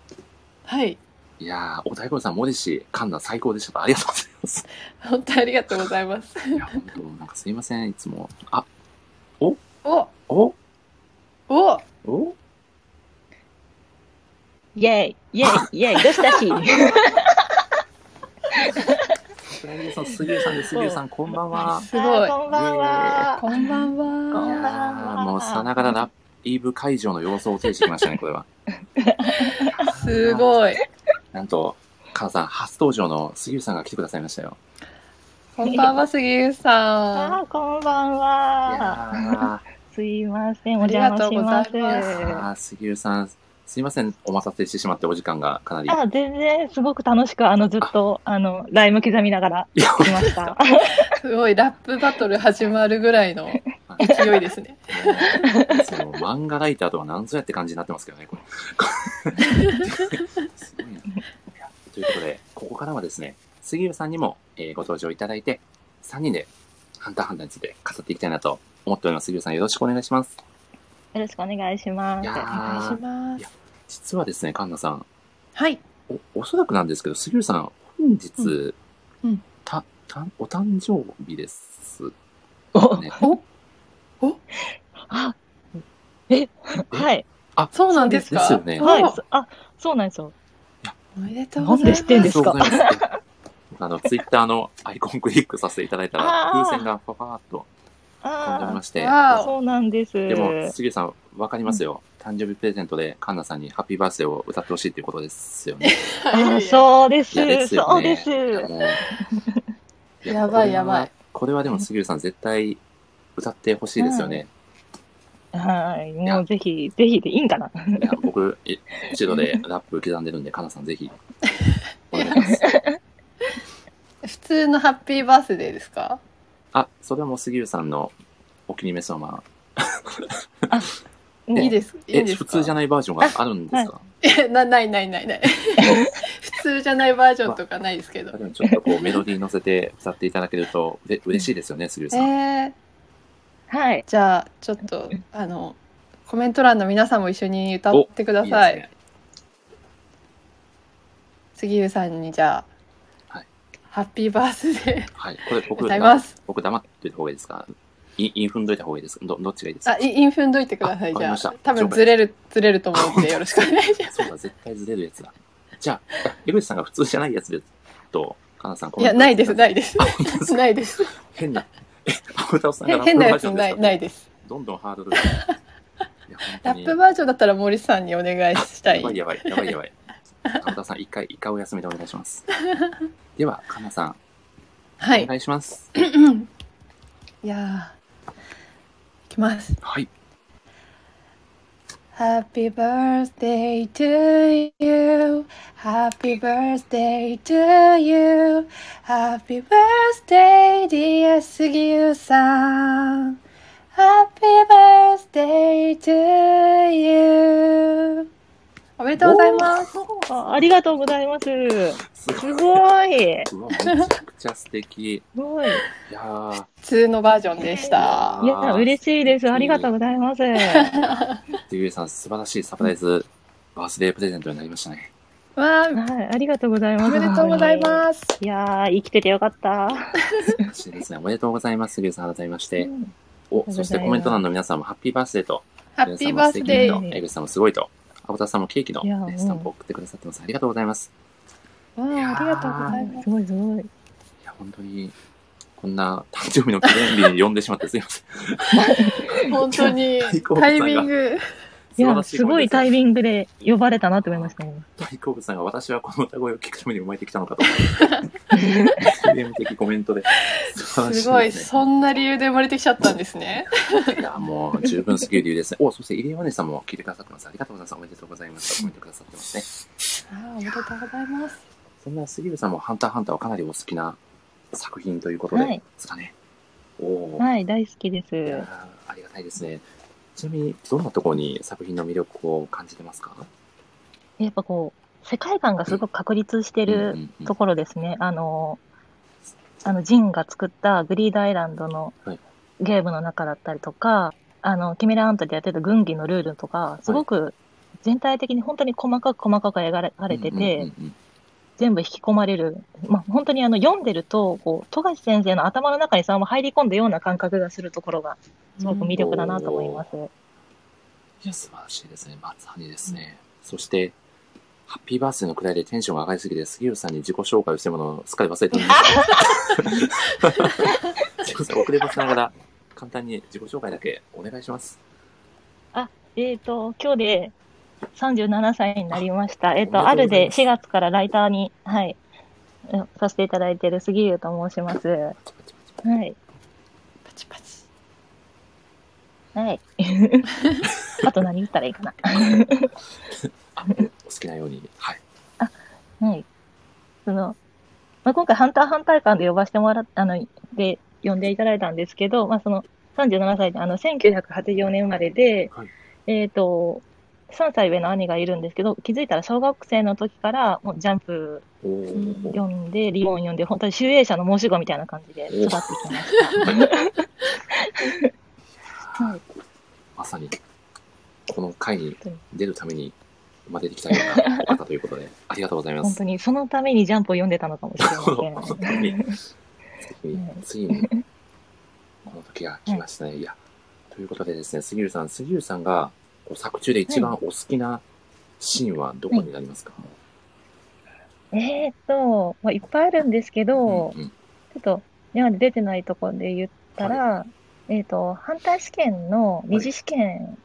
[SPEAKER 2] はい、
[SPEAKER 1] いやー、お太鼓さん、モデシー、カンナ最高でしたと。ありがとうございます。
[SPEAKER 2] 本当ありがとうございます。
[SPEAKER 1] いや、本当なんかすいません、いつも。あ、
[SPEAKER 2] お、
[SPEAKER 1] お
[SPEAKER 2] お、
[SPEAKER 1] お
[SPEAKER 3] イェイイェイイェイどし どし
[SPEAKER 1] サプライズゲストの杉江さん です。杉江さん、こんばんは。
[SPEAKER 2] すごい
[SPEAKER 3] あ。こんばんは。
[SPEAKER 2] こんばん
[SPEAKER 3] こ
[SPEAKER 1] い
[SPEAKER 3] んばん
[SPEAKER 2] は。
[SPEAKER 1] やーもうさながらライブ会場の様子を呈してきましたね、これは。
[SPEAKER 2] すごい。
[SPEAKER 1] なんと、カンさん、初登場の杉浦さんが来てくださいましたよ。
[SPEAKER 2] こんばんは、杉浦さ
[SPEAKER 3] あ
[SPEAKER 2] ん。
[SPEAKER 3] ー、こんばん
[SPEAKER 1] いや
[SPEAKER 3] は。すいません、お
[SPEAKER 2] あり
[SPEAKER 3] 邪
[SPEAKER 2] が
[SPEAKER 3] 魔
[SPEAKER 2] とう
[SPEAKER 3] し
[SPEAKER 2] ござ
[SPEAKER 3] ま
[SPEAKER 2] い
[SPEAKER 3] す。
[SPEAKER 1] ーあー杉浦さん、すいません、お待たせしてしまってお時間がかなり。
[SPEAKER 3] あ、全然すごく楽しく、あの、ずっと、あの、ライム刻みながら
[SPEAKER 1] いや、
[SPEAKER 3] 来ました。
[SPEAKER 2] すごい、ラップバトル始まるぐらいの勢い ですね。
[SPEAKER 1] その漫画ライターとは何ぞやって感じになってますけどね、こ れ。すごいな。いやということで、ここからはですね、杉浦さんにも、えーご登場いただいて、3人でハンターハンターについて語っていきたいなと思っております。杉浦さん、よろしくお願いします。
[SPEAKER 3] よろしくお願いしま
[SPEAKER 1] い
[SPEAKER 3] す。
[SPEAKER 1] や
[SPEAKER 2] お願いします。
[SPEAKER 1] 実はですね、カンナさん、
[SPEAKER 2] はい。
[SPEAKER 1] おおそらくなんですけど、杉浦さん、本日、
[SPEAKER 2] うんうん
[SPEAKER 1] たたお誕生日です、
[SPEAKER 3] お
[SPEAKER 1] ね。
[SPEAKER 2] お、
[SPEAKER 3] あ、え、はい。
[SPEAKER 2] そうなんですか。
[SPEAKER 1] ですよね
[SPEAKER 2] お
[SPEAKER 3] はい。そあ、そうなんですよ。
[SPEAKER 2] おめでとうございます。
[SPEAKER 3] なんで知ってんですか
[SPEAKER 1] ありがとうございますあの、ツイッターのアイコンクリックさせていただいたら、
[SPEAKER 3] あー
[SPEAKER 1] 風船がパパーっと飛んでおり
[SPEAKER 3] あ
[SPEAKER 1] まして、
[SPEAKER 3] あ、
[SPEAKER 2] わ
[SPEAKER 3] そうなんです。
[SPEAKER 1] でも、杉浦さん、わかりますよ。誕生日プレゼントで、カンナさんにハッピーバースデーを歌ってほしいっていうことですよね。
[SPEAKER 3] あー、
[SPEAKER 2] う。
[SPEAKER 3] そうで。
[SPEAKER 1] いや、ですすよ
[SPEAKER 3] そうで
[SPEAKER 1] ね。
[SPEAKER 3] す。
[SPEAKER 1] いやもうい
[SPEAKER 2] やばいや
[SPEAKER 1] こ
[SPEAKER 2] ばい。
[SPEAKER 1] れはこれはでも杉浦さん、絶対歌ってほしいですよね。
[SPEAKER 3] はい。
[SPEAKER 1] いや
[SPEAKER 3] もうぜひ、ぜひでいいんかない
[SPEAKER 1] や、僕、い後ろでラップ刻んでるんで、カナさんぜ ひ、お願いします。
[SPEAKER 2] 普通のハッピーバースデーですか。
[SPEAKER 1] あ、それはもう杉浦さんのお気に召すまま。
[SPEAKER 2] いい
[SPEAKER 3] ね
[SPEAKER 2] です。いい
[SPEAKER 1] え、
[SPEAKER 2] んですか。
[SPEAKER 1] 普通じゃないバージョンがあるんですか
[SPEAKER 2] いや なないないないない。普通じゃないバージョンとかないです けど
[SPEAKER 1] で。もちょっとこうメロディーに乗せて歌っていただけるとうれ嬉しいですよね、杉浦
[SPEAKER 2] え
[SPEAKER 1] さん。
[SPEAKER 2] ー、
[SPEAKER 3] はい。
[SPEAKER 2] じゃあちょっとあのコメント欄の皆さんも一緒に歌ってください。
[SPEAKER 1] いいですね
[SPEAKER 2] 杉浦さんにじゃあ、
[SPEAKER 1] はい
[SPEAKER 2] ハッピーバースデー
[SPEAKER 1] はい。これ僕、
[SPEAKER 2] 歌います。
[SPEAKER 1] 僕黙っていた方がいいですかイイン踏んどいた方がいいですかどどっちがいいです
[SPEAKER 2] あ、
[SPEAKER 1] か
[SPEAKER 2] いインフンどいてください
[SPEAKER 1] あ
[SPEAKER 2] じゃ
[SPEAKER 1] わ
[SPEAKER 2] あ。
[SPEAKER 1] かりました
[SPEAKER 2] 多分ずれるずれると思うんでよろしくお願い します。
[SPEAKER 1] そうだ、絶対ずれるやつだ。じゃあ、江口さんが普通じゃないやつですと、カナさん、。
[SPEAKER 2] いやないですないいです
[SPEAKER 1] あ、本当ですか
[SPEAKER 2] ない です。
[SPEAKER 1] 変な。 え、アブタオさんが
[SPEAKER 2] へ
[SPEAKER 1] ラッ
[SPEAKER 2] 変
[SPEAKER 1] プ
[SPEAKER 2] な
[SPEAKER 1] バー
[SPEAKER 2] や
[SPEAKER 1] ジ
[SPEAKER 2] つ
[SPEAKER 1] ョン
[SPEAKER 2] な
[SPEAKER 1] です
[SPEAKER 2] い
[SPEAKER 1] か
[SPEAKER 2] ないです。
[SPEAKER 1] どんどんハードルが。いや
[SPEAKER 2] ラ
[SPEAKER 1] 本当
[SPEAKER 2] ッ
[SPEAKER 1] に
[SPEAKER 2] プバージョンだったら森さんにお願いしたい
[SPEAKER 1] やば。いやばいやばいや ばい。田さん、一回、一回お休みでお願いします。では、かなさん、お
[SPEAKER 2] はい。
[SPEAKER 1] 願いします。
[SPEAKER 2] いやー、いきます。
[SPEAKER 1] はい。
[SPEAKER 2] Happy birthday to you. Happy birthday to you. Happy birthday, dear 杉浦さん。Happy birthday to you. おめでとうございます。
[SPEAKER 3] あありがとうございます。
[SPEAKER 1] すごい。
[SPEAKER 3] す
[SPEAKER 1] う
[SPEAKER 3] ごい。
[SPEAKER 1] わ、めちゃくちゃ素敵。い
[SPEAKER 3] すごい。
[SPEAKER 1] やー
[SPEAKER 2] 普通のバージョンでした。
[SPEAKER 3] いや、嬉しいです。ありがとうござい ます。は
[SPEAKER 1] デビューさん、素晴らしいサプライズ、バースデープレゼントになりましたね。
[SPEAKER 2] わあ、
[SPEAKER 3] い、ありがとうございます。
[SPEAKER 2] おめでとうございます。
[SPEAKER 3] す。いやー、生きててよかった。
[SPEAKER 1] 素晴らしいですね。おめでとうございます、デビューさん、改めまして。
[SPEAKER 3] う
[SPEAKER 1] お、そしてコメント欄の皆さんも、ハッピーバースデーと、
[SPEAKER 2] ハッピーバースデー。
[SPEAKER 1] ー江口さんもすごいと、アボタさんもケーキの
[SPEAKER 3] いや
[SPEAKER 1] ね、スタンプを送ってくださってます。ありがとうございます。
[SPEAKER 2] わあ、ありがとうございま
[SPEAKER 3] んすごいすごい。
[SPEAKER 1] いや、本当に、こんな誕生日の記念日に呼んでしまってすいません。
[SPEAKER 2] す。本当に
[SPEAKER 1] 最高
[SPEAKER 2] タイミング。
[SPEAKER 3] いや、すごいタイ
[SPEAKER 1] ミン
[SPEAKER 3] ミングで呼ばれたなと思いましたね。
[SPEAKER 1] グ。大好物さんが私はこの歌声を聞くために生まれてきたのか と。ゲーム的コメントで。素晴らしいですす
[SPEAKER 2] ご
[SPEAKER 1] ね
[SPEAKER 2] い、そんな理由で生まれてきちゃったんですね。
[SPEAKER 1] いや、もう十分すぎる理由ですね。お、そして入山根さんも聞いてくださってます。ありがとうございます。おめでとうございます。コメントくださってますね。
[SPEAKER 2] ああ、おめでとうございます。
[SPEAKER 1] そんな杉浦さんもハンターハンターはかなりお好きな作品ということで、
[SPEAKER 3] はい
[SPEAKER 1] ですかね。おお、
[SPEAKER 3] はい、大好きで
[SPEAKER 1] いや
[SPEAKER 3] す。
[SPEAKER 1] ーありがたいですね。ちなみに、どんなところに作品の魅力を感じてますか
[SPEAKER 3] やっぱこう、世界観がすごく確立して
[SPEAKER 1] う
[SPEAKER 3] る
[SPEAKER 1] んうんうん
[SPEAKER 3] ところですね。あの、あの、ジンが作ったグリードアイランドの
[SPEAKER 1] はい
[SPEAKER 3] ゲームの中だったりとか、あの、キメラアントでやってた軍技のルールとか、すごく全体的に本当に細かく細かく描かれて
[SPEAKER 1] うん
[SPEAKER 3] て、
[SPEAKER 1] うんうん
[SPEAKER 3] 全部引き込まれる。まあ、本当にあの、読んでると、こう、富樫先生の頭の中にそのまま入り込んだような感覚がするところが、すごく魅力だなと思います。
[SPEAKER 1] いや、素晴らしいですね。まさにですね。そして、ハッピーバースデーのくらいでテンションが上がりすぎて、杉浦さんに自己紹介をしてもらうのをすっかり忘れておりました。杉浦さん、遅ればせながら、簡単に自己紹介だけお願いします。
[SPEAKER 3] えっ、と、今日で37歳になりました。えっ、
[SPEAKER 1] お
[SPEAKER 3] と、
[SPEAKER 1] め
[SPEAKER 3] あ
[SPEAKER 1] でとうご
[SPEAKER 3] る
[SPEAKER 1] ざい
[SPEAKER 3] で
[SPEAKER 1] ます
[SPEAKER 3] 4月からライターに、はい、うんさせていただいている杉浦と申します。は
[SPEAKER 1] パチパチパチパ
[SPEAKER 3] い。
[SPEAKER 2] パチパチ。
[SPEAKER 3] はい。あと何言ったらいいかな。
[SPEAKER 1] チお好きなように。はい。
[SPEAKER 3] はい。その、まあ、今回ハンターハンター館で呼ばせてもらっあの、で、呼んでいただいたんですけど、まあ、その、37歳で、あの、1984年生まれで、
[SPEAKER 1] はい
[SPEAKER 3] えっ、と、3歳上の兄がいるんですけど、気づいたら小学生の時から、もうジャンプ
[SPEAKER 1] おー。
[SPEAKER 3] 読んで、リボン読んで、本当に集英社の申し子みたいな感じで育ってきました。はい、
[SPEAKER 1] まさに、この回に出るために生まれてきたような方ということで、ありがとうございま
[SPEAKER 3] 本
[SPEAKER 1] す
[SPEAKER 3] 当。にそのためにジャンプを読んでたのかもしれませ
[SPEAKER 1] 本当
[SPEAKER 3] ん。
[SPEAKER 1] に、ついに、この時が来ましたね。いや、ということでですね、杉浦さん、杉浦さんがこう作中で一番お好きなシーンはどこになりますか、
[SPEAKER 3] えーっと、まあ、いっぱいあるんですけど、
[SPEAKER 1] うんうん
[SPEAKER 3] ちょっと今まで出てないところで言ったら、えーっと、反対試験の二次試験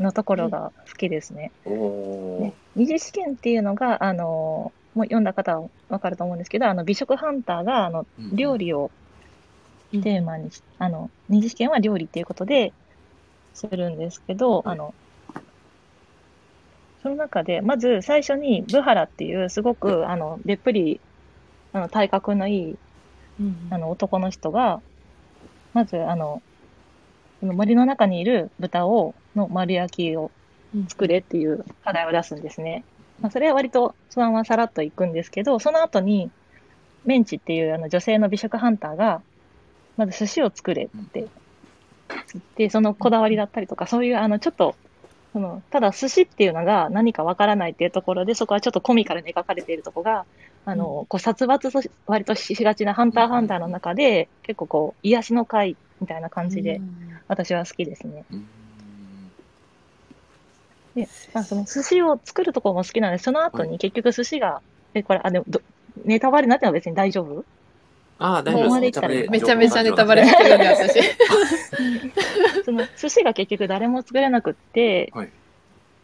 [SPEAKER 3] のところが好きですね。
[SPEAKER 1] おー
[SPEAKER 3] ね二次試験っていうのが、あの、もう読んだ方はわかると思うんですけど、あの、美食ハンターが、あの、
[SPEAKER 1] うん
[SPEAKER 3] 料理をテーマにし、あの、二次試験は料理っていうことでするんですけど、
[SPEAKER 1] はい
[SPEAKER 3] あの、その中で、まず最初に、ブハラっていう、すごく、あの、でっぷり、あの、体格のいい、
[SPEAKER 2] うん
[SPEAKER 3] あの、男の人が、まず、あの、その森の中にいる豚を、の丸焼きを作れっていう課題を出すんですね。まあ、それは割とそのままさらっといくんですけど、その後に、メンチっていうあの女性の美食ハンターが、まず寿司を作れって言って、そのこだわりだったりとか、そういうあのちょっと、そのただ寿司っていうのが何かわからないっていうところで、そこはちょっとコミカルに描かれているところが、あの、こう殺伐とし割としがちなハンターハンターの中で、結構こう、癒しの会みたいな感じで、。私は好きですね。
[SPEAKER 1] うーん
[SPEAKER 3] まあ、その寿司を作るところも好きなんで、その後に結局寿司が、え、これ、あ、でもど、ネタバレになっても別に大丈夫
[SPEAKER 1] ああ、大丈夫です。
[SPEAKER 2] めちゃめちゃネタバレしてるんで、 私。
[SPEAKER 3] その寿司が結局誰も作れなくって、
[SPEAKER 1] はい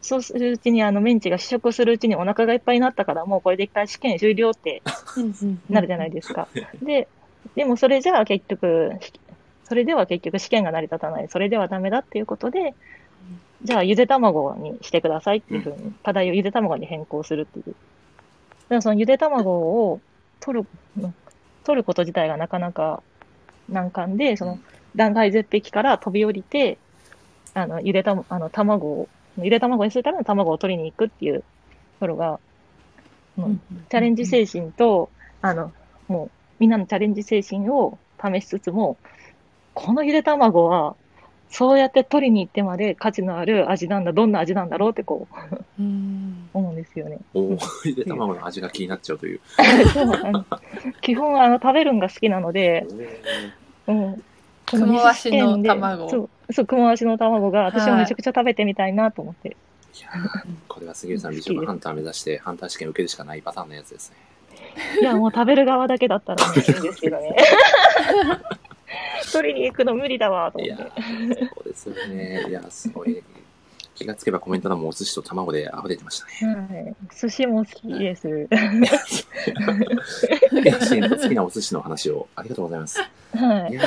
[SPEAKER 3] そうするうちにあのメンチが試食するうちにお腹がいっぱいになったからもうこれで一回試験終了ってなるじゃないですか。で、でもそれじゃあ結局、それでは結局試験が成り立たない、それではダメだっていうことで、じゃあゆで卵にしてくださいっていうふうに、課題をゆで卵に変更するっていう。だからそのゆで卵を取る、取ること自体がなかなか難関で、その断崖絶壁から飛び降りて、あの、ゆでた、あの、卵を、ゆで卵にするための卵を取りに行くっていうところが、もうチャレンジ精神と、あの、もう、みんなのチャレンジ精神を試しつつも、このゆで卵は、そうやって取りに行ってまで価値のある味なんだ、どんな味なんだろうってこう、思うんですよね。
[SPEAKER 1] おーゆで卵の味が気になっちゃうという。
[SPEAKER 3] そうあの基本、あの、食べるんが好きなので、うん。この
[SPEAKER 2] 雲足の
[SPEAKER 3] 二次試験で
[SPEAKER 2] 卵
[SPEAKER 3] そう、そう、雲足の卵が、私もめちゃくちゃ食べてみたいなと 思って。
[SPEAKER 1] いやーこれは杉浦さん、美食ハンター目指して、ハンター試験受けるしかないパターンのやつですね。
[SPEAKER 3] いや、もう食べる側だけだったら嬉しいんですけど ね。取りに行くの無理だわ、と
[SPEAKER 1] い
[SPEAKER 3] 思
[SPEAKER 1] や
[SPEAKER 3] って。
[SPEAKER 1] ーそうですよ ね。いやーすごい。気がつけばコメント欄もお寿司と卵で溢れてましたね。
[SPEAKER 3] はい。寿司も好きです。
[SPEAKER 1] いやシェーンと好きなお寿司の話をありがとうございます。
[SPEAKER 3] はいい。
[SPEAKER 1] や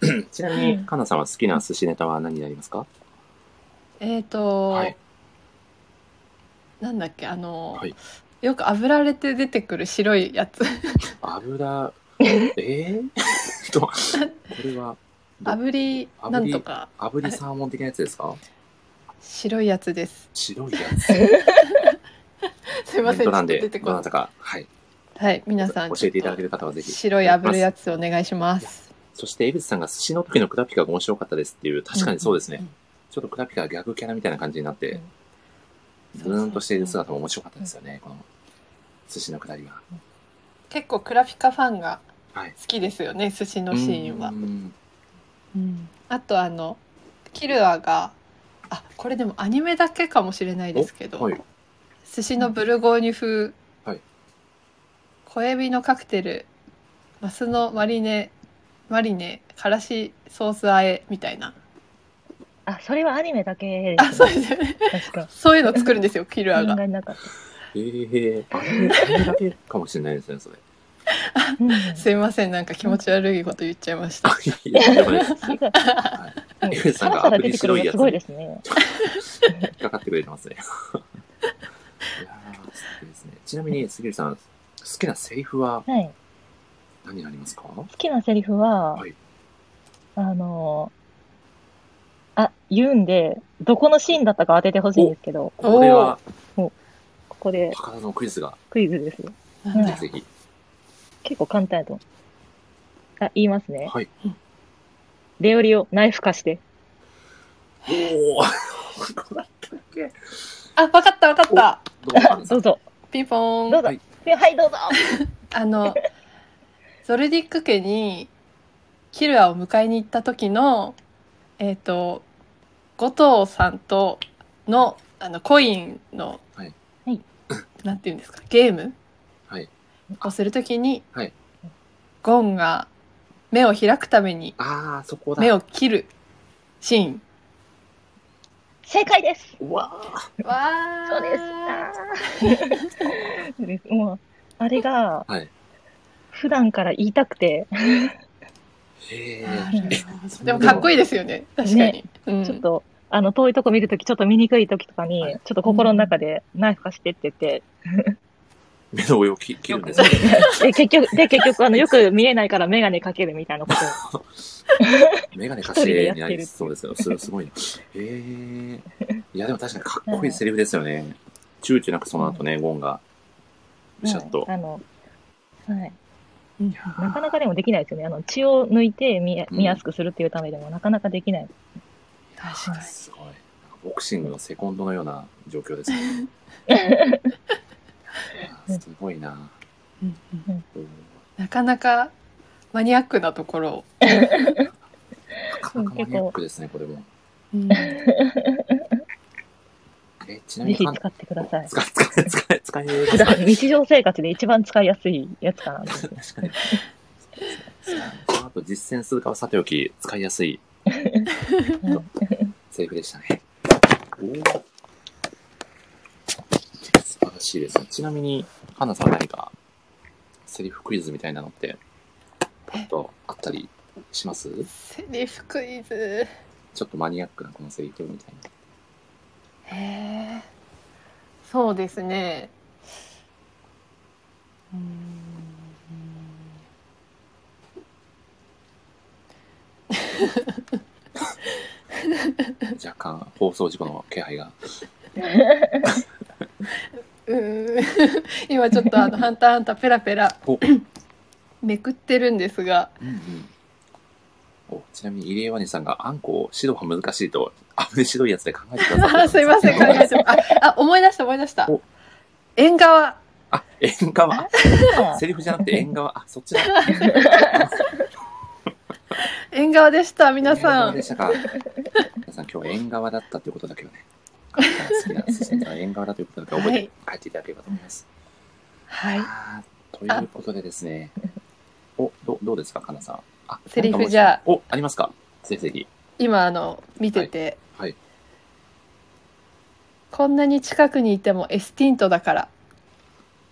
[SPEAKER 1] ー ちなみに、かなさんは好きな寿司ネタは何になりますか
[SPEAKER 2] えっ、と、
[SPEAKER 1] はい
[SPEAKER 2] なんだっけあの、
[SPEAKER 1] はい
[SPEAKER 2] よく炙られて出てくる白いやつ
[SPEAKER 1] 油、えー、 と、これは
[SPEAKER 2] 炙り
[SPEAKER 1] 炙り
[SPEAKER 2] なんとか
[SPEAKER 1] 炙りサーモン的なやつですか
[SPEAKER 2] 白いやつです。
[SPEAKER 1] 白いやつ。
[SPEAKER 2] すいません、ちょ
[SPEAKER 1] な
[SPEAKER 2] っ
[SPEAKER 1] ん
[SPEAKER 2] と
[SPEAKER 1] で、
[SPEAKER 2] 出てこ
[SPEAKER 1] ど
[SPEAKER 2] な
[SPEAKER 1] ないた。か、はい。
[SPEAKER 2] はい、皆さん
[SPEAKER 1] 教えていただける方はぜひ。
[SPEAKER 2] 白い炙るやつお願いします。
[SPEAKER 1] そして、江口さんが寿司の時のクラピカが面白かったですっていう、確かにそうですね。
[SPEAKER 2] うんうん
[SPEAKER 1] ちょっとクラピカが逆キャラみたいな感じになって、
[SPEAKER 2] うん
[SPEAKER 1] ずーんとしている姿も面白かったですよね、この寿司のくだりが。
[SPEAKER 2] 結構クラピカファンが好
[SPEAKER 1] はい
[SPEAKER 2] きですよね、寿司のシーンは
[SPEAKER 1] う。ん
[SPEAKER 2] うんあとあのキルアがあこれでもアニメだけかもしれないですけど、
[SPEAKER 1] おはい。
[SPEAKER 2] 寿司のブルゴーニュ風、
[SPEAKER 1] はい
[SPEAKER 2] 小エビのカクテルマスのマリネマリネからしソース和えみたいな
[SPEAKER 3] あ、それはアニメだけで
[SPEAKER 2] あ
[SPEAKER 3] す
[SPEAKER 2] そう
[SPEAKER 3] ね。
[SPEAKER 2] ですよね
[SPEAKER 3] 確か。
[SPEAKER 2] そういうの作るんですよキルア
[SPEAKER 3] 考
[SPEAKER 2] が
[SPEAKER 3] えなかった。
[SPEAKER 1] えー、あれあれだけかもしれないですね、それ。
[SPEAKER 3] うん
[SPEAKER 2] すいま せんなんか気持ち悪いこと言っちゃいました
[SPEAKER 1] いや、でもね、
[SPEAKER 3] うん
[SPEAKER 1] 江口さ
[SPEAKER 3] さ
[SPEAKER 1] んが
[SPEAKER 3] らさら出てくるのがすごいですね。
[SPEAKER 1] 引っかかってくれてますね。いやー素敵ですね。ちなみに、杉浦さん、好きなセリフは
[SPEAKER 3] はい。
[SPEAKER 1] 何になりますか
[SPEAKER 3] 好きなセリフは
[SPEAKER 1] はい、
[SPEAKER 3] あの、あ、言うんで、どこのシーンだったか当ててほしいんですけど、
[SPEAKER 1] これは、
[SPEAKER 3] ここで
[SPEAKER 1] 宝のクイズが、
[SPEAKER 3] クイズです。
[SPEAKER 2] なん
[SPEAKER 1] ぜ
[SPEAKER 2] だろ
[SPEAKER 1] ひ
[SPEAKER 2] う
[SPEAKER 1] ぜひ。
[SPEAKER 3] 結構簡単やと思う。あ、言いますね。
[SPEAKER 1] はい。
[SPEAKER 3] レオリオ、ナイフ貸して。
[SPEAKER 1] おー、ここだったっけ
[SPEAKER 2] あわかったわかった
[SPEAKER 1] どうも、
[SPEAKER 3] どうぞ。
[SPEAKER 2] ピンポ
[SPEAKER 3] ど
[SPEAKER 2] ー
[SPEAKER 3] う
[SPEAKER 2] ン
[SPEAKER 3] ぞ。
[SPEAKER 1] は
[SPEAKER 3] はいい、はい、どうぞ。
[SPEAKER 2] あのゾルディック家にキルアを迎えに行った時のえっ、と後藤さんとのあのコインの、
[SPEAKER 1] はい
[SPEAKER 3] はい
[SPEAKER 2] なんていうんですかゲーム、
[SPEAKER 1] はい
[SPEAKER 2] をする時に、
[SPEAKER 1] はい
[SPEAKER 2] ゴンが目を開くために
[SPEAKER 1] あー、そこだ。
[SPEAKER 2] 目を切るシーン。
[SPEAKER 3] 正解です。
[SPEAKER 1] うわー
[SPEAKER 2] わ
[SPEAKER 3] そうです。あーそう です。もう、あれが、
[SPEAKER 1] はい
[SPEAKER 3] 普段から言いたくて、
[SPEAKER 1] へ
[SPEAKER 2] な
[SPEAKER 1] ー
[SPEAKER 2] るほどでもかっこいいですよね確かに、うん
[SPEAKER 3] ちょっと、あの、遠いとこ見るとき、ちょっと見にくいときとかに、
[SPEAKER 1] はい
[SPEAKER 3] ちょっと心の中でナイフ貸してって言って、
[SPEAKER 1] 目の上を切切るんですね。
[SPEAKER 3] で、結局、で、結局、あの、よく見えないからメガネかけるみたいなことを
[SPEAKER 1] メガネ貸してになりそうですよ。それはすごいな。へーいや、でも確かにかっこいいセリフですよね。躊躇なくその後ね、ゴンが、
[SPEAKER 3] は
[SPEAKER 1] シャッと
[SPEAKER 3] い、。あの、はい。
[SPEAKER 2] うん
[SPEAKER 3] なかなかでもできないですよね。あの、血を抜いて見や
[SPEAKER 1] うん
[SPEAKER 3] 見やすくするっていうためでも、なかなかできない。
[SPEAKER 2] 確かに
[SPEAKER 1] すごい。なんかボクシングのセコンドのような状況ですね。 いやーすごいな。
[SPEAKER 2] うんうん
[SPEAKER 1] おー
[SPEAKER 2] なかなかマニアックなところを、
[SPEAKER 1] なかなかマニアックですね、これも。え、ちなみ
[SPEAKER 3] ぜ
[SPEAKER 1] に
[SPEAKER 3] ひ
[SPEAKER 1] かん、
[SPEAKER 3] 使ってください。
[SPEAKER 1] 使い、使い、使い、使い、
[SPEAKER 3] 普段、日常生活で一番使いやすいやつかな と。
[SPEAKER 1] 確かに。 この後実践するかはさておき、使いやす い
[SPEAKER 3] うん
[SPEAKER 1] セリフでしたね。おー素晴らしいですね。ちなみに、カンナさんは何か、セリフクイズみたいなのって、パッとあったりします
[SPEAKER 2] セリフクイズ
[SPEAKER 1] ちょっとマニアックなこのセリフみたいな。
[SPEAKER 2] へえそうですねうーん
[SPEAKER 1] 若干放送事故の気配が。
[SPEAKER 2] うーん 今ちょっと あの「ハンターハンター」ペラペラ
[SPEAKER 1] お
[SPEAKER 2] めくってるんです が
[SPEAKER 1] うんうんおちなみに入江ワニさんがあんこを白は難しいと、あぶね白いやつで考えてくださ
[SPEAKER 2] あ
[SPEAKER 1] い。
[SPEAKER 2] すいません考え
[SPEAKER 1] あ、
[SPEAKER 2] てまああ思い出した思い出した
[SPEAKER 1] お
[SPEAKER 2] 縁側
[SPEAKER 1] 縁側。
[SPEAKER 3] あ
[SPEAKER 1] セリフじゃなくて縁側。あ、そっちだ。
[SPEAKER 2] 縁側でした皆
[SPEAKER 1] 縁
[SPEAKER 2] さ
[SPEAKER 1] 側
[SPEAKER 2] ん
[SPEAKER 1] でしたか。皆さん今日縁側だったということだけはね。好きな進んだ縁側だということだけ覚えて帰っていただければと思います。
[SPEAKER 2] はい
[SPEAKER 1] あーということでですね。お、どどうですか、かなさん。あ
[SPEAKER 2] セリフじゃあ。
[SPEAKER 1] お、ありますかぜひぜひ。
[SPEAKER 2] 今あの見てて、
[SPEAKER 1] はいはい
[SPEAKER 2] こんなに近くにいてもエスティントだから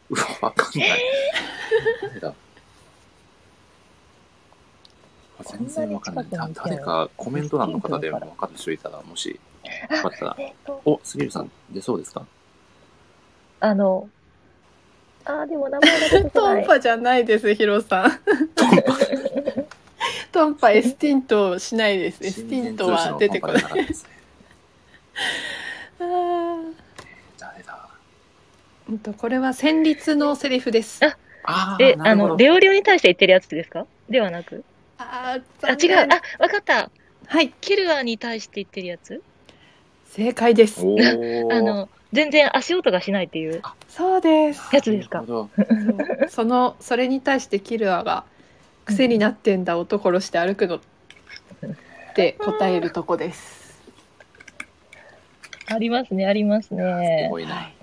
[SPEAKER 1] うわ、わかんない。誰だ全然わかんない。
[SPEAKER 3] こんな
[SPEAKER 1] だ
[SPEAKER 3] に近くにいても
[SPEAKER 1] 誰かコメント欄の方でわかる人いたら、もし、よかったら。
[SPEAKER 3] えっと
[SPEAKER 1] お、杉浦さん、出そうですか
[SPEAKER 3] あの、あーでも名前が出てこ
[SPEAKER 2] ト
[SPEAKER 3] な
[SPEAKER 2] ン
[SPEAKER 3] い。
[SPEAKER 2] パじゃないですヒロさん トンパエスティントしないですエスティントは出てこない
[SPEAKER 1] 新年通信の
[SPEAKER 2] あー
[SPEAKER 1] パンパでなかったですね誰だ
[SPEAKER 2] うんとこれは戦慄のセリフです
[SPEAKER 3] あ
[SPEAKER 1] あ
[SPEAKER 3] え
[SPEAKER 1] ー、、な
[SPEAKER 3] あ
[SPEAKER 1] るほ
[SPEAKER 3] の、
[SPEAKER 1] ど。
[SPEAKER 3] レオリオに対して言ってるやつですかではなく。
[SPEAKER 2] あ
[SPEAKER 3] あ、
[SPEAKER 2] ー
[SPEAKER 3] 違う。あ、わかった。
[SPEAKER 2] はい
[SPEAKER 3] キルアに対して言ってるやつ
[SPEAKER 2] 正解です
[SPEAKER 1] おー
[SPEAKER 3] あの、全然足音がしないっていう
[SPEAKER 2] そうです
[SPEAKER 3] やつですか
[SPEAKER 1] なるほど
[SPEAKER 2] そうそのそれに対してキルアが「癖になってんだ男殺して歩くの」って答えるとこです。
[SPEAKER 3] ありますね、あります
[SPEAKER 1] す
[SPEAKER 3] ね。
[SPEAKER 1] ごい
[SPEAKER 2] は
[SPEAKER 1] な。
[SPEAKER 2] い、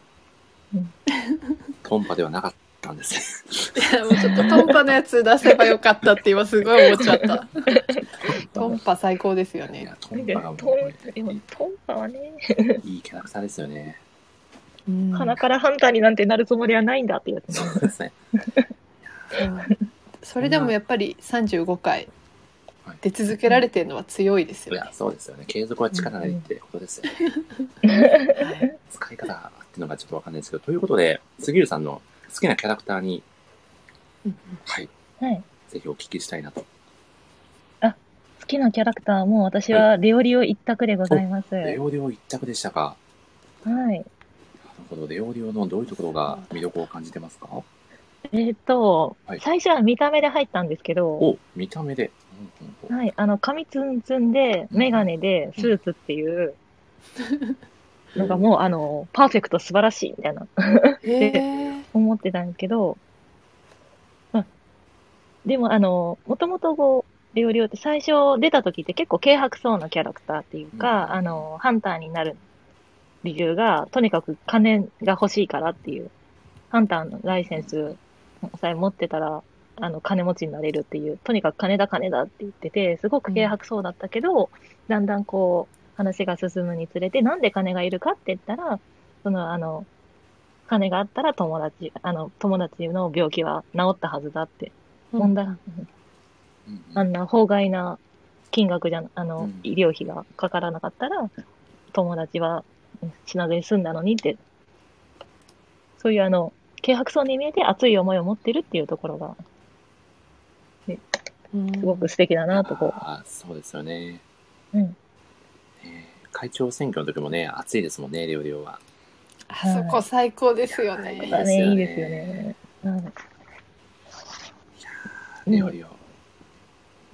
[SPEAKER 1] トンパではなかったんですね。
[SPEAKER 2] いやもうちょっとトンパのやつ出せばよかったって今すごい思っちゃった。 トンパ最高ですよ
[SPEAKER 1] い
[SPEAKER 2] ね。
[SPEAKER 1] や、トンパがも
[SPEAKER 3] トン
[SPEAKER 1] う、
[SPEAKER 3] でもトンパはね、
[SPEAKER 1] いいキャラクターですよね。
[SPEAKER 2] うん
[SPEAKER 3] 鼻からハンターになんてなるつもりはないんだってやつ。
[SPEAKER 1] そうですね。
[SPEAKER 2] それでもやっぱり35回
[SPEAKER 1] はい
[SPEAKER 2] 出続けられてるのは強いです
[SPEAKER 1] い
[SPEAKER 2] よね
[SPEAKER 1] や、。そうですよね。継続は力なりってことですよね。
[SPEAKER 2] はい
[SPEAKER 1] 使い方っていうのがちょっとわかんないですけど、ということで、杉浦さんの好きなキャラクターに、
[SPEAKER 2] うん
[SPEAKER 1] はい、
[SPEAKER 3] はい。
[SPEAKER 1] ぜひお聞きしたいなと。
[SPEAKER 3] 好きなキャラクターも私はレオリオ一択でございます。
[SPEAKER 1] レ
[SPEAKER 3] は
[SPEAKER 1] オリオ一択でしたか。
[SPEAKER 3] い。
[SPEAKER 1] なるほど。レオリオのどういうところが魅力を感じてますか
[SPEAKER 3] えっと
[SPEAKER 1] はい、
[SPEAKER 3] 最初は見た目で入ったんですけど、
[SPEAKER 1] お、見た目で。うんうんうん
[SPEAKER 3] はい、あの、髪ツンツンで、メガネで、スーツっていう、のがもう、あの、パーフェクト素晴らしい、みたいな、
[SPEAKER 2] へえ
[SPEAKER 3] 思ってたんですけど、まあ、でも、あの、もともとこう、レオリオって最初出た時って結構軽薄そうなキャラクターっていうか、
[SPEAKER 1] うん
[SPEAKER 3] あの、ハンターになる理由が、とにかく金が欲しいからっていう、ハンターのライセンスさえ持ってたら、あの、金持ちになれるっていう、とにかく金だ金だって言ってて、すごく軽薄そうだったけど、だんだんこう、話が進むにつれて、なんで金がいるかって言ったら、その、あの、金があったら友達、あの、友達の病気は治ったはずだって。
[SPEAKER 2] うん
[SPEAKER 3] 問題、
[SPEAKER 1] うんうん
[SPEAKER 3] あんな法外な金額じゃな、あの、
[SPEAKER 1] うん
[SPEAKER 3] 医療費がかからなかったら、友達は死なずに済んだのにって、そういうあの、軽薄そうに見えて熱い思いを持ってるっていうところが、すごく素敵だなとこ
[SPEAKER 1] あーそうですよね。
[SPEAKER 3] うん。
[SPEAKER 1] ね会長選挙の時もね、暑いですもんね、レオリオは。
[SPEAKER 2] あそこ最高ですよね
[SPEAKER 1] いうや
[SPEAKER 3] だ
[SPEAKER 1] ですよね
[SPEAKER 3] ね、いいですよね。うんうん
[SPEAKER 1] レオリオ。
[SPEAKER 3] うん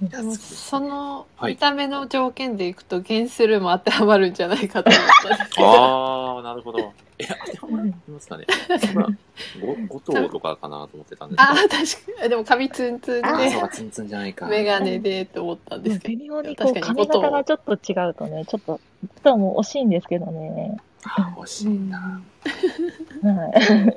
[SPEAKER 1] いや
[SPEAKER 2] でも
[SPEAKER 1] そうですね
[SPEAKER 2] その
[SPEAKER 1] はい
[SPEAKER 2] 見た目の条件でいくとゲンスルーも当てはまるんじゃないかと思ったんですけど
[SPEAKER 1] ああ、なるほど。 え、当てはまりますかね。ほら、ご、五頭とかかなと思ってたんです
[SPEAKER 2] あ
[SPEAKER 1] けど。
[SPEAKER 2] ー確かにでも髪ツンツン
[SPEAKER 1] あー、
[SPEAKER 2] で
[SPEAKER 1] そうか、ツンツンじゃないか。
[SPEAKER 2] 眼鏡でと思ったんですけ
[SPEAKER 3] 微
[SPEAKER 2] ど
[SPEAKER 3] 妙にこ
[SPEAKER 2] 確
[SPEAKER 3] う
[SPEAKER 2] かに
[SPEAKER 3] 髪型がちょっと違うとね、ちょっと、ちょっともう惜しいんですけどね。
[SPEAKER 1] あー惜しいな。
[SPEAKER 3] は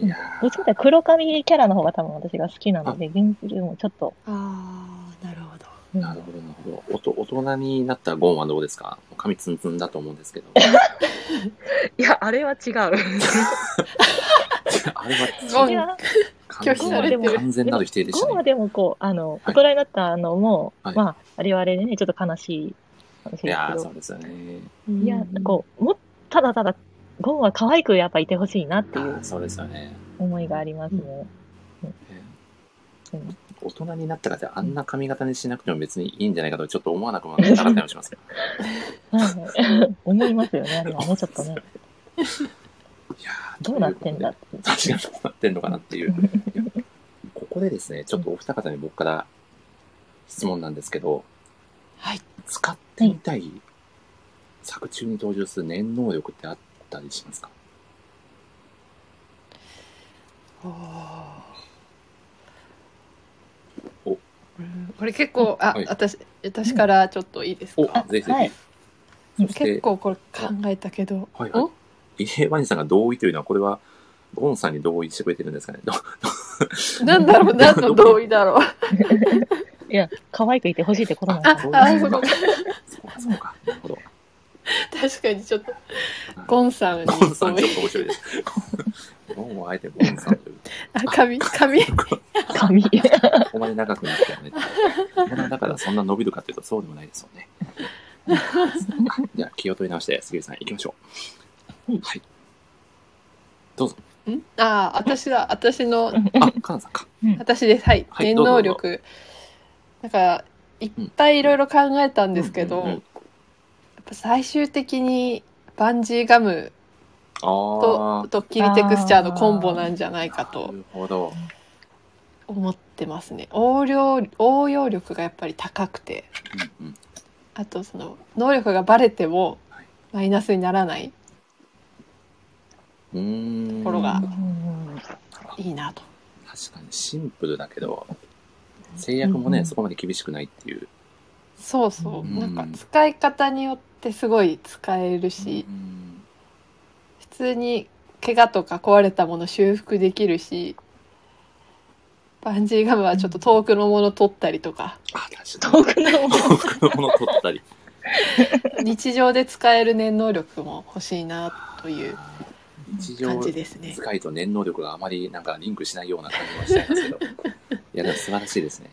[SPEAKER 3] い。
[SPEAKER 1] いや
[SPEAKER 3] どっちかというと黒髪キャラの方が多分私が好きなので、ゲンズルもちょっと、
[SPEAKER 2] ああなるほど
[SPEAKER 3] う
[SPEAKER 1] ー
[SPEAKER 3] ん
[SPEAKER 1] なるほど、なるほど。おと、大人になったゴンはどうですかもう髪ツンツンだと思うんですけ ど。
[SPEAKER 3] いや、あれは違う。
[SPEAKER 1] あれは、
[SPEAKER 2] ゴン
[SPEAKER 3] いや
[SPEAKER 2] 拒否されてる
[SPEAKER 1] 完全なる否定でした
[SPEAKER 3] 5は
[SPEAKER 1] ね。
[SPEAKER 3] でもこう、あの、
[SPEAKER 1] はい
[SPEAKER 3] 大人になったのも、
[SPEAKER 1] はい
[SPEAKER 3] まあ、あれはあれでね、ちょっと悲しい話
[SPEAKER 1] い
[SPEAKER 3] です
[SPEAKER 1] や
[SPEAKER 3] け
[SPEAKER 1] ー、
[SPEAKER 3] ど
[SPEAKER 1] そ、うですよね。
[SPEAKER 3] いや、こう、も、ただただ、ゴンは可愛くやっぱいてほしいなっ
[SPEAKER 1] あ
[SPEAKER 3] ていう
[SPEAKER 1] ーそうですよね。
[SPEAKER 3] 思いがありますね。
[SPEAKER 1] ね
[SPEAKER 3] うん
[SPEAKER 1] 大人になったからってあんな髪型にしなくても別にいいんじゃないかとちょっと思わなくもなかったりもします。
[SPEAKER 3] はいはい思いますよね、あれはね、ちょっとね。
[SPEAKER 1] いやー
[SPEAKER 3] どうなってん だっ。
[SPEAKER 1] と
[SPEAKER 3] て。
[SPEAKER 1] いうことで確かにどうなってんのかなっていう。ここでですね、ちょっとお二方に僕から質問なんですけど、
[SPEAKER 2] はい。
[SPEAKER 1] 使ってみたい作中に登場する念能力ってあったりしますかお
[SPEAKER 2] うんこれ結構あ、
[SPEAKER 1] はい
[SPEAKER 2] 私私からちょっといいです
[SPEAKER 1] お
[SPEAKER 2] か、、
[SPEAKER 1] ぜひぜひ。
[SPEAKER 3] はい
[SPEAKER 1] そして
[SPEAKER 2] 結、構これ考えたけど、
[SPEAKER 1] はいはい
[SPEAKER 2] お
[SPEAKER 1] イエワニさんが同意というのは、これは、ゴンさんに同意してくれてるんですかね。ど
[SPEAKER 2] なんだろう何の同意だろう
[SPEAKER 3] いや、可愛くいてほしいってことなん
[SPEAKER 2] あ
[SPEAKER 3] ですよ。
[SPEAKER 2] あそう
[SPEAKER 1] そう
[SPEAKER 2] か
[SPEAKER 1] か、そうか。なるほど。
[SPEAKER 2] 確かにちょっとゴンさんに
[SPEAKER 1] ゴンさん、
[SPEAKER 2] 同
[SPEAKER 1] ちょ
[SPEAKER 2] 意
[SPEAKER 1] っと面白いです。ゴンをあえてゴンさんという。
[SPEAKER 2] あ 髪髪
[SPEAKER 3] 髪。
[SPEAKER 1] ここまで長くなったよねって。だからそんな伸びるかというとそうでもないですよね。じゃあ気を取り直して杉浦さん行きましょう。はい。
[SPEAKER 2] んあ私だ私の
[SPEAKER 1] あ、カナさんか。
[SPEAKER 2] 私ですはい、
[SPEAKER 1] はい
[SPEAKER 2] 念
[SPEAKER 1] どうぞ
[SPEAKER 2] 能力なんかいっぱいいろいろ考えたんですけ
[SPEAKER 1] う
[SPEAKER 2] ど、
[SPEAKER 1] んうんうん
[SPEAKER 2] やっぱ最終的にバンジーガム
[SPEAKER 1] あ
[SPEAKER 2] と
[SPEAKER 1] あ。
[SPEAKER 2] ドッキリテクスチャーのコンボなんじゃない
[SPEAKER 1] な
[SPEAKER 2] かと
[SPEAKER 1] るほど。
[SPEAKER 2] 思ってますね応用応用力がやっぱり高くて
[SPEAKER 1] うんうん。
[SPEAKER 2] あとその能力がバレても
[SPEAKER 1] はい
[SPEAKER 2] マイナスにならないう
[SPEAKER 1] ーん。
[SPEAKER 2] ところが
[SPEAKER 3] うん
[SPEAKER 2] いいなと
[SPEAKER 1] 確かにシンプルだけど、制約もね、
[SPEAKER 3] うん
[SPEAKER 1] そこまで厳しくないっていう。
[SPEAKER 2] そうそう、
[SPEAKER 1] うん
[SPEAKER 2] なんか使い方によってすごい使えるし、
[SPEAKER 1] うん
[SPEAKER 2] 普通に怪我とか壊れたもの修復できるしバンジーガムはちょっと遠くのもの取ったりとか
[SPEAKER 1] あ、確かに。
[SPEAKER 3] 遠くの
[SPEAKER 1] 僕のもの取ったり。
[SPEAKER 2] 日常で使える念能力も欲しいなという
[SPEAKER 1] 日常
[SPEAKER 2] 感じですね。
[SPEAKER 1] 使いと念能力があまりなんかリンクしないような感じもしちゃいますけ ど。いや、でも素晴らしいですね。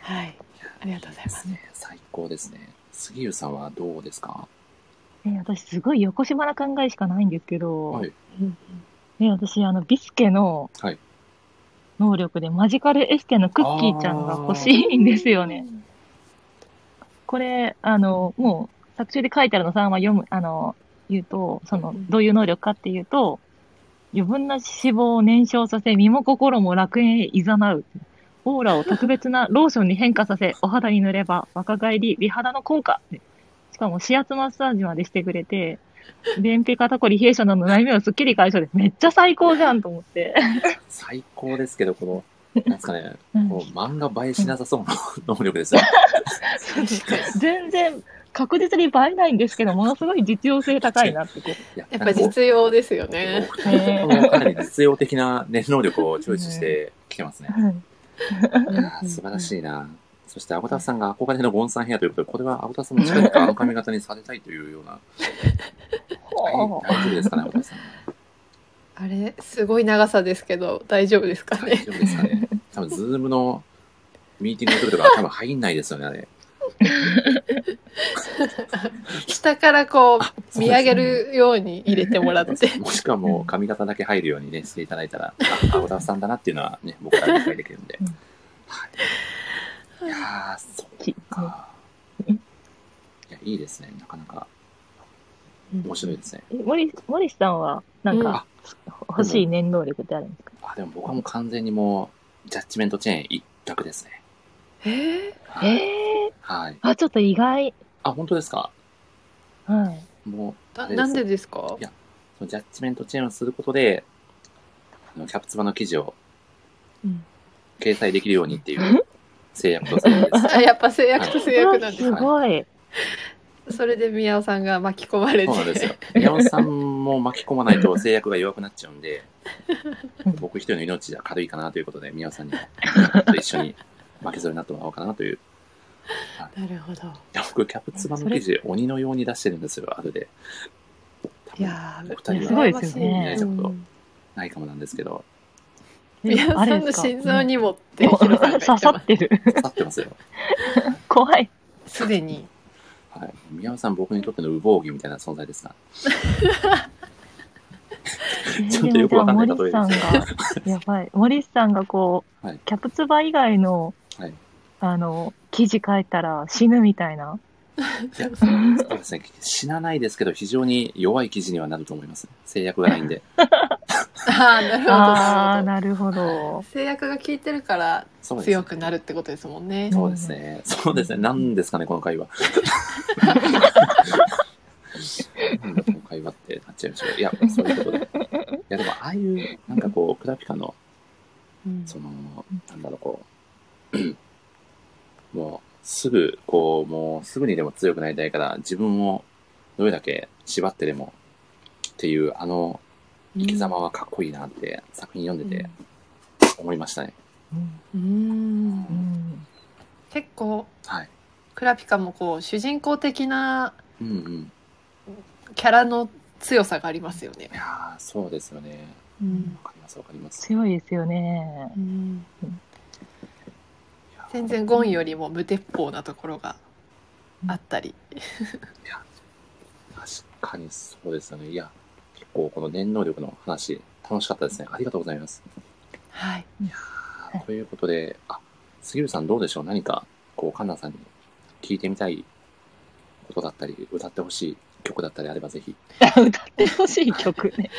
[SPEAKER 2] はい、ありがとうございます。
[SPEAKER 1] ね。最高ですね。杉浦さんはどうですか。
[SPEAKER 3] え私、すごい横島な考えしかないんですけど、
[SPEAKER 1] はい
[SPEAKER 2] うん
[SPEAKER 3] ね、私、あの、ビスケの
[SPEAKER 1] はい
[SPEAKER 3] 能力でマジカルエステのクッキーちゃんが欲しいんですよね。これ、あの、もう、作中で書いてあるのさ、まあ、読む、あの、言うと、その、どういう能力かっていうと、余分な脂肪を燃焼させ、身も心も楽園へ誘う。オーラを特別なローションに変化させ、お肌に塗れば若返り、美肌の効果。しかも、指圧マッサージまでしてくれて、便秘、肩こり、冷え性などの悩みをすっきり解消です。めっちゃ最高じゃんと思って。
[SPEAKER 1] 最高ですけど、この、なんですかね、こう漫画映えしなさそうな能力です ね。
[SPEAKER 3] 全然、確実に映えないんですけど、ものすごい実用性高いなってこ う。
[SPEAKER 1] や
[SPEAKER 2] やっぱ実用ですよね。
[SPEAKER 1] お二人ともかなり実用的な念能力をチョイスしてきてますね。いやー素晴らしいな。そして、アゴタフさんが憧れのゴンさんヘアということで、これはアゴタフさんの近々あの髪型にされたいというような、大
[SPEAKER 3] ほう
[SPEAKER 1] 大丈夫ですかね、アゴタフさん。
[SPEAKER 2] あれすごい長さですけど 大丈夫ですか
[SPEAKER 1] 大
[SPEAKER 2] ね。
[SPEAKER 1] 丈夫ですかね。多分、ズームのミーティングの時と か多分入んないですよね、あれ。
[SPEAKER 2] 下からこう
[SPEAKER 1] そうですね
[SPEAKER 2] 見上げるように入れてもらって。
[SPEAKER 1] もしくは もう髪型だけ入るようにね、していただいたら、あ、青田さんだなっていうのはね、僕ら理解できるんで
[SPEAKER 3] うん。
[SPEAKER 1] はい、いやー、そ
[SPEAKER 3] き
[SPEAKER 1] っか。いや、いいですね。なかなか面白いですね。
[SPEAKER 3] え森森さんは、なんか、欲しい念能力ってあるんですか
[SPEAKER 1] あ、でも僕はもう完全にもう、ジャッジメントチェーン一択ですね。
[SPEAKER 2] えー
[SPEAKER 1] は
[SPEAKER 3] え
[SPEAKER 1] い。
[SPEAKER 3] え
[SPEAKER 1] はい、
[SPEAKER 3] あ、ちょっと意外。
[SPEAKER 1] あ、本当ですか
[SPEAKER 3] はい。
[SPEAKER 1] もう、あ
[SPEAKER 2] な
[SPEAKER 1] れ
[SPEAKER 2] なんでですか
[SPEAKER 1] いやそのジャッジメントチェーンをすることで、あのキャプツバの記事を
[SPEAKER 2] うん
[SPEAKER 1] 掲載できるようにっていう制約とされてます。
[SPEAKER 2] あやっぱ制約と制約なんです
[SPEAKER 3] すごい。
[SPEAKER 2] それで宮尾さんが巻き込まれて
[SPEAKER 1] そうなんですよ。宮尾さんも巻き込まないと制約が弱くなっちゃうんで、僕一人の命じゃ軽いかなということで、宮尾さんに も一緒に負けそうになってもらおうかなという。い
[SPEAKER 2] なるほど
[SPEAKER 1] や僕、キャプツバの記事、鬼のように出してるんですよ、あるで。多分
[SPEAKER 2] いやー
[SPEAKER 1] お二人は
[SPEAKER 3] すごいですよね
[SPEAKER 1] いやちょっと
[SPEAKER 2] うん
[SPEAKER 1] ないかもなんですけど、
[SPEAKER 2] 宮
[SPEAKER 3] あ
[SPEAKER 2] 本
[SPEAKER 3] れ
[SPEAKER 2] さ
[SPEAKER 3] で
[SPEAKER 2] んの
[SPEAKER 3] すか
[SPEAKER 2] 心臓にもって
[SPEAKER 3] でも
[SPEAKER 2] ヒロさんが
[SPEAKER 3] 刺
[SPEAKER 2] 言って
[SPEAKER 3] さ
[SPEAKER 2] ま
[SPEAKER 3] っ
[SPEAKER 2] す
[SPEAKER 3] てる。
[SPEAKER 1] 刺さってますよ。
[SPEAKER 3] 怖い。
[SPEAKER 2] すでに
[SPEAKER 1] はい。宮尾さん、僕にとっての羽毛着みたいな存在ですが。ちょっとよくわかんない例えです
[SPEAKER 3] でもじゃあ森さんが、やばい。森さんがこう、
[SPEAKER 1] はい
[SPEAKER 3] キャプツバ以外の、
[SPEAKER 1] はい
[SPEAKER 3] あの、記事書いたら死ぬみ たいな。
[SPEAKER 1] いや、そうですね。死なないですけど、非常に弱い記事にはなると思います。制約がないんで。
[SPEAKER 2] ああなるほど
[SPEAKER 3] あ
[SPEAKER 2] な
[SPEAKER 3] あ、
[SPEAKER 2] る
[SPEAKER 3] なるほ
[SPEAKER 2] ほど
[SPEAKER 3] ど。
[SPEAKER 2] 制約が効いてるから
[SPEAKER 1] そうですね
[SPEAKER 2] 強くなるってことですもんね
[SPEAKER 1] そうですね。そうですね。何ですかね、この会話。なんだこの会話ってなっちゃいましたけど。いや、そういうことで。いや、でも、ああいう、なんかこう、クラピカの、
[SPEAKER 2] うん
[SPEAKER 1] その、なんだろう、こう、もう、すぐ、こう、もう、すぐにでも強くなりたいから、自分をどれだけ縛ってでも、っていう、あの、生き様はかっこいいなって、作品読んでて思いましたね。
[SPEAKER 3] うん
[SPEAKER 2] うん
[SPEAKER 3] うん
[SPEAKER 2] 結構
[SPEAKER 1] はい。
[SPEAKER 2] クラピカもこう主人公的な
[SPEAKER 1] うんうん。
[SPEAKER 2] キャラの強さがありますよね
[SPEAKER 1] い。やーそうですよね。
[SPEAKER 2] うん
[SPEAKER 1] わかります、わかります。
[SPEAKER 3] 強いですよね。
[SPEAKER 2] 全然ゴンよりも無鉄砲なところがあったり。
[SPEAKER 1] 確かにそうですよね。いや、結構この念能力の話、楽しかったですね。ありがとうございます。
[SPEAKER 2] はい。
[SPEAKER 1] あ
[SPEAKER 3] はい
[SPEAKER 1] ということで、あ、杉浦さんどうでしょう何か、こう、カンナさんに聞いてみたいことだったり、歌ってほしい曲だったりあればぜひ。
[SPEAKER 3] 歌ってほしい曲ね。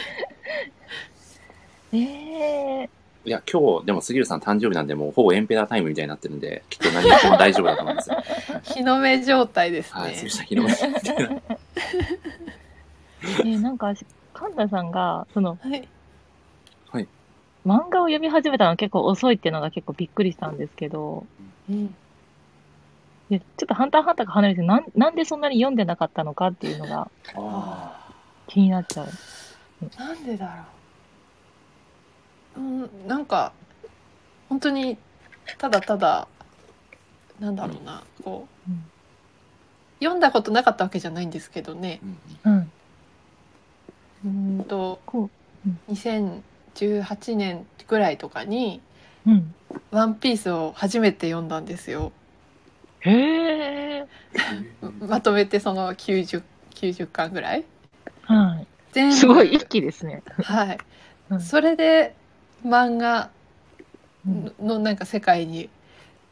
[SPEAKER 3] ええ
[SPEAKER 1] いや、今日、でも杉浦さん誕生日なんで、もうほぼエンペラータイムみたいになってるんで、きっと何言っても大丈夫だと思うんですよ。
[SPEAKER 2] 日の目状態です
[SPEAKER 1] はい、杉
[SPEAKER 2] ね
[SPEAKER 1] 浦。さん、広めて。
[SPEAKER 3] えなんか、神田さんが、その、
[SPEAKER 2] はい。
[SPEAKER 3] 漫画を読み始めたのは結構遅いっていうのが結構びっくりしたんですけど、
[SPEAKER 2] うん。
[SPEAKER 3] でちょっとハンターハンターが離れてなん、なんでそんなに読んでなかったのかっていうのが
[SPEAKER 1] あ
[SPEAKER 3] 気になっちゃう。
[SPEAKER 2] なんでだろう。うん、なんか本当にただただなんだろうな、こう、
[SPEAKER 3] うん
[SPEAKER 2] 読んだことなかったわけじゃないんですけどね
[SPEAKER 1] ー。うん
[SPEAKER 3] うん。
[SPEAKER 2] うーんと
[SPEAKER 3] こ
[SPEAKER 2] 2018年ぐらいとかに
[SPEAKER 3] う。うん。
[SPEAKER 2] 「ワンピースを初めて読んだんですよ。
[SPEAKER 3] へえ。
[SPEAKER 1] うん。
[SPEAKER 2] まとめてその 90, 90巻ぐらい
[SPEAKER 3] は
[SPEAKER 2] 全
[SPEAKER 3] い。
[SPEAKER 2] 部
[SPEAKER 3] すごい一気ですね。
[SPEAKER 2] はい、
[SPEAKER 3] うん
[SPEAKER 2] それで漫画
[SPEAKER 3] うん、
[SPEAKER 2] のなんか世界に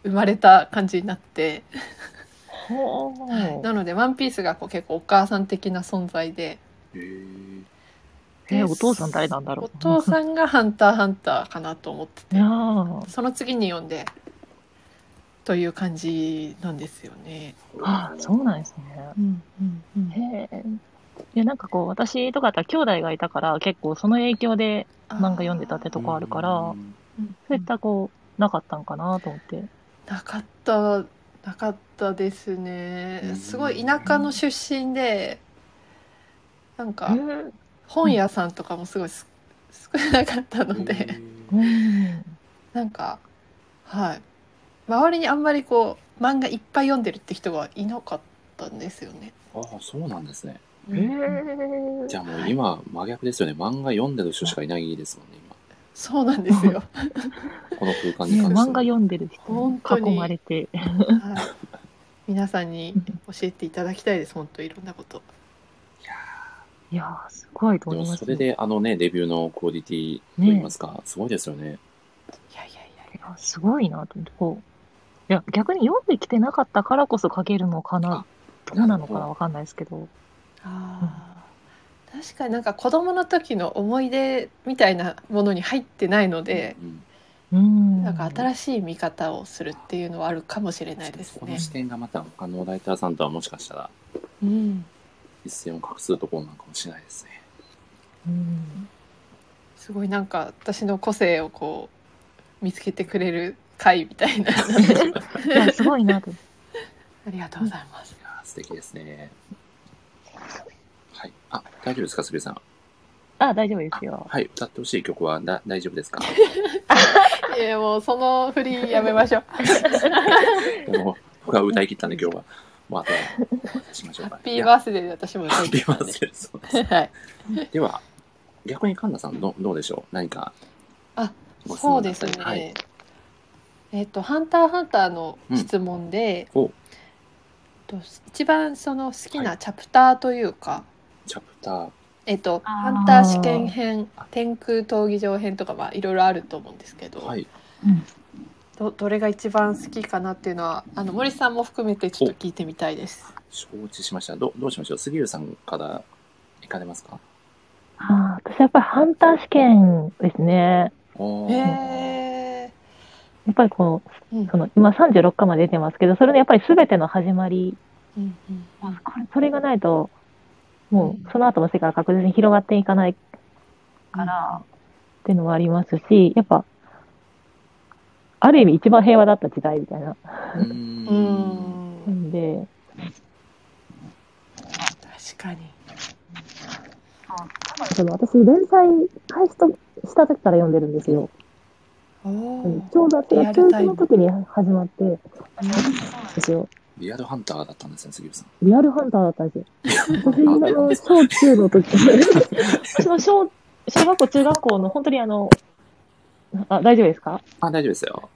[SPEAKER 2] 生まれた感じになって、
[SPEAKER 3] ほ
[SPEAKER 2] はい、
[SPEAKER 3] ー
[SPEAKER 2] なので「ワンピースがこう結構お母さん的な存在で
[SPEAKER 1] えー
[SPEAKER 3] え、お父さん誰なんだろう。
[SPEAKER 2] お父さんが「ハンターハンター」かなと思って
[SPEAKER 3] い
[SPEAKER 2] て
[SPEAKER 3] やー
[SPEAKER 2] その次に読んでという感じなんですよね。
[SPEAKER 3] あそうなんです
[SPEAKER 2] うんうんうん
[SPEAKER 3] ね。へえ。いや、なんかこう、私とかだったら兄弟がいたから、結構その影響で漫画読んでたってとこあるから、
[SPEAKER 1] うん
[SPEAKER 2] うん
[SPEAKER 3] そういったこう、なかったんかなと思って。
[SPEAKER 2] なかったなかったですね
[SPEAKER 1] うん
[SPEAKER 2] すごい田舎の出身でなんか
[SPEAKER 3] え。
[SPEAKER 2] 本屋さんとかもすごいす少なかったの
[SPEAKER 1] え
[SPEAKER 2] で
[SPEAKER 1] ー
[SPEAKER 3] うん。
[SPEAKER 2] なんかはい周りにあんまりこう漫画いっぱい読んでるって人がいなかったんですよね。
[SPEAKER 1] ああ、そうなんですね。
[SPEAKER 3] へえ。
[SPEAKER 1] じゃあもう今、真逆ですよね。漫画読んでる人しかいないですもんね、
[SPEAKER 2] そうなんですよ。
[SPEAKER 1] 今。この空間に関し
[SPEAKER 3] ね、
[SPEAKER 1] ては。
[SPEAKER 3] 漫画読んでる人に
[SPEAKER 2] 本当に
[SPEAKER 3] 囲まれて。
[SPEAKER 2] はい皆さんに教えていただきたいです。本当いろんなこと。
[SPEAKER 3] いやー、すごいと
[SPEAKER 1] で
[SPEAKER 3] 思
[SPEAKER 1] も
[SPEAKER 3] いま
[SPEAKER 1] そ
[SPEAKER 3] す
[SPEAKER 1] れ
[SPEAKER 3] ね。
[SPEAKER 1] で、あのね、レビューのクオリティといいますか、すごいですよね。
[SPEAKER 2] いやいやいや。
[SPEAKER 3] いやすごいなと思って、こう。いや、逆に読んできてなかったからこそ書けるのかな。どうなのかなわかんないですけど。
[SPEAKER 2] あー確かになんか子供の時の思い出みたいなものに入ってないので、
[SPEAKER 1] うん
[SPEAKER 3] うん。
[SPEAKER 2] なんか
[SPEAKER 3] しい。
[SPEAKER 2] 新しい見方をするっていうのはあるかもしれないです
[SPEAKER 1] こ
[SPEAKER 2] ね
[SPEAKER 1] の。視点がまた他のライターさんとはもしかしたら
[SPEAKER 2] うん、
[SPEAKER 1] 一線を画すところなのかもしれないです ね。
[SPEAKER 3] うん。
[SPEAKER 2] すごいなんか私の個性をこう見つけてくれる回みたいななってしまう
[SPEAKER 3] いや、すごいなと思って。
[SPEAKER 2] ありがとうございます
[SPEAKER 1] い。やー素敵ですね。はい。あ、大丈夫ですか、すべさん。
[SPEAKER 3] あ、大丈夫で
[SPEAKER 1] あ
[SPEAKER 3] すよ。
[SPEAKER 1] はい。歌ってほしい曲はだ大丈夫ですか
[SPEAKER 2] いやもうその振りやめましょう。
[SPEAKER 1] でも僕は歌い切ったんで今日は。もうあとはお渡ししましょう
[SPEAKER 2] ハ
[SPEAKER 1] か。
[SPEAKER 2] ッ ピ
[SPEAKER 1] い
[SPEAKER 2] ー
[SPEAKER 1] や
[SPEAKER 2] バースデーで私も
[SPEAKER 1] ハ
[SPEAKER 2] 歌い
[SPEAKER 1] ッピ
[SPEAKER 2] て
[SPEAKER 1] ーバ
[SPEAKER 2] た
[SPEAKER 1] ー
[SPEAKER 2] んで
[SPEAKER 1] ス。デーです。
[SPEAKER 2] はい。
[SPEAKER 1] では、逆に神田さんど、どうでしょう何か、
[SPEAKER 2] あ
[SPEAKER 1] ご質
[SPEAKER 2] そう
[SPEAKER 1] 問だ
[SPEAKER 2] で
[SPEAKER 1] っ
[SPEAKER 2] す
[SPEAKER 1] たり
[SPEAKER 2] ね。
[SPEAKER 1] はい。
[SPEAKER 2] えっ、と「ハンターハンター」の質問で、
[SPEAKER 1] うんお
[SPEAKER 2] えっと一番その好きなチャプターというか、
[SPEAKER 1] チャプター。
[SPEAKER 2] えっと、
[SPEAKER 3] あー
[SPEAKER 2] ハンター試験編天空闘技場編とかまあいろいろあると思うんですけど、
[SPEAKER 1] はい。
[SPEAKER 2] どどれが一番好きかなっていうのはあの森さんも含めてちょっと聞いてみたいです。
[SPEAKER 1] 承知しました。どうどうしましょう。杉浦さんから行かれますか
[SPEAKER 3] あー私やっぱりハンター試験ですね。
[SPEAKER 1] おー
[SPEAKER 2] へ
[SPEAKER 3] やっぱりこう、
[SPEAKER 2] ーうん
[SPEAKER 3] その今36巻まで出てますけど、それのやっぱり全ての始まり、
[SPEAKER 2] うんうん
[SPEAKER 3] これそれがないと、もうその後の世界は確実に広がっていかないから、っていうのもありますし、やっぱ、ある意味一番平和だった時代みたいな。
[SPEAKER 1] うーん
[SPEAKER 2] う。ん
[SPEAKER 3] んで、
[SPEAKER 2] 確かに。
[SPEAKER 3] その私、連載開始とした時から読んでるんですよ。
[SPEAKER 2] おお。
[SPEAKER 3] ちょうど私
[SPEAKER 2] リ
[SPEAKER 3] が
[SPEAKER 2] ア
[SPEAKER 3] 中
[SPEAKER 2] ルタ
[SPEAKER 3] 1
[SPEAKER 2] イム
[SPEAKER 3] の時に始まって、ですよ。
[SPEAKER 1] リアルハンターだったんですね、杉浦さん。
[SPEAKER 3] リアルハンターだったんですよ。私のあの
[SPEAKER 1] あ
[SPEAKER 3] 小中の時、 私の小、小学校、中学校の本当にあの、あ、大丈夫ですか
[SPEAKER 1] あ、大丈夫ですよ。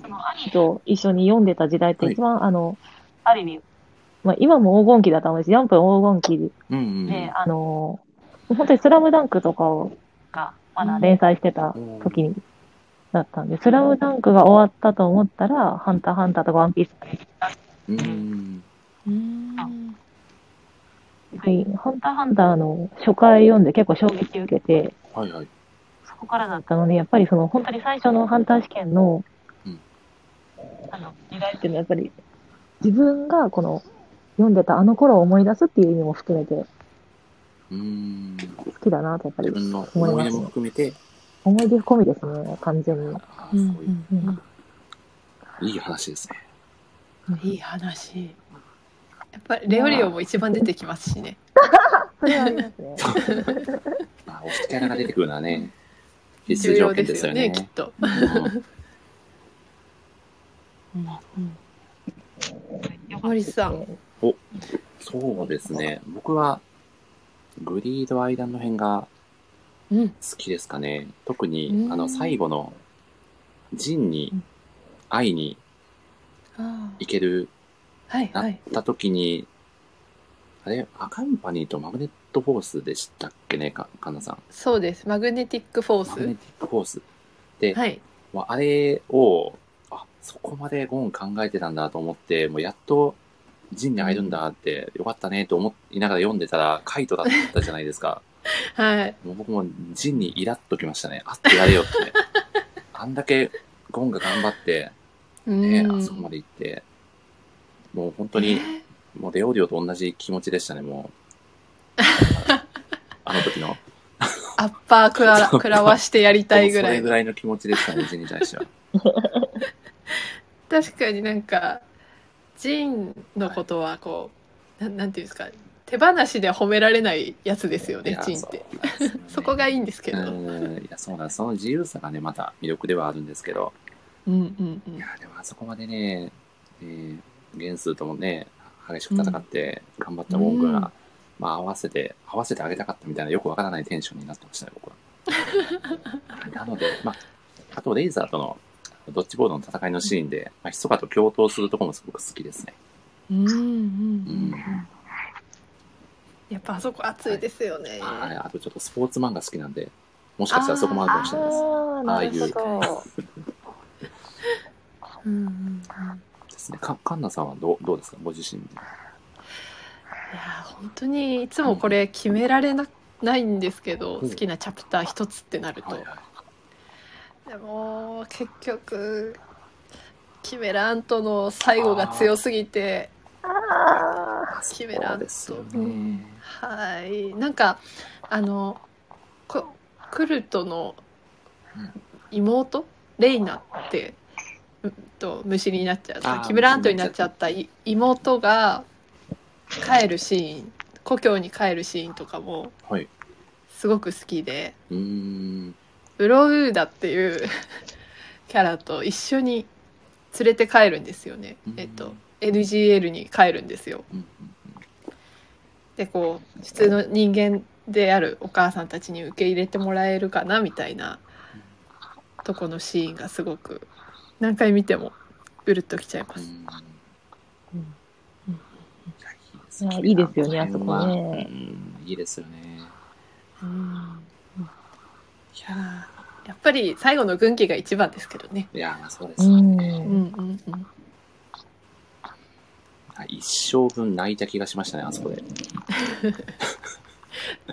[SPEAKER 3] その兄と一緒に読んでた時代って
[SPEAKER 1] はい
[SPEAKER 3] 一番、あの、ある意味、まあ今も黄金期だと思うし、4分黄金期
[SPEAKER 1] うんうん
[SPEAKER 3] で、あの、もう本当にスラムダンクとかを、が、まだ連載してた
[SPEAKER 1] うん。
[SPEAKER 3] 時に、だったんで、スラムダンクが終わったと思ったら、ハンターハンターとかワンピースとか
[SPEAKER 1] うーん。
[SPEAKER 2] うん。
[SPEAKER 3] はい、ハンターハンターの初回読んで結構衝撃を受けて、
[SPEAKER 1] はいはい。
[SPEAKER 3] そこからだったので、やっぱりその本当に最初のハンター試験の、
[SPEAKER 1] うん
[SPEAKER 3] あの、時代っていうのはやっぱり、自分がこの、読んでたあの頃を思い出すっていう意味も含めて
[SPEAKER 1] うーん。
[SPEAKER 3] 好きだなとやっぱり
[SPEAKER 1] 自分の
[SPEAKER 3] 思い
[SPEAKER 1] 思い
[SPEAKER 3] ま
[SPEAKER 1] 出
[SPEAKER 3] す
[SPEAKER 1] も
[SPEAKER 3] ね。
[SPEAKER 1] 含めて、
[SPEAKER 3] 思い出込みですね、完全に。
[SPEAKER 1] あー
[SPEAKER 2] う
[SPEAKER 1] そうい
[SPEAKER 2] んうんうん
[SPEAKER 1] う、いい話ですね。
[SPEAKER 2] いい話。やっぱりレオリオも一番出てきますしね。
[SPEAKER 3] それはあります ね。
[SPEAKER 1] まあ、おキャラが出てくるのはね、必
[SPEAKER 2] 重
[SPEAKER 1] 須
[SPEAKER 2] 要
[SPEAKER 1] 条件
[SPEAKER 2] で
[SPEAKER 1] ですす
[SPEAKER 2] よ
[SPEAKER 1] よね。
[SPEAKER 2] ね、きっと。
[SPEAKER 1] うん
[SPEAKER 2] 森さん。
[SPEAKER 1] そうですね。僕は、グリードアイランド編が
[SPEAKER 2] うん。
[SPEAKER 1] 好きですかね。特に
[SPEAKER 2] う、ん
[SPEAKER 1] あの、最後の、ジンに
[SPEAKER 3] うん、
[SPEAKER 1] 会いに
[SPEAKER 2] あ
[SPEAKER 1] 行ける、
[SPEAKER 2] あはい
[SPEAKER 1] な
[SPEAKER 2] は
[SPEAKER 1] っ
[SPEAKER 2] い。
[SPEAKER 1] た時に、あれ、アカンパニーとマグネットフォースでしたっけね、か、かなさん。
[SPEAKER 2] そうです。マグネティックフォ
[SPEAKER 1] マグネ
[SPEAKER 2] ー
[SPEAKER 1] ティックフォース。で
[SPEAKER 2] ス。、はい。
[SPEAKER 1] もうあれを、あ、そこまでゴン考えてたんだと思って、もうやっと、ジンに会えるんだって、よかったねと思いながら読んでたら、カイトだったじゃないです か。
[SPEAKER 2] はい。
[SPEAKER 1] もう僕もジンにイラっときましたね。あってやれ よって。あんだけゴンが頑張って、ね、
[SPEAKER 2] うん
[SPEAKER 1] あそこまで行って、もう本当に、
[SPEAKER 2] え
[SPEAKER 1] もうレオリオと同じ気持ちでしたね、も う。あの時の。
[SPEAKER 2] アッパーくらくらわしてやりたいぐら
[SPEAKER 1] そ
[SPEAKER 2] い
[SPEAKER 1] れぐ。らいの気持ちでしたね、ジンに対 しては。
[SPEAKER 2] 確かになんかジンのことはこう、なんなんていうんですか手放しで褒められないやつですよ
[SPEAKER 1] い
[SPEAKER 2] ね
[SPEAKER 1] や
[SPEAKER 2] ジンって
[SPEAKER 1] そうなんですよね
[SPEAKER 2] そこがいいんですけど、うん、
[SPEAKER 1] うんいやそうなんですその自由さがねまた魅力ではあるんですけど
[SPEAKER 2] うんう
[SPEAKER 1] い
[SPEAKER 2] ん
[SPEAKER 1] やでもあそこまでね、えー、元数ともね激しく戦って頑張ったウォングが、
[SPEAKER 2] うん
[SPEAKER 1] まあ、合わせて合わせてあげたかったみたいなよくわからないテンションになってましたね 僕はなのでまああとレイザーとのドッジボールの戦いのシーンで、まあ、ひそかと共闘するとこもすごく好きですね
[SPEAKER 2] うんうん
[SPEAKER 1] う
[SPEAKER 2] うん
[SPEAKER 1] ん
[SPEAKER 2] やっぱあそこ熱いですよね、
[SPEAKER 1] はいあとちょっとスポーツ漫画好きなんでもしかしたらそこもあるかもしれないです
[SPEAKER 3] ああ、なるほど。
[SPEAKER 2] うんうんうん、い
[SPEAKER 1] ですね。か、カンナさんはどう、どうですかご自身で。
[SPEAKER 2] や本当にいつもこれ決められなないんですけど
[SPEAKER 1] うん
[SPEAKER 2] 好きなチャプター一つってなると、
[SPEAKER 1] はいはい。
[SPEAKER 2] でも結局キメラントの最後が強すぎて
[SPEAKER 3] あ
[SPEAKER 2] キメラ
[SPEAKER 1] そう
[SPEAKER 2] ン
[SPEAKER 1] ですよ
[SPEAKER 2] ト
[SPEAKER 1] ね。
[SPEAKER 2] はいなんかあのこクルトの
[SPEAKER 1] うん
[SPEAKER 2] 妹レイナって、うん、と虫になっちゃっ
[SPEAKER 1] あ
[SPEAKER 2] た
[SPEAKER 1] ー
[SPEAKER 2] キムラアントになっちゃったい妹が帰るシーン故郷に帰るシーンとかも
[SPEAKER 1] はい。
[SPEAKER 2] すごく好きで
[SPEAKER 1] うーん。
[SPEAKER 2] ブロウーダっていう キャラと一緒に連れて帰るんですよね、えっと NGL に帰るんですよ。
[SPEAKER 1] うん
[SPEAKER 2] でこう普通の人間であるお母さんたちに受け入れてもらえるかなみたいなとこのシーンがすごく何回見てもうるっときちゃいま
[SPEAKER 1] うん
[SPEAKER 2] す。
[SPEAKER 3] うん
[SPEAKER 1] いや
[SPEAKER 3] いやいいですよ
[SPEAKER 1] 好きだな
[SPEAKER 3] ねあそこね
[SPEAKER 1] うんいいですよね。
[SPEAKER 2] うんいやーやっぱり最後の軍旗が一番ですけどね。
[SPEAKER 1] いやー、そうですよ
[SPEAKER 3] う
[SPEAKER 1] ね。
[SPEAKER 2] うんうんうん。
[SPEAKER 1] あ一生分泣いた気がしましたね、あそこで。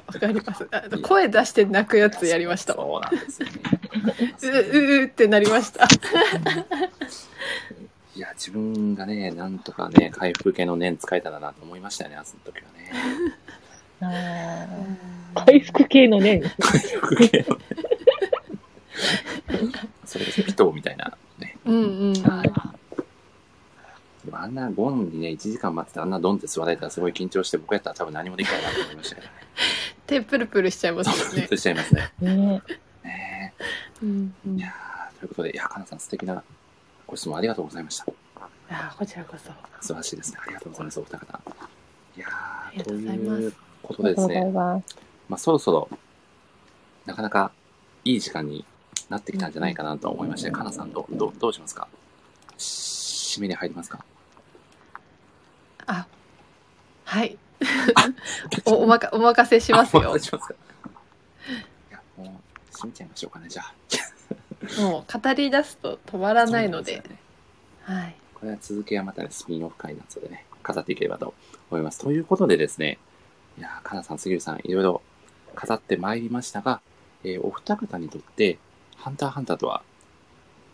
[SPEAKER 2] わかります。あの声出して泣くやつやりましたもん。
[SPEAKER 1] そうなんですよね。
[SPEAKER 2] うう うってなりました。
[SPEAKER 1] いや、自分がね、なんとかね、回復系の念使えたらなと思いましたよね、あの時はね。
[SPEAKER 3] あー
[SPEAKER 2] 回
[SPEAKER 3] 回復系のね、
[SPEAKER 1] 回復系の念。それこそピトーみたいなね。
[SPEAKER 2] うんうんうん。
[SPEAKER 1] はいでもあんなゴンにね、1時間待っててあんなドンって座られたらすごい緊張して、僕やったら多分何もできないなと思いました けどね。
[SPEAKER 2] 手プルプルしち ゃいますよ
[SPEAKER 1] そう
[SPEAKER 2] ね
[SPEAKER 1] と。しちゃいますね。
[SPEAKER 3] ね
[SPEAKER 1] ね
[SPEAKER 2] うんう
[SPEAKER 1] えい
[SPEAKER 2] ん。い
[SPEAKER 1] やーということで、いや、かなさん素敵なご質問ありがとうございました。
[SPEAKER 2] やこちらこそ。
[SPEAKER 1] 素晴らしいですね。ありがとうございます、お二方。いや
[SPEAKER 2] あり
[SPEAKER 1] ー
[SPEAKER 2] が
[SPEAKER 1] と
[SPEAKER 2] とうございます
[SPEAKER 1] いうこと
[SPEAKER 3] あり
[SPEAKER 1] でです
[SPEAKER 3] がとうござい
[SPEAKER 1] ね、
[SPEAKER 3] ます。
[SPEAKER 1] まあ、そろそろ、なかなかいい時間になってきたんじゃないかなと思いまして、かなさんどう、どう、どうしますか締めに入りますか
[SPEAKER 2] あ、はい。おおまかお任せしま す
[SPEAKER 1] あお
[SPEAKER 2] よ
[SPEAKER 1] 願い。しますかいや、もう、締めちゃいましょうかね、じゃあ。
[SPEAKER 2] もう語り出すと止まらないので
[SPEAKER 1] そう。んすよね
[SPEAKER 2] はい。
[SPEAKER 1] これは続きはまたねスピンオフ会などでね、飾っていければと思います。ということでですね、いやー、かなさん、杉浦さん、いろいろ飾ってまいりましたが、えーお二方にとって、ハンターハンターとは、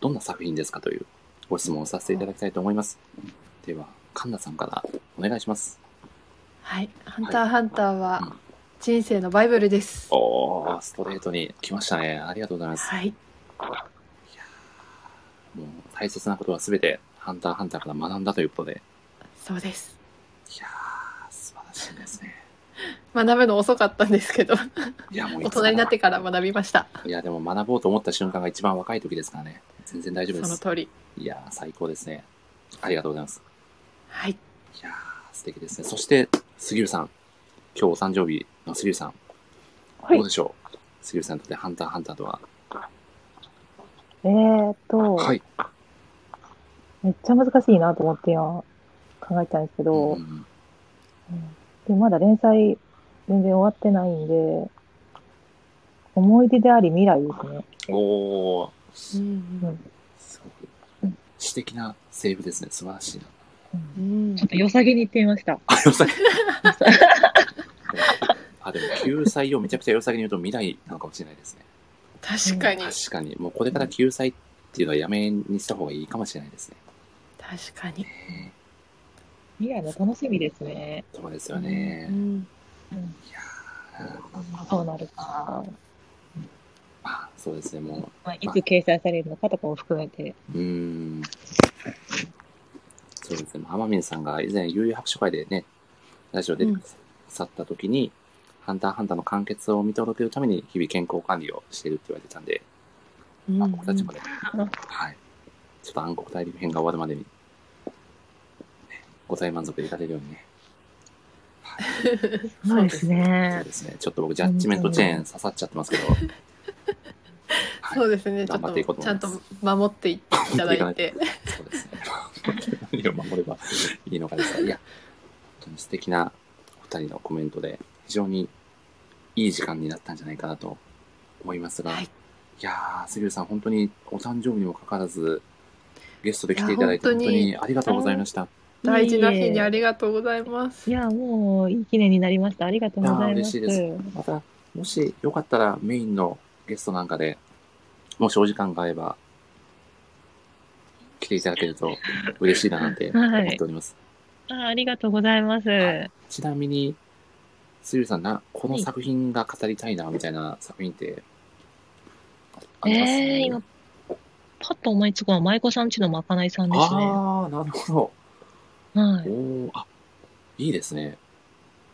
[SPEAKER 1] どんな作品ですかというご質問をさせていただきたいと思います。では、カンナさんからお願いします。
[SPEAKER 2] はい。ハンターハンター
[SPEAKER 1] う
[SPEAKER 2] は
[SPEAKER 1] ん
[SPEAKER 2] 人生のバイブルです。
[SPEAKER 1] おー、ストレートに来ましたね。ありがとうございます。
[SPEAKER 2] はい。
[SPEAKER 1] もう大切なことはすべて、ハンターハンターから学んだということで、
[SPEAKER 2] そうです。
[SPEAKER 1] いやー、素晴らしいですね。
[SPEAKER 2] 学ぶの遅かったんで すけど、
[SPEAKER 1] いや、もうい
[SPEAKER 2] 大
[SPEAKER 1] つか
[SPEAKER 2] 人になってから学びました。
[SPEAKER 1] いや、でも学ぼうと思った瞬間が一番若い時ですからね。全然大丈
[SPEAKER 2] そ
[SPEAKER 1] 夫で
[SPEAKER 2] の
[SPEAKER 1] す。
[SPEAKER 2] 通り。
[SPEAKER 1] いやー、最高ですね。ありがとうございます。
[SPEAKER 2] はい。
[SPEAKER 1] いやー、素敵ですね。そして、杉浦さん。今日お誕生日の杉浦さん。
[SPEAKER 3] はい
[SPEAKER 1] どうでしょう杉浦さんにとってハンターハンターとは。
[SPEAKER 3] えーっと、
[SPEAKER 1] はい。
[SPEAKER 3] めっちゃ難しいなと思って今考えてたんですけ
[SPEAKER 1] う
[SPEAKER 3] ど、
[SPEAKER 1] ん
[SPEAKER 3] でまだ連載全然終わってないんで、思い出であり未来ですね。
[SPEAKER 1] おー、
[SPEAKER 2] うん
[SPEAKER 1] すご
[SPEAKER 3] う
[SPEAKER 1] い
[SPEAKER 3] ん。
[SPEAKER 1] 詩的なセーブですね。素晴ら しいな。
[SPEAKER 2] うん。
[SPEAKER 3] ちょっと良さげに言ってみました。
[SPEAKER 1] あ、よさげ。あ、でも救済をめちゃくちゃよさげに言うと未来なのかもしれないですね。
[SPEAKER 2] 確かに。
[SPEAKER 1] 確かに。もうこれから救済っていうのはやめにした方がいいかもしれないですね。
[SPEAKER 2] 確かに。
[SPEAKER 1] ね
[SPEAKER 3] 未来の楽しみですね。
[SPEAKER 1] そうですよね。
[SPEAKER 2] うん
[SPEAKER 3] うん、
[SPEAKER 1] いやー
[SPEAKER 3] そうなるか。
[SPEAKER 1] まあ、そうですね、も
[SPEAKER 3] まあ、いつ掲載されるのかとかも含めて。
[SPEAKER 1] う。うーん。そうですね、浜水さんが以前、悠々白書会でね、ラジオで
[SPEAKER 2] うん
[SPEAKER 1] 去った時に、ハンターハンターの完結を見届けるために、日々健康管理をしているって言われてたんで、
[SPEAKER 2] うん
[SPEAKER 1] あ僕たちまで、
[SPEAKER 3] うん
[SPEAKER 1] はい。ちょっと暗黒大陸編が終わるまでに、ねご大満足でいかれるようにね。
[SPEAKER 2] そうです
[SPEAKER 1] そ
[SPEAKER 3] ね
[SPEAKER 1] う。ですね。ちょっと僕、ジャッジメントチェーン刺さっちゃってますけど、はい
[SPEAKER 2] そうですね。ちょ
[SPEAKER 1] 頑張っていこう
[SPEAKER 2] っと
[SPEAKER 1] と
[SPEAKER 2] ち
[SPEAKER 1] 思
[SPEAKER 2] ゃ
[SPEAKER 1] い
[SPEAKER 2] ん
[SPEAKER 1] ます
[SPEAKER 2] と守っていただい て。
[SPEAKER 1] そうですね。 何を守ればいいのかですね。いや、本当に素敵なお二人のコメントで、非常にいい時間になったんじゃないかなと思いますが、、
[SPEAKER 2] はいい。
[SPEAKER 1] やー、杉浦さん、本当にお誕生日にもかかわらず、ゲストで来ていただいて、
[SPEAKER 2] いや
[SPEAKER 1] 本当にありがとうございました。
[SPEAKER 2] 大事な日にあ
[SPEAKER 3] り
[SPEAKER 2] りがとうございます
[SPEAKER 3] い。や、もう、いい記念になりました。ありがとうございます。
[SPEAKER 1] いや嬉しいでまた、もしよかったらメインのゲストなんかで、もしお時間が合えば、来ていただけると嬉しいななんて思っております。
[SPEAKER 3] あありがとうございます。
[SPEAKER 1] はちなみに、杉浦さんな、この
[SPEAKER 3] はい
[SPEAKER 1] 作品が語りたいな、みたいな作品って、あります
[SPEAKER 3] ええ今、パッと思いつくのは舞妓さんちのまかないさんですね。
[SPEAKER 1] ああ、なるほ
[SPEAKER 3] は
[SPEAKER 1] ど。
[SPEAKER 3] い。
[SPEAKER 1] おおあ、いいですね。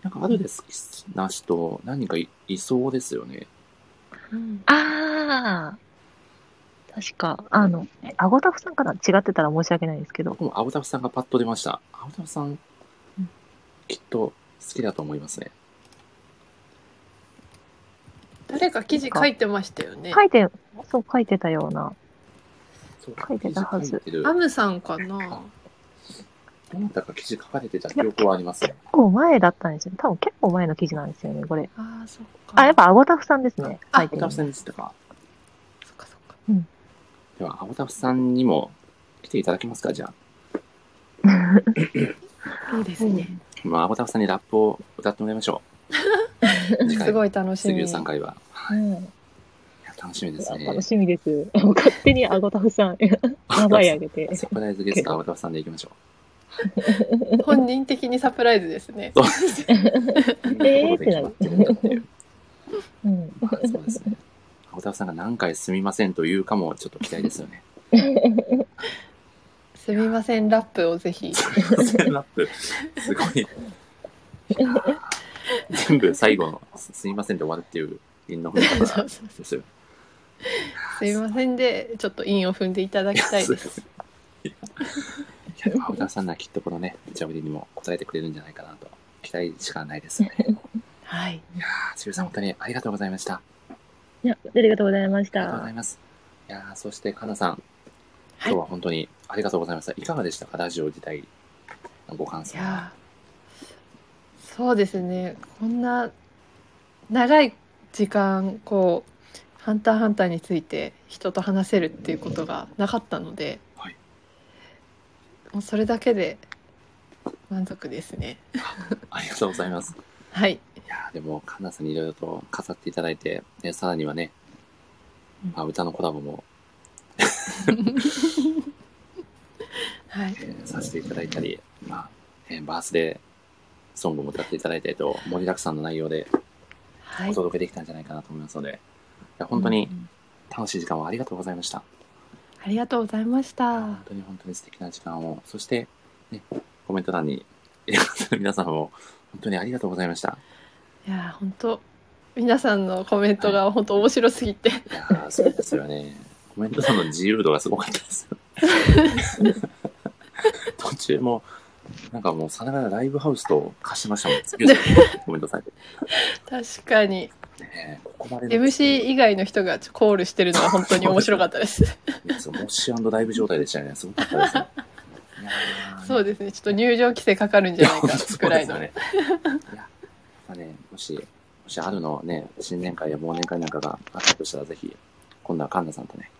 [SPEAKER 1] なんか、あるです、な人、何人かいいそうですよね。
[SPEAKER 2] うん
[SPEAKER 3] ああ、確か、あの、えアゴタフさんかな違ってたら申し訳ないですけど。
[SPEAKER 1] 僕も青田さんがパッと出ました。青田さん、きっと好きだと思いますね。
[SPEAKER 2] 誰か記事書いてましたよね。
[SPEAKER 3] 書いて、そう、書いてたような。
[SPEAKER 1] そう
[SPEAKER 3] 書いてたはず
[SPEAKER 1] 記事書いてる
[SPEAKER 2] アムさんかな
[SPEAKER 1] どなたか記事書かれてた記憶はありますね。
[SPEAKER 3] 結構前だったんですよ。多分結構前の記事なんですよね、これ。
[SPEAKER 2] ああそっか
[SPEAKER 3] あ、やっぱアゴタフさんですね。
[SPEAKER 2] あ
[SPEAKER 3] 書いて
[SPEAKER 1] 青
[SPEAKER 3] る
[SPEAKER 1] 田さんでしたか。
[SPEAKER 2] そっかそっか
[SPEAKER 1] では、青田さんにも来ていただけますか、じゃあ。
[SPEAKER 2] いいですね、
[SPEAKER 1] まあ、青田さんにラップを歌ってもらいましょう。 次
[SPEAKER 2] す
[SPEAKER 1] 回、
[SPEAKER 2] ごい楽し
[SPEAKER 1] 杉
[SPEAKER 2] み
[SPEAKER 1] 浦さん会は。
[SPEAKER 3] うん
[SPEAKER 1] いや楽しみです
[SPEAKER 3] い
[SPEAKER 1] ね
[SPEAKER 3] や。楽しみです。勝手にアゴタフ さん、名前あげて。
[SPEAKER 1] サプライズゲスト、青田さんでいきましょ
[SPEAKER 2] 本人的にサプライズですね
[SPEAKER 1] う。そうですね。こんなところで決まってるんだっていう。
[SPEAKER 3] うん、
[SPEAKER 1] そうですね。青田さんが何回すみませんというかも、ちょっと期待ですよね。
[SPEAKER 2] すみませんラップをぜひ
[SPEAKER 1] ラップ、すごい。全部最後のすすみませんで終わるっていう韻の踏み
[SPEAKER 2] そう
[SPEAKER 1] 方
[SPEAKER 2] そう
[SPEAKER 1] で
[SPEAKER 2] そう
[SPEAKER 1] すよ。
[SPEAKER 2] すみませんでちょっと韻を踏んでいただきたいです。
[SPEAKER 1] いや、でも青田さんならきっとこのね、無茶ぶりにも答えてくれるんじゃないかなと、期待しかないですね。
[SPEAKER 2] はい、
[SPEAKER 1] いやー、ちびさん、本当にありがとうございました。あ
[SPEAKER 3] いや、ありがとうございまし
[SPEAKER 1] りがとうござ
[SPEAKER 3] た
[SPEAKER 1] い。ます。いやー、そして、かなさん、
[SPEAKER 2] は
[SPEAKER 1] 今
[SPEAKER 2] い
[SPEAKER 1] 日は本当にありがとうございました。いかがでしたか、ラジオ自体のご感
[SPEAKER 2] い
[SPEAKER 1] 想。
[SPEAKER 2] やーそうですねこんな長い時間こう「ハンターハンター」について人と話せるっていうことがなかったので、
[SPEAKER 1] はい
[SPEAKER 2] もうそれだけで満足ですね。
[SPEAKER 1] ありがとうございます。
[SPEAKER 2] はい、
[SPEAKER 1] いやーでも、カンナさんにいろいろと飾っていただいて、でさらにはね、まあ、歌のコラボも、
[SPEAKER 2] はい
[SPEAKER 1] えーさせていただいたり、まあえーバースデーソングも歌っていただいたりと、盛りだくさんの内容で
[SPEAKER 2] は
[SPEAKER 1] お
[SPEAKER 2] い、
[SPEAKER 1] 届けできたんじゃないかなと思いますので、いや本当に楽しい時間をありがとうございました。
[SPEAKER 2] ありがとうございまし
[SPEAKER 1] 本
[SPEAKER 2] た。
[SPEAKER 1] 当に本当に素敵な時間を、そして、ね、コメント欄にいらっしゃる皆さんも、本当にありがとうございました。
[SPEAKER 2] いやー本当皆さんのコメントが本当面白すぎて、
[SPEAKER 1] いやーそうですよね。コメント欄の自由度がすごかったですよ。 途中も、なんかもう、さながらライブハウスと化しま したもん。次のコメントされて。
[SPEAKER 2] 確かに
[SPEAKER 1] ねえここまでの
[SPEAKER 2] MC 以外の人がコールしてるのは本当に面白かったです。
[SPEAKER 1] そうもしライブ状態でしたよね。すごかったですね。いやー
[SPEAKER 2] そうですね。ちょっと入場規制かかるんじゃないか
[SPEAKER 1] そう
[SPEAKER 2] くらいの。
[SPEAKER 1] ですよね。いや、やっぱね、もし、もしあるのね、新年会や忘年会なんかがあったとしたら、ぜひ、今度は神田さんとね、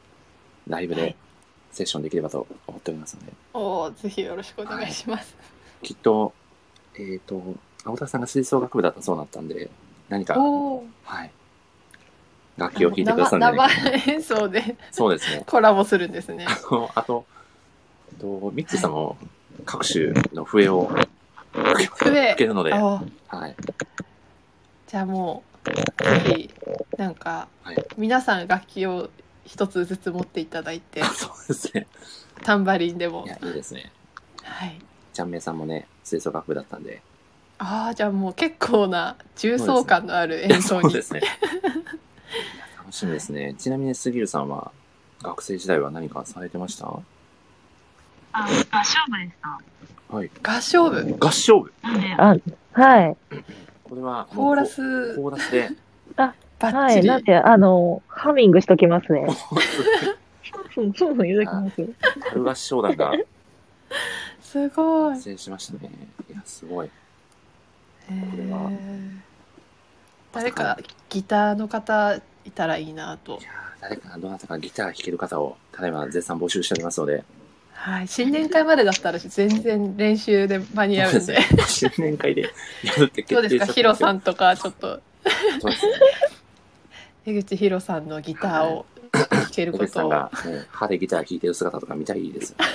[SPEAKER 1] ライブ
[SPEAKER 2] は
[SPEAKER 1] で
[SPEAKER 2] い
[SPEAKER 1] セッションできればと思っておりますので、
[SPEAKER 2] おお、ぜひよろしくお願いします。
[SPEAKER 1] きっと、えっ、と、青田さんが吹奏楽部だったそうだったんで、何か、
[SPEAKER 2] おお。
[SPEAKER 1] はい。楽器を聴いてくださるんじゃない
[SPEAKER 2] 生
[SPEAKER 1] かな。
[SPEAKER 2] 生演奏で
[SPEAKER 1] そうですね。
[SPEAKER 2] コラボするんですね。
[SPEAKER 1] あの、あと、えっと、ミッチーさんも各種の笛を
[SPEAKER 2] 笛
[SPEAKER 1] 吹けるので、
[SPEAKER 2] あー
[SPEAKER 1] はい。
[SPEAKER 2] じゃあもうぜひなんか、
[SPEAKER 1] はい
[SPEAKER 2] 皆さん楽器を一つずつ持っていただいて、
[SPEAKER 1] そうですね。
[SPEAKER 2] タンバリンでも
[SPEAKER 1] いや、。いいですね。
[SPEAKER 2] はい。
[SPEAKER 1] ちゃんめいさんもね、吹奏楽部だったんで。
[SPEAKER 2] ああ、じゃあもう結構な重層感のある演奏
[SPEAKER 1] そう
[SPEAKER 2] に。
[SPEAKER 1] ですね。いや楽しみですね。ちなみに杉浦さんは、学生時代は何かされてましたは
[SPEAKER 3] あ、合唱部でした。
[SPEAKER 1] い。
[SPEAKER 2] 合唱部、
[SPEAKER 1] 合唱部
[SPEAKER 3] あ、はい。
[SPEAKER 1] これは、
[SPEAKER 2] コーラ
[SPEAKER 1] もう
[SPEAKER 2] ス
[SPEAKER 1] ココーラスで、
[SPEAKER 2] バッ
[SPEAKER 3] は
[SPEAKER 2] チ
[SPEAKER 3] い。
[SPEAKER 2] リ。
[SPEAKER 3] なんて、あの、ハミングしときます ね。そうそう、言うときますよ。
[SPEAKER 1] 春合唱団 が
[SPEAKER 2] すごい。
[SPEAKER 1] 発生しましたね。いや、すごい。れは
[SPEAKER 2] え誰かギターの方いたらいいなと
[SPEAKER 1] いやー誰か、どなたかギター弾ける方を、ただいま絶賛募集しておりますの で、
[SPEAKER 2] はい新年会までだったら全然練習で間に合うんで
[SPEAKER 1] 新年会で やるって決定しちゃった
[SPEAKER 2] どうで
[SPEAKER 1] ん
[SPEAKER 2] すかヒロさ
[SPEAKER 1] ん。
[SPEAKER 2] んとかちょっと
[SPEAKER 1] そうですね。
[SPEAKER 2] 江口ヒロさんのギターを弾ける
[SPEAKER 1] 江
[SPEAKER 2] こ
[SPEAKER 1] 口さ
[SPEAKER 2] と
[SPEAKER 1] ん
[SPEAKER 2] を
[SPEAKER 1] が、ね、歯でギター弾いてる姿とか見たいですよね。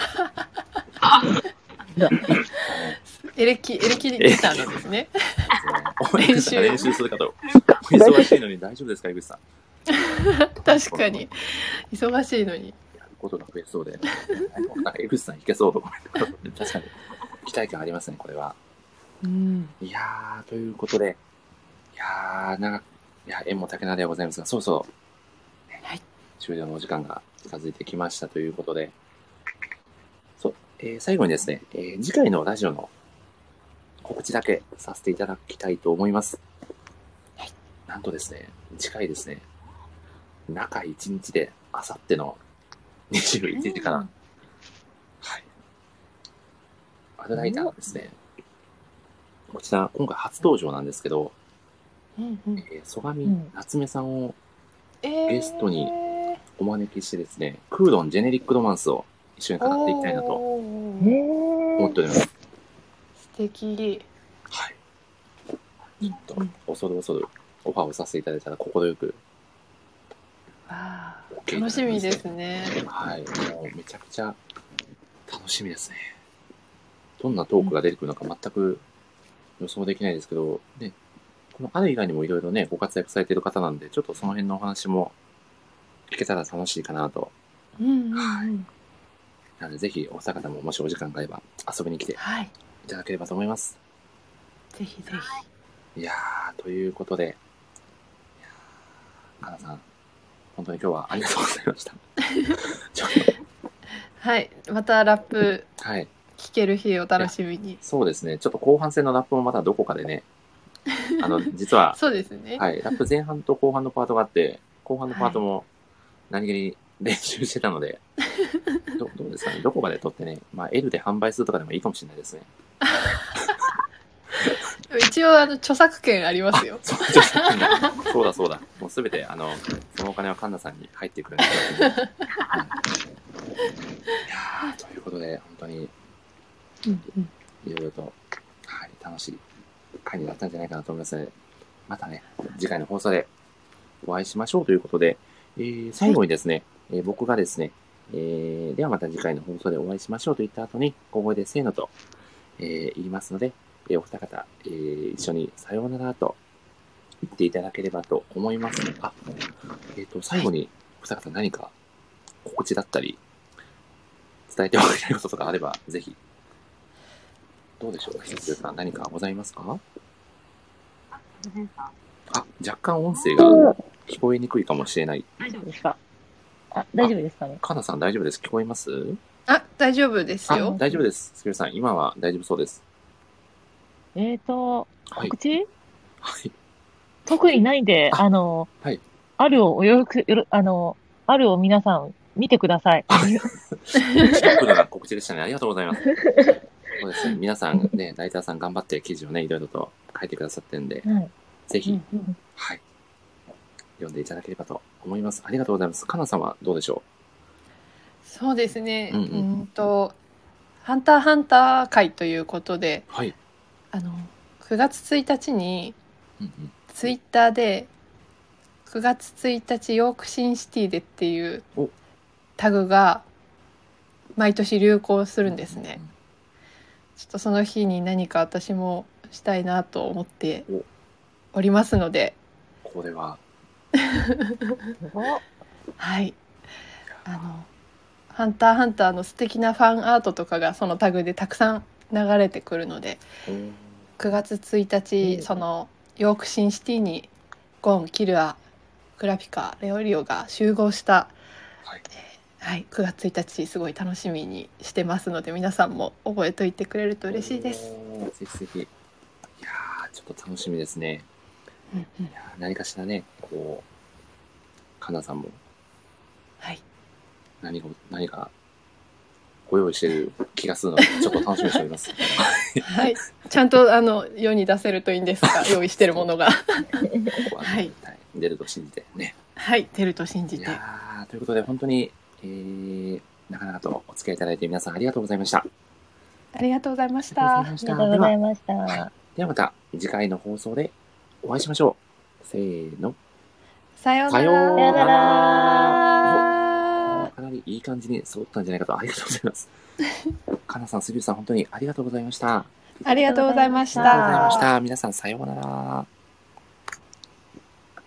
[SPEAKER 2] エレキエレキギターなんで すね
[SPEAKER 1] 練
[SPEAKER 2] 練
[SPEAKER 1] 習
[SPEAKER 2] 習
[SPEAKER 1] 練習する方を。お忙しいのに大丈夫ですか、江口さん。
[SPEAKER 2] 確かに忙しいのに
[SPEAKER 1] やることが増えそうで。なんか江口さん弾けそうとか。確かに。期待感ありますね、これは。
[SPEAKER 2] うん
[SPEAKER 1] いやー、ということで。いやー、長く、いや、縁も竹菜ではございますが、そうそう。
[SPEAKER 2] はい。
[SPEAKER 1] 終了のお時間が近づいてきましたということで。そう、えー最後にですね、えー次回のラジオの告知だけさせていただきたいと思います。
[SPEAKER 2] はい。
[SPEAKER 1] なんとですね、次回ですね、中1日で、あさっての21時から、はい。アルライターですね。こちら、今回初登場なんですけど、
[SPEAKER 2] うんうん、
[SPEAKER 1] えー、曽我見
[SPEAKER 3] うん
[SPEAKER 1] 夏目さんを
[SPEAKER 2] えー
[SPEAKER 1] ゲストにお招きしてですね、クーロンジェネリックロマンスを一緒に語っていきたいなと
[SPEAKER 2] おー
[SPEAKER 1] 思っております。
[SPEAKER 2] 素敵
[SPEAKER 1] はい。ちょっと、恐る恐るオファーをさせていただいたら、快く
[SPEAKER 2] わあ
[SPEAKER 1] OK
[SPEAKER 2] 楽しみですね。
[SPEAKER 1] はい、もうめちゃくちゃ楽しみですね。どんなトークが出てくるのか全く予想できないですけど、ね、このある以外にもいろいろね、ご活躍されている方なんで、ちょっとその辺のお話も聞けたら楽しいかなと。
[SPEAKER 2] うんうんうん、
[SPEAKER 1] なので、ぜひお二方ももしお時間があれば遊びに来て
[SPEAKER 2] はい、
[SPEAKER 1] いただければと思います。
[SPEAKER 2] ぜひぜ
[SPEAKER 1] いやー、ということで、いやーかなさん、本当に今日はありがとうござい ました。ちょっ
[SPEAKER 2] ひ。はい、またラップ
[SPEAKER 1] とはい。
[SPEAKER 2] 聞ける日を楽しみに。
[SPEAKER 1] そうですね。ちょっと後半戦のラップもまたどこかでね、あの、実は、
[SPEAKER 2] そうですね。
[SPEAKER 1] はい、ラップ前半と後半のパートがあって、後半のパートも何気に練習してたので、どどうですかね、どこかで撮ってね、まあ、L で販売するとかでもいいかもしれないですね。
[SPEAKER 2] 一応あの著作権ありますよ。
[SPEAKER 1] そうちょっとそうだそうだ、もうすべて、あの、そのお金は神田さんに入ってくるんで。はいいやーということで、本当に
[SPEAKER 2] うんうん
[SPEAKER 1] いろいろと、はい、楽しい回になったんじゃないかなと思いますので、またね、次回の放送でお会いしましょうということで、えー最後にですね、えー僕がですね、えーではまた次回の放送でお会いしましょうと言った後に、小声でせーのと、えー言いますので、えーお二方、えー一緒にさようならと言っていただければと思います。あ、えっ、と、最後に、お二方何か告知だったり、伝えておきたいこととかあれば、ぜひどうでしょうか、ひつよさん、何かございますかあ、若干音声が聞こえにくいかもしれない。
[SPEAKER 3] 大丈夫ですかあ、大丈夫ですかね
[SPEAKER 1] かなさん、大丈夫です。聞こえます
[SPEAKER 2] あ、大丈夫です
[SPEAKER 1] あ
[SPEAKER 2] よ。
[SPEAKER 1] 大丈夫です。ひつよさん、今は大丈夫そうです。
[SPEAKER 3] えーと、
[SPEAKER 1] はい
[SPEAKER 3] 告。知、
[SPEAKER 1] はい。
[SPEAKER 3] 特にないんで、
[SPEAKER 1] あ
[SPEAKER 3] あの、
[SPEAKER 1] はい
[SPEAKER 3] あるをおよろく、よろあの、あるを皆さん見てください。
[SPEAKER 1] シンプルな告知でしたね。ありがとうございます。そうですね。皆さん、ね、ライターさん頑張って記事をね、いろいろと書いてくださってるんで、
[SPEAKER 3] はい。
[SPEAKER 1] ぜひ、
[SPEAKER 2] うんうん
[SPEAKER 1] はい。読んでいただければと思います。ありがとうございます。かなさんはどうでしょ
[SPEAKER 2] そうですね。
[SPEAKER 1] う
[SPEAKER 2] うんん,、
[SPEAKER 1] うん
[SPEAKER 2] と、ハンターハンター会ということで、
[SPEAKER 1] うはい。
[SPEAKER 2] あの9月1日に
[SPEAKER 1] うんうん。
[SPEAKER 2] ツイッターで9月1日ヨークシンシティでっていう
[SPEAKER 1] お
[SPEAKER 2] タグが毎年流行するんですね。ちょっとその日に何か私もしたいなと思っておりますので、
[SPEAKER 1] これは、
[SPEAKER 2] はい。あの、ハンターハンターの素敵なファンアートとかがそのタグでたくさん流れてくるので、
[SPEAKER 1] おー
[SPEAKER 2] 9月1日、そのヨークシンシティにゴン、キルア、グラピカ、レオリオが集合した、
[SPEAKER 1] はい
[SPEAKER 2] えーはい、9月1日すごい楽しみにしてますので皆さんも覚えといてくれると嬉しいです。
[SPEAKER 1] おー。ぜひぜひ。いやー、ちょっと楽しみですね。
[SPEAKER 2] うんうん
[SPEAKER 1] いやー何かしらね、こう、かなさんも
[SPEAKER 2] はい、
[SPEAKER 1] 何か、何か、ご用意してる気がするので、ちょっと楽しみにしており ます。
[SPEAKER 2] はい、ちゃんとあの世に出せるといいんです が用意してるものが
[SPEAKER 1] ここは
[SPEAKER 2] はい
[SPEAKER 1] 出ると信じてね。
[SPEAKER 2] はい出ると信じ
[SPEAKER 1] い
[SPEAKER 2] て
[SPEAKER 1] やーということで、本当に、えー、なかなかとお付き合いいただいて皆さんありがとうございました。
[SPEAKER 2] ありがとうございまし
[SPEAKER 1] あ
[SPEAKER 2] た
[SPEAKER 1] りがとうございました
[SPEAKER 3] ありがとうございまし
[SPEAKER 1] では
[SPEAKER 3] た。
[SPEAKER 1] ではまた次回の放送でお会いしましょう。せーの。
[SPEAKER 2] さような
[SPEAKER 1] さようなら
[SPEAKER 3] さような
[SPEAKER 2] ら
[SPEAKER 1] かなりいい感じに揃ったんじゃないかと、ありがとうござい ます。かなさん、杉浦さん、本当にありがとうございました。
[SPEAKER 2] ありがとうございまし
[SPEAKER 1] ありがとうございま
[SPEAKER 2] た
[SPEAKER 1] し。た。皆さん、さようなら。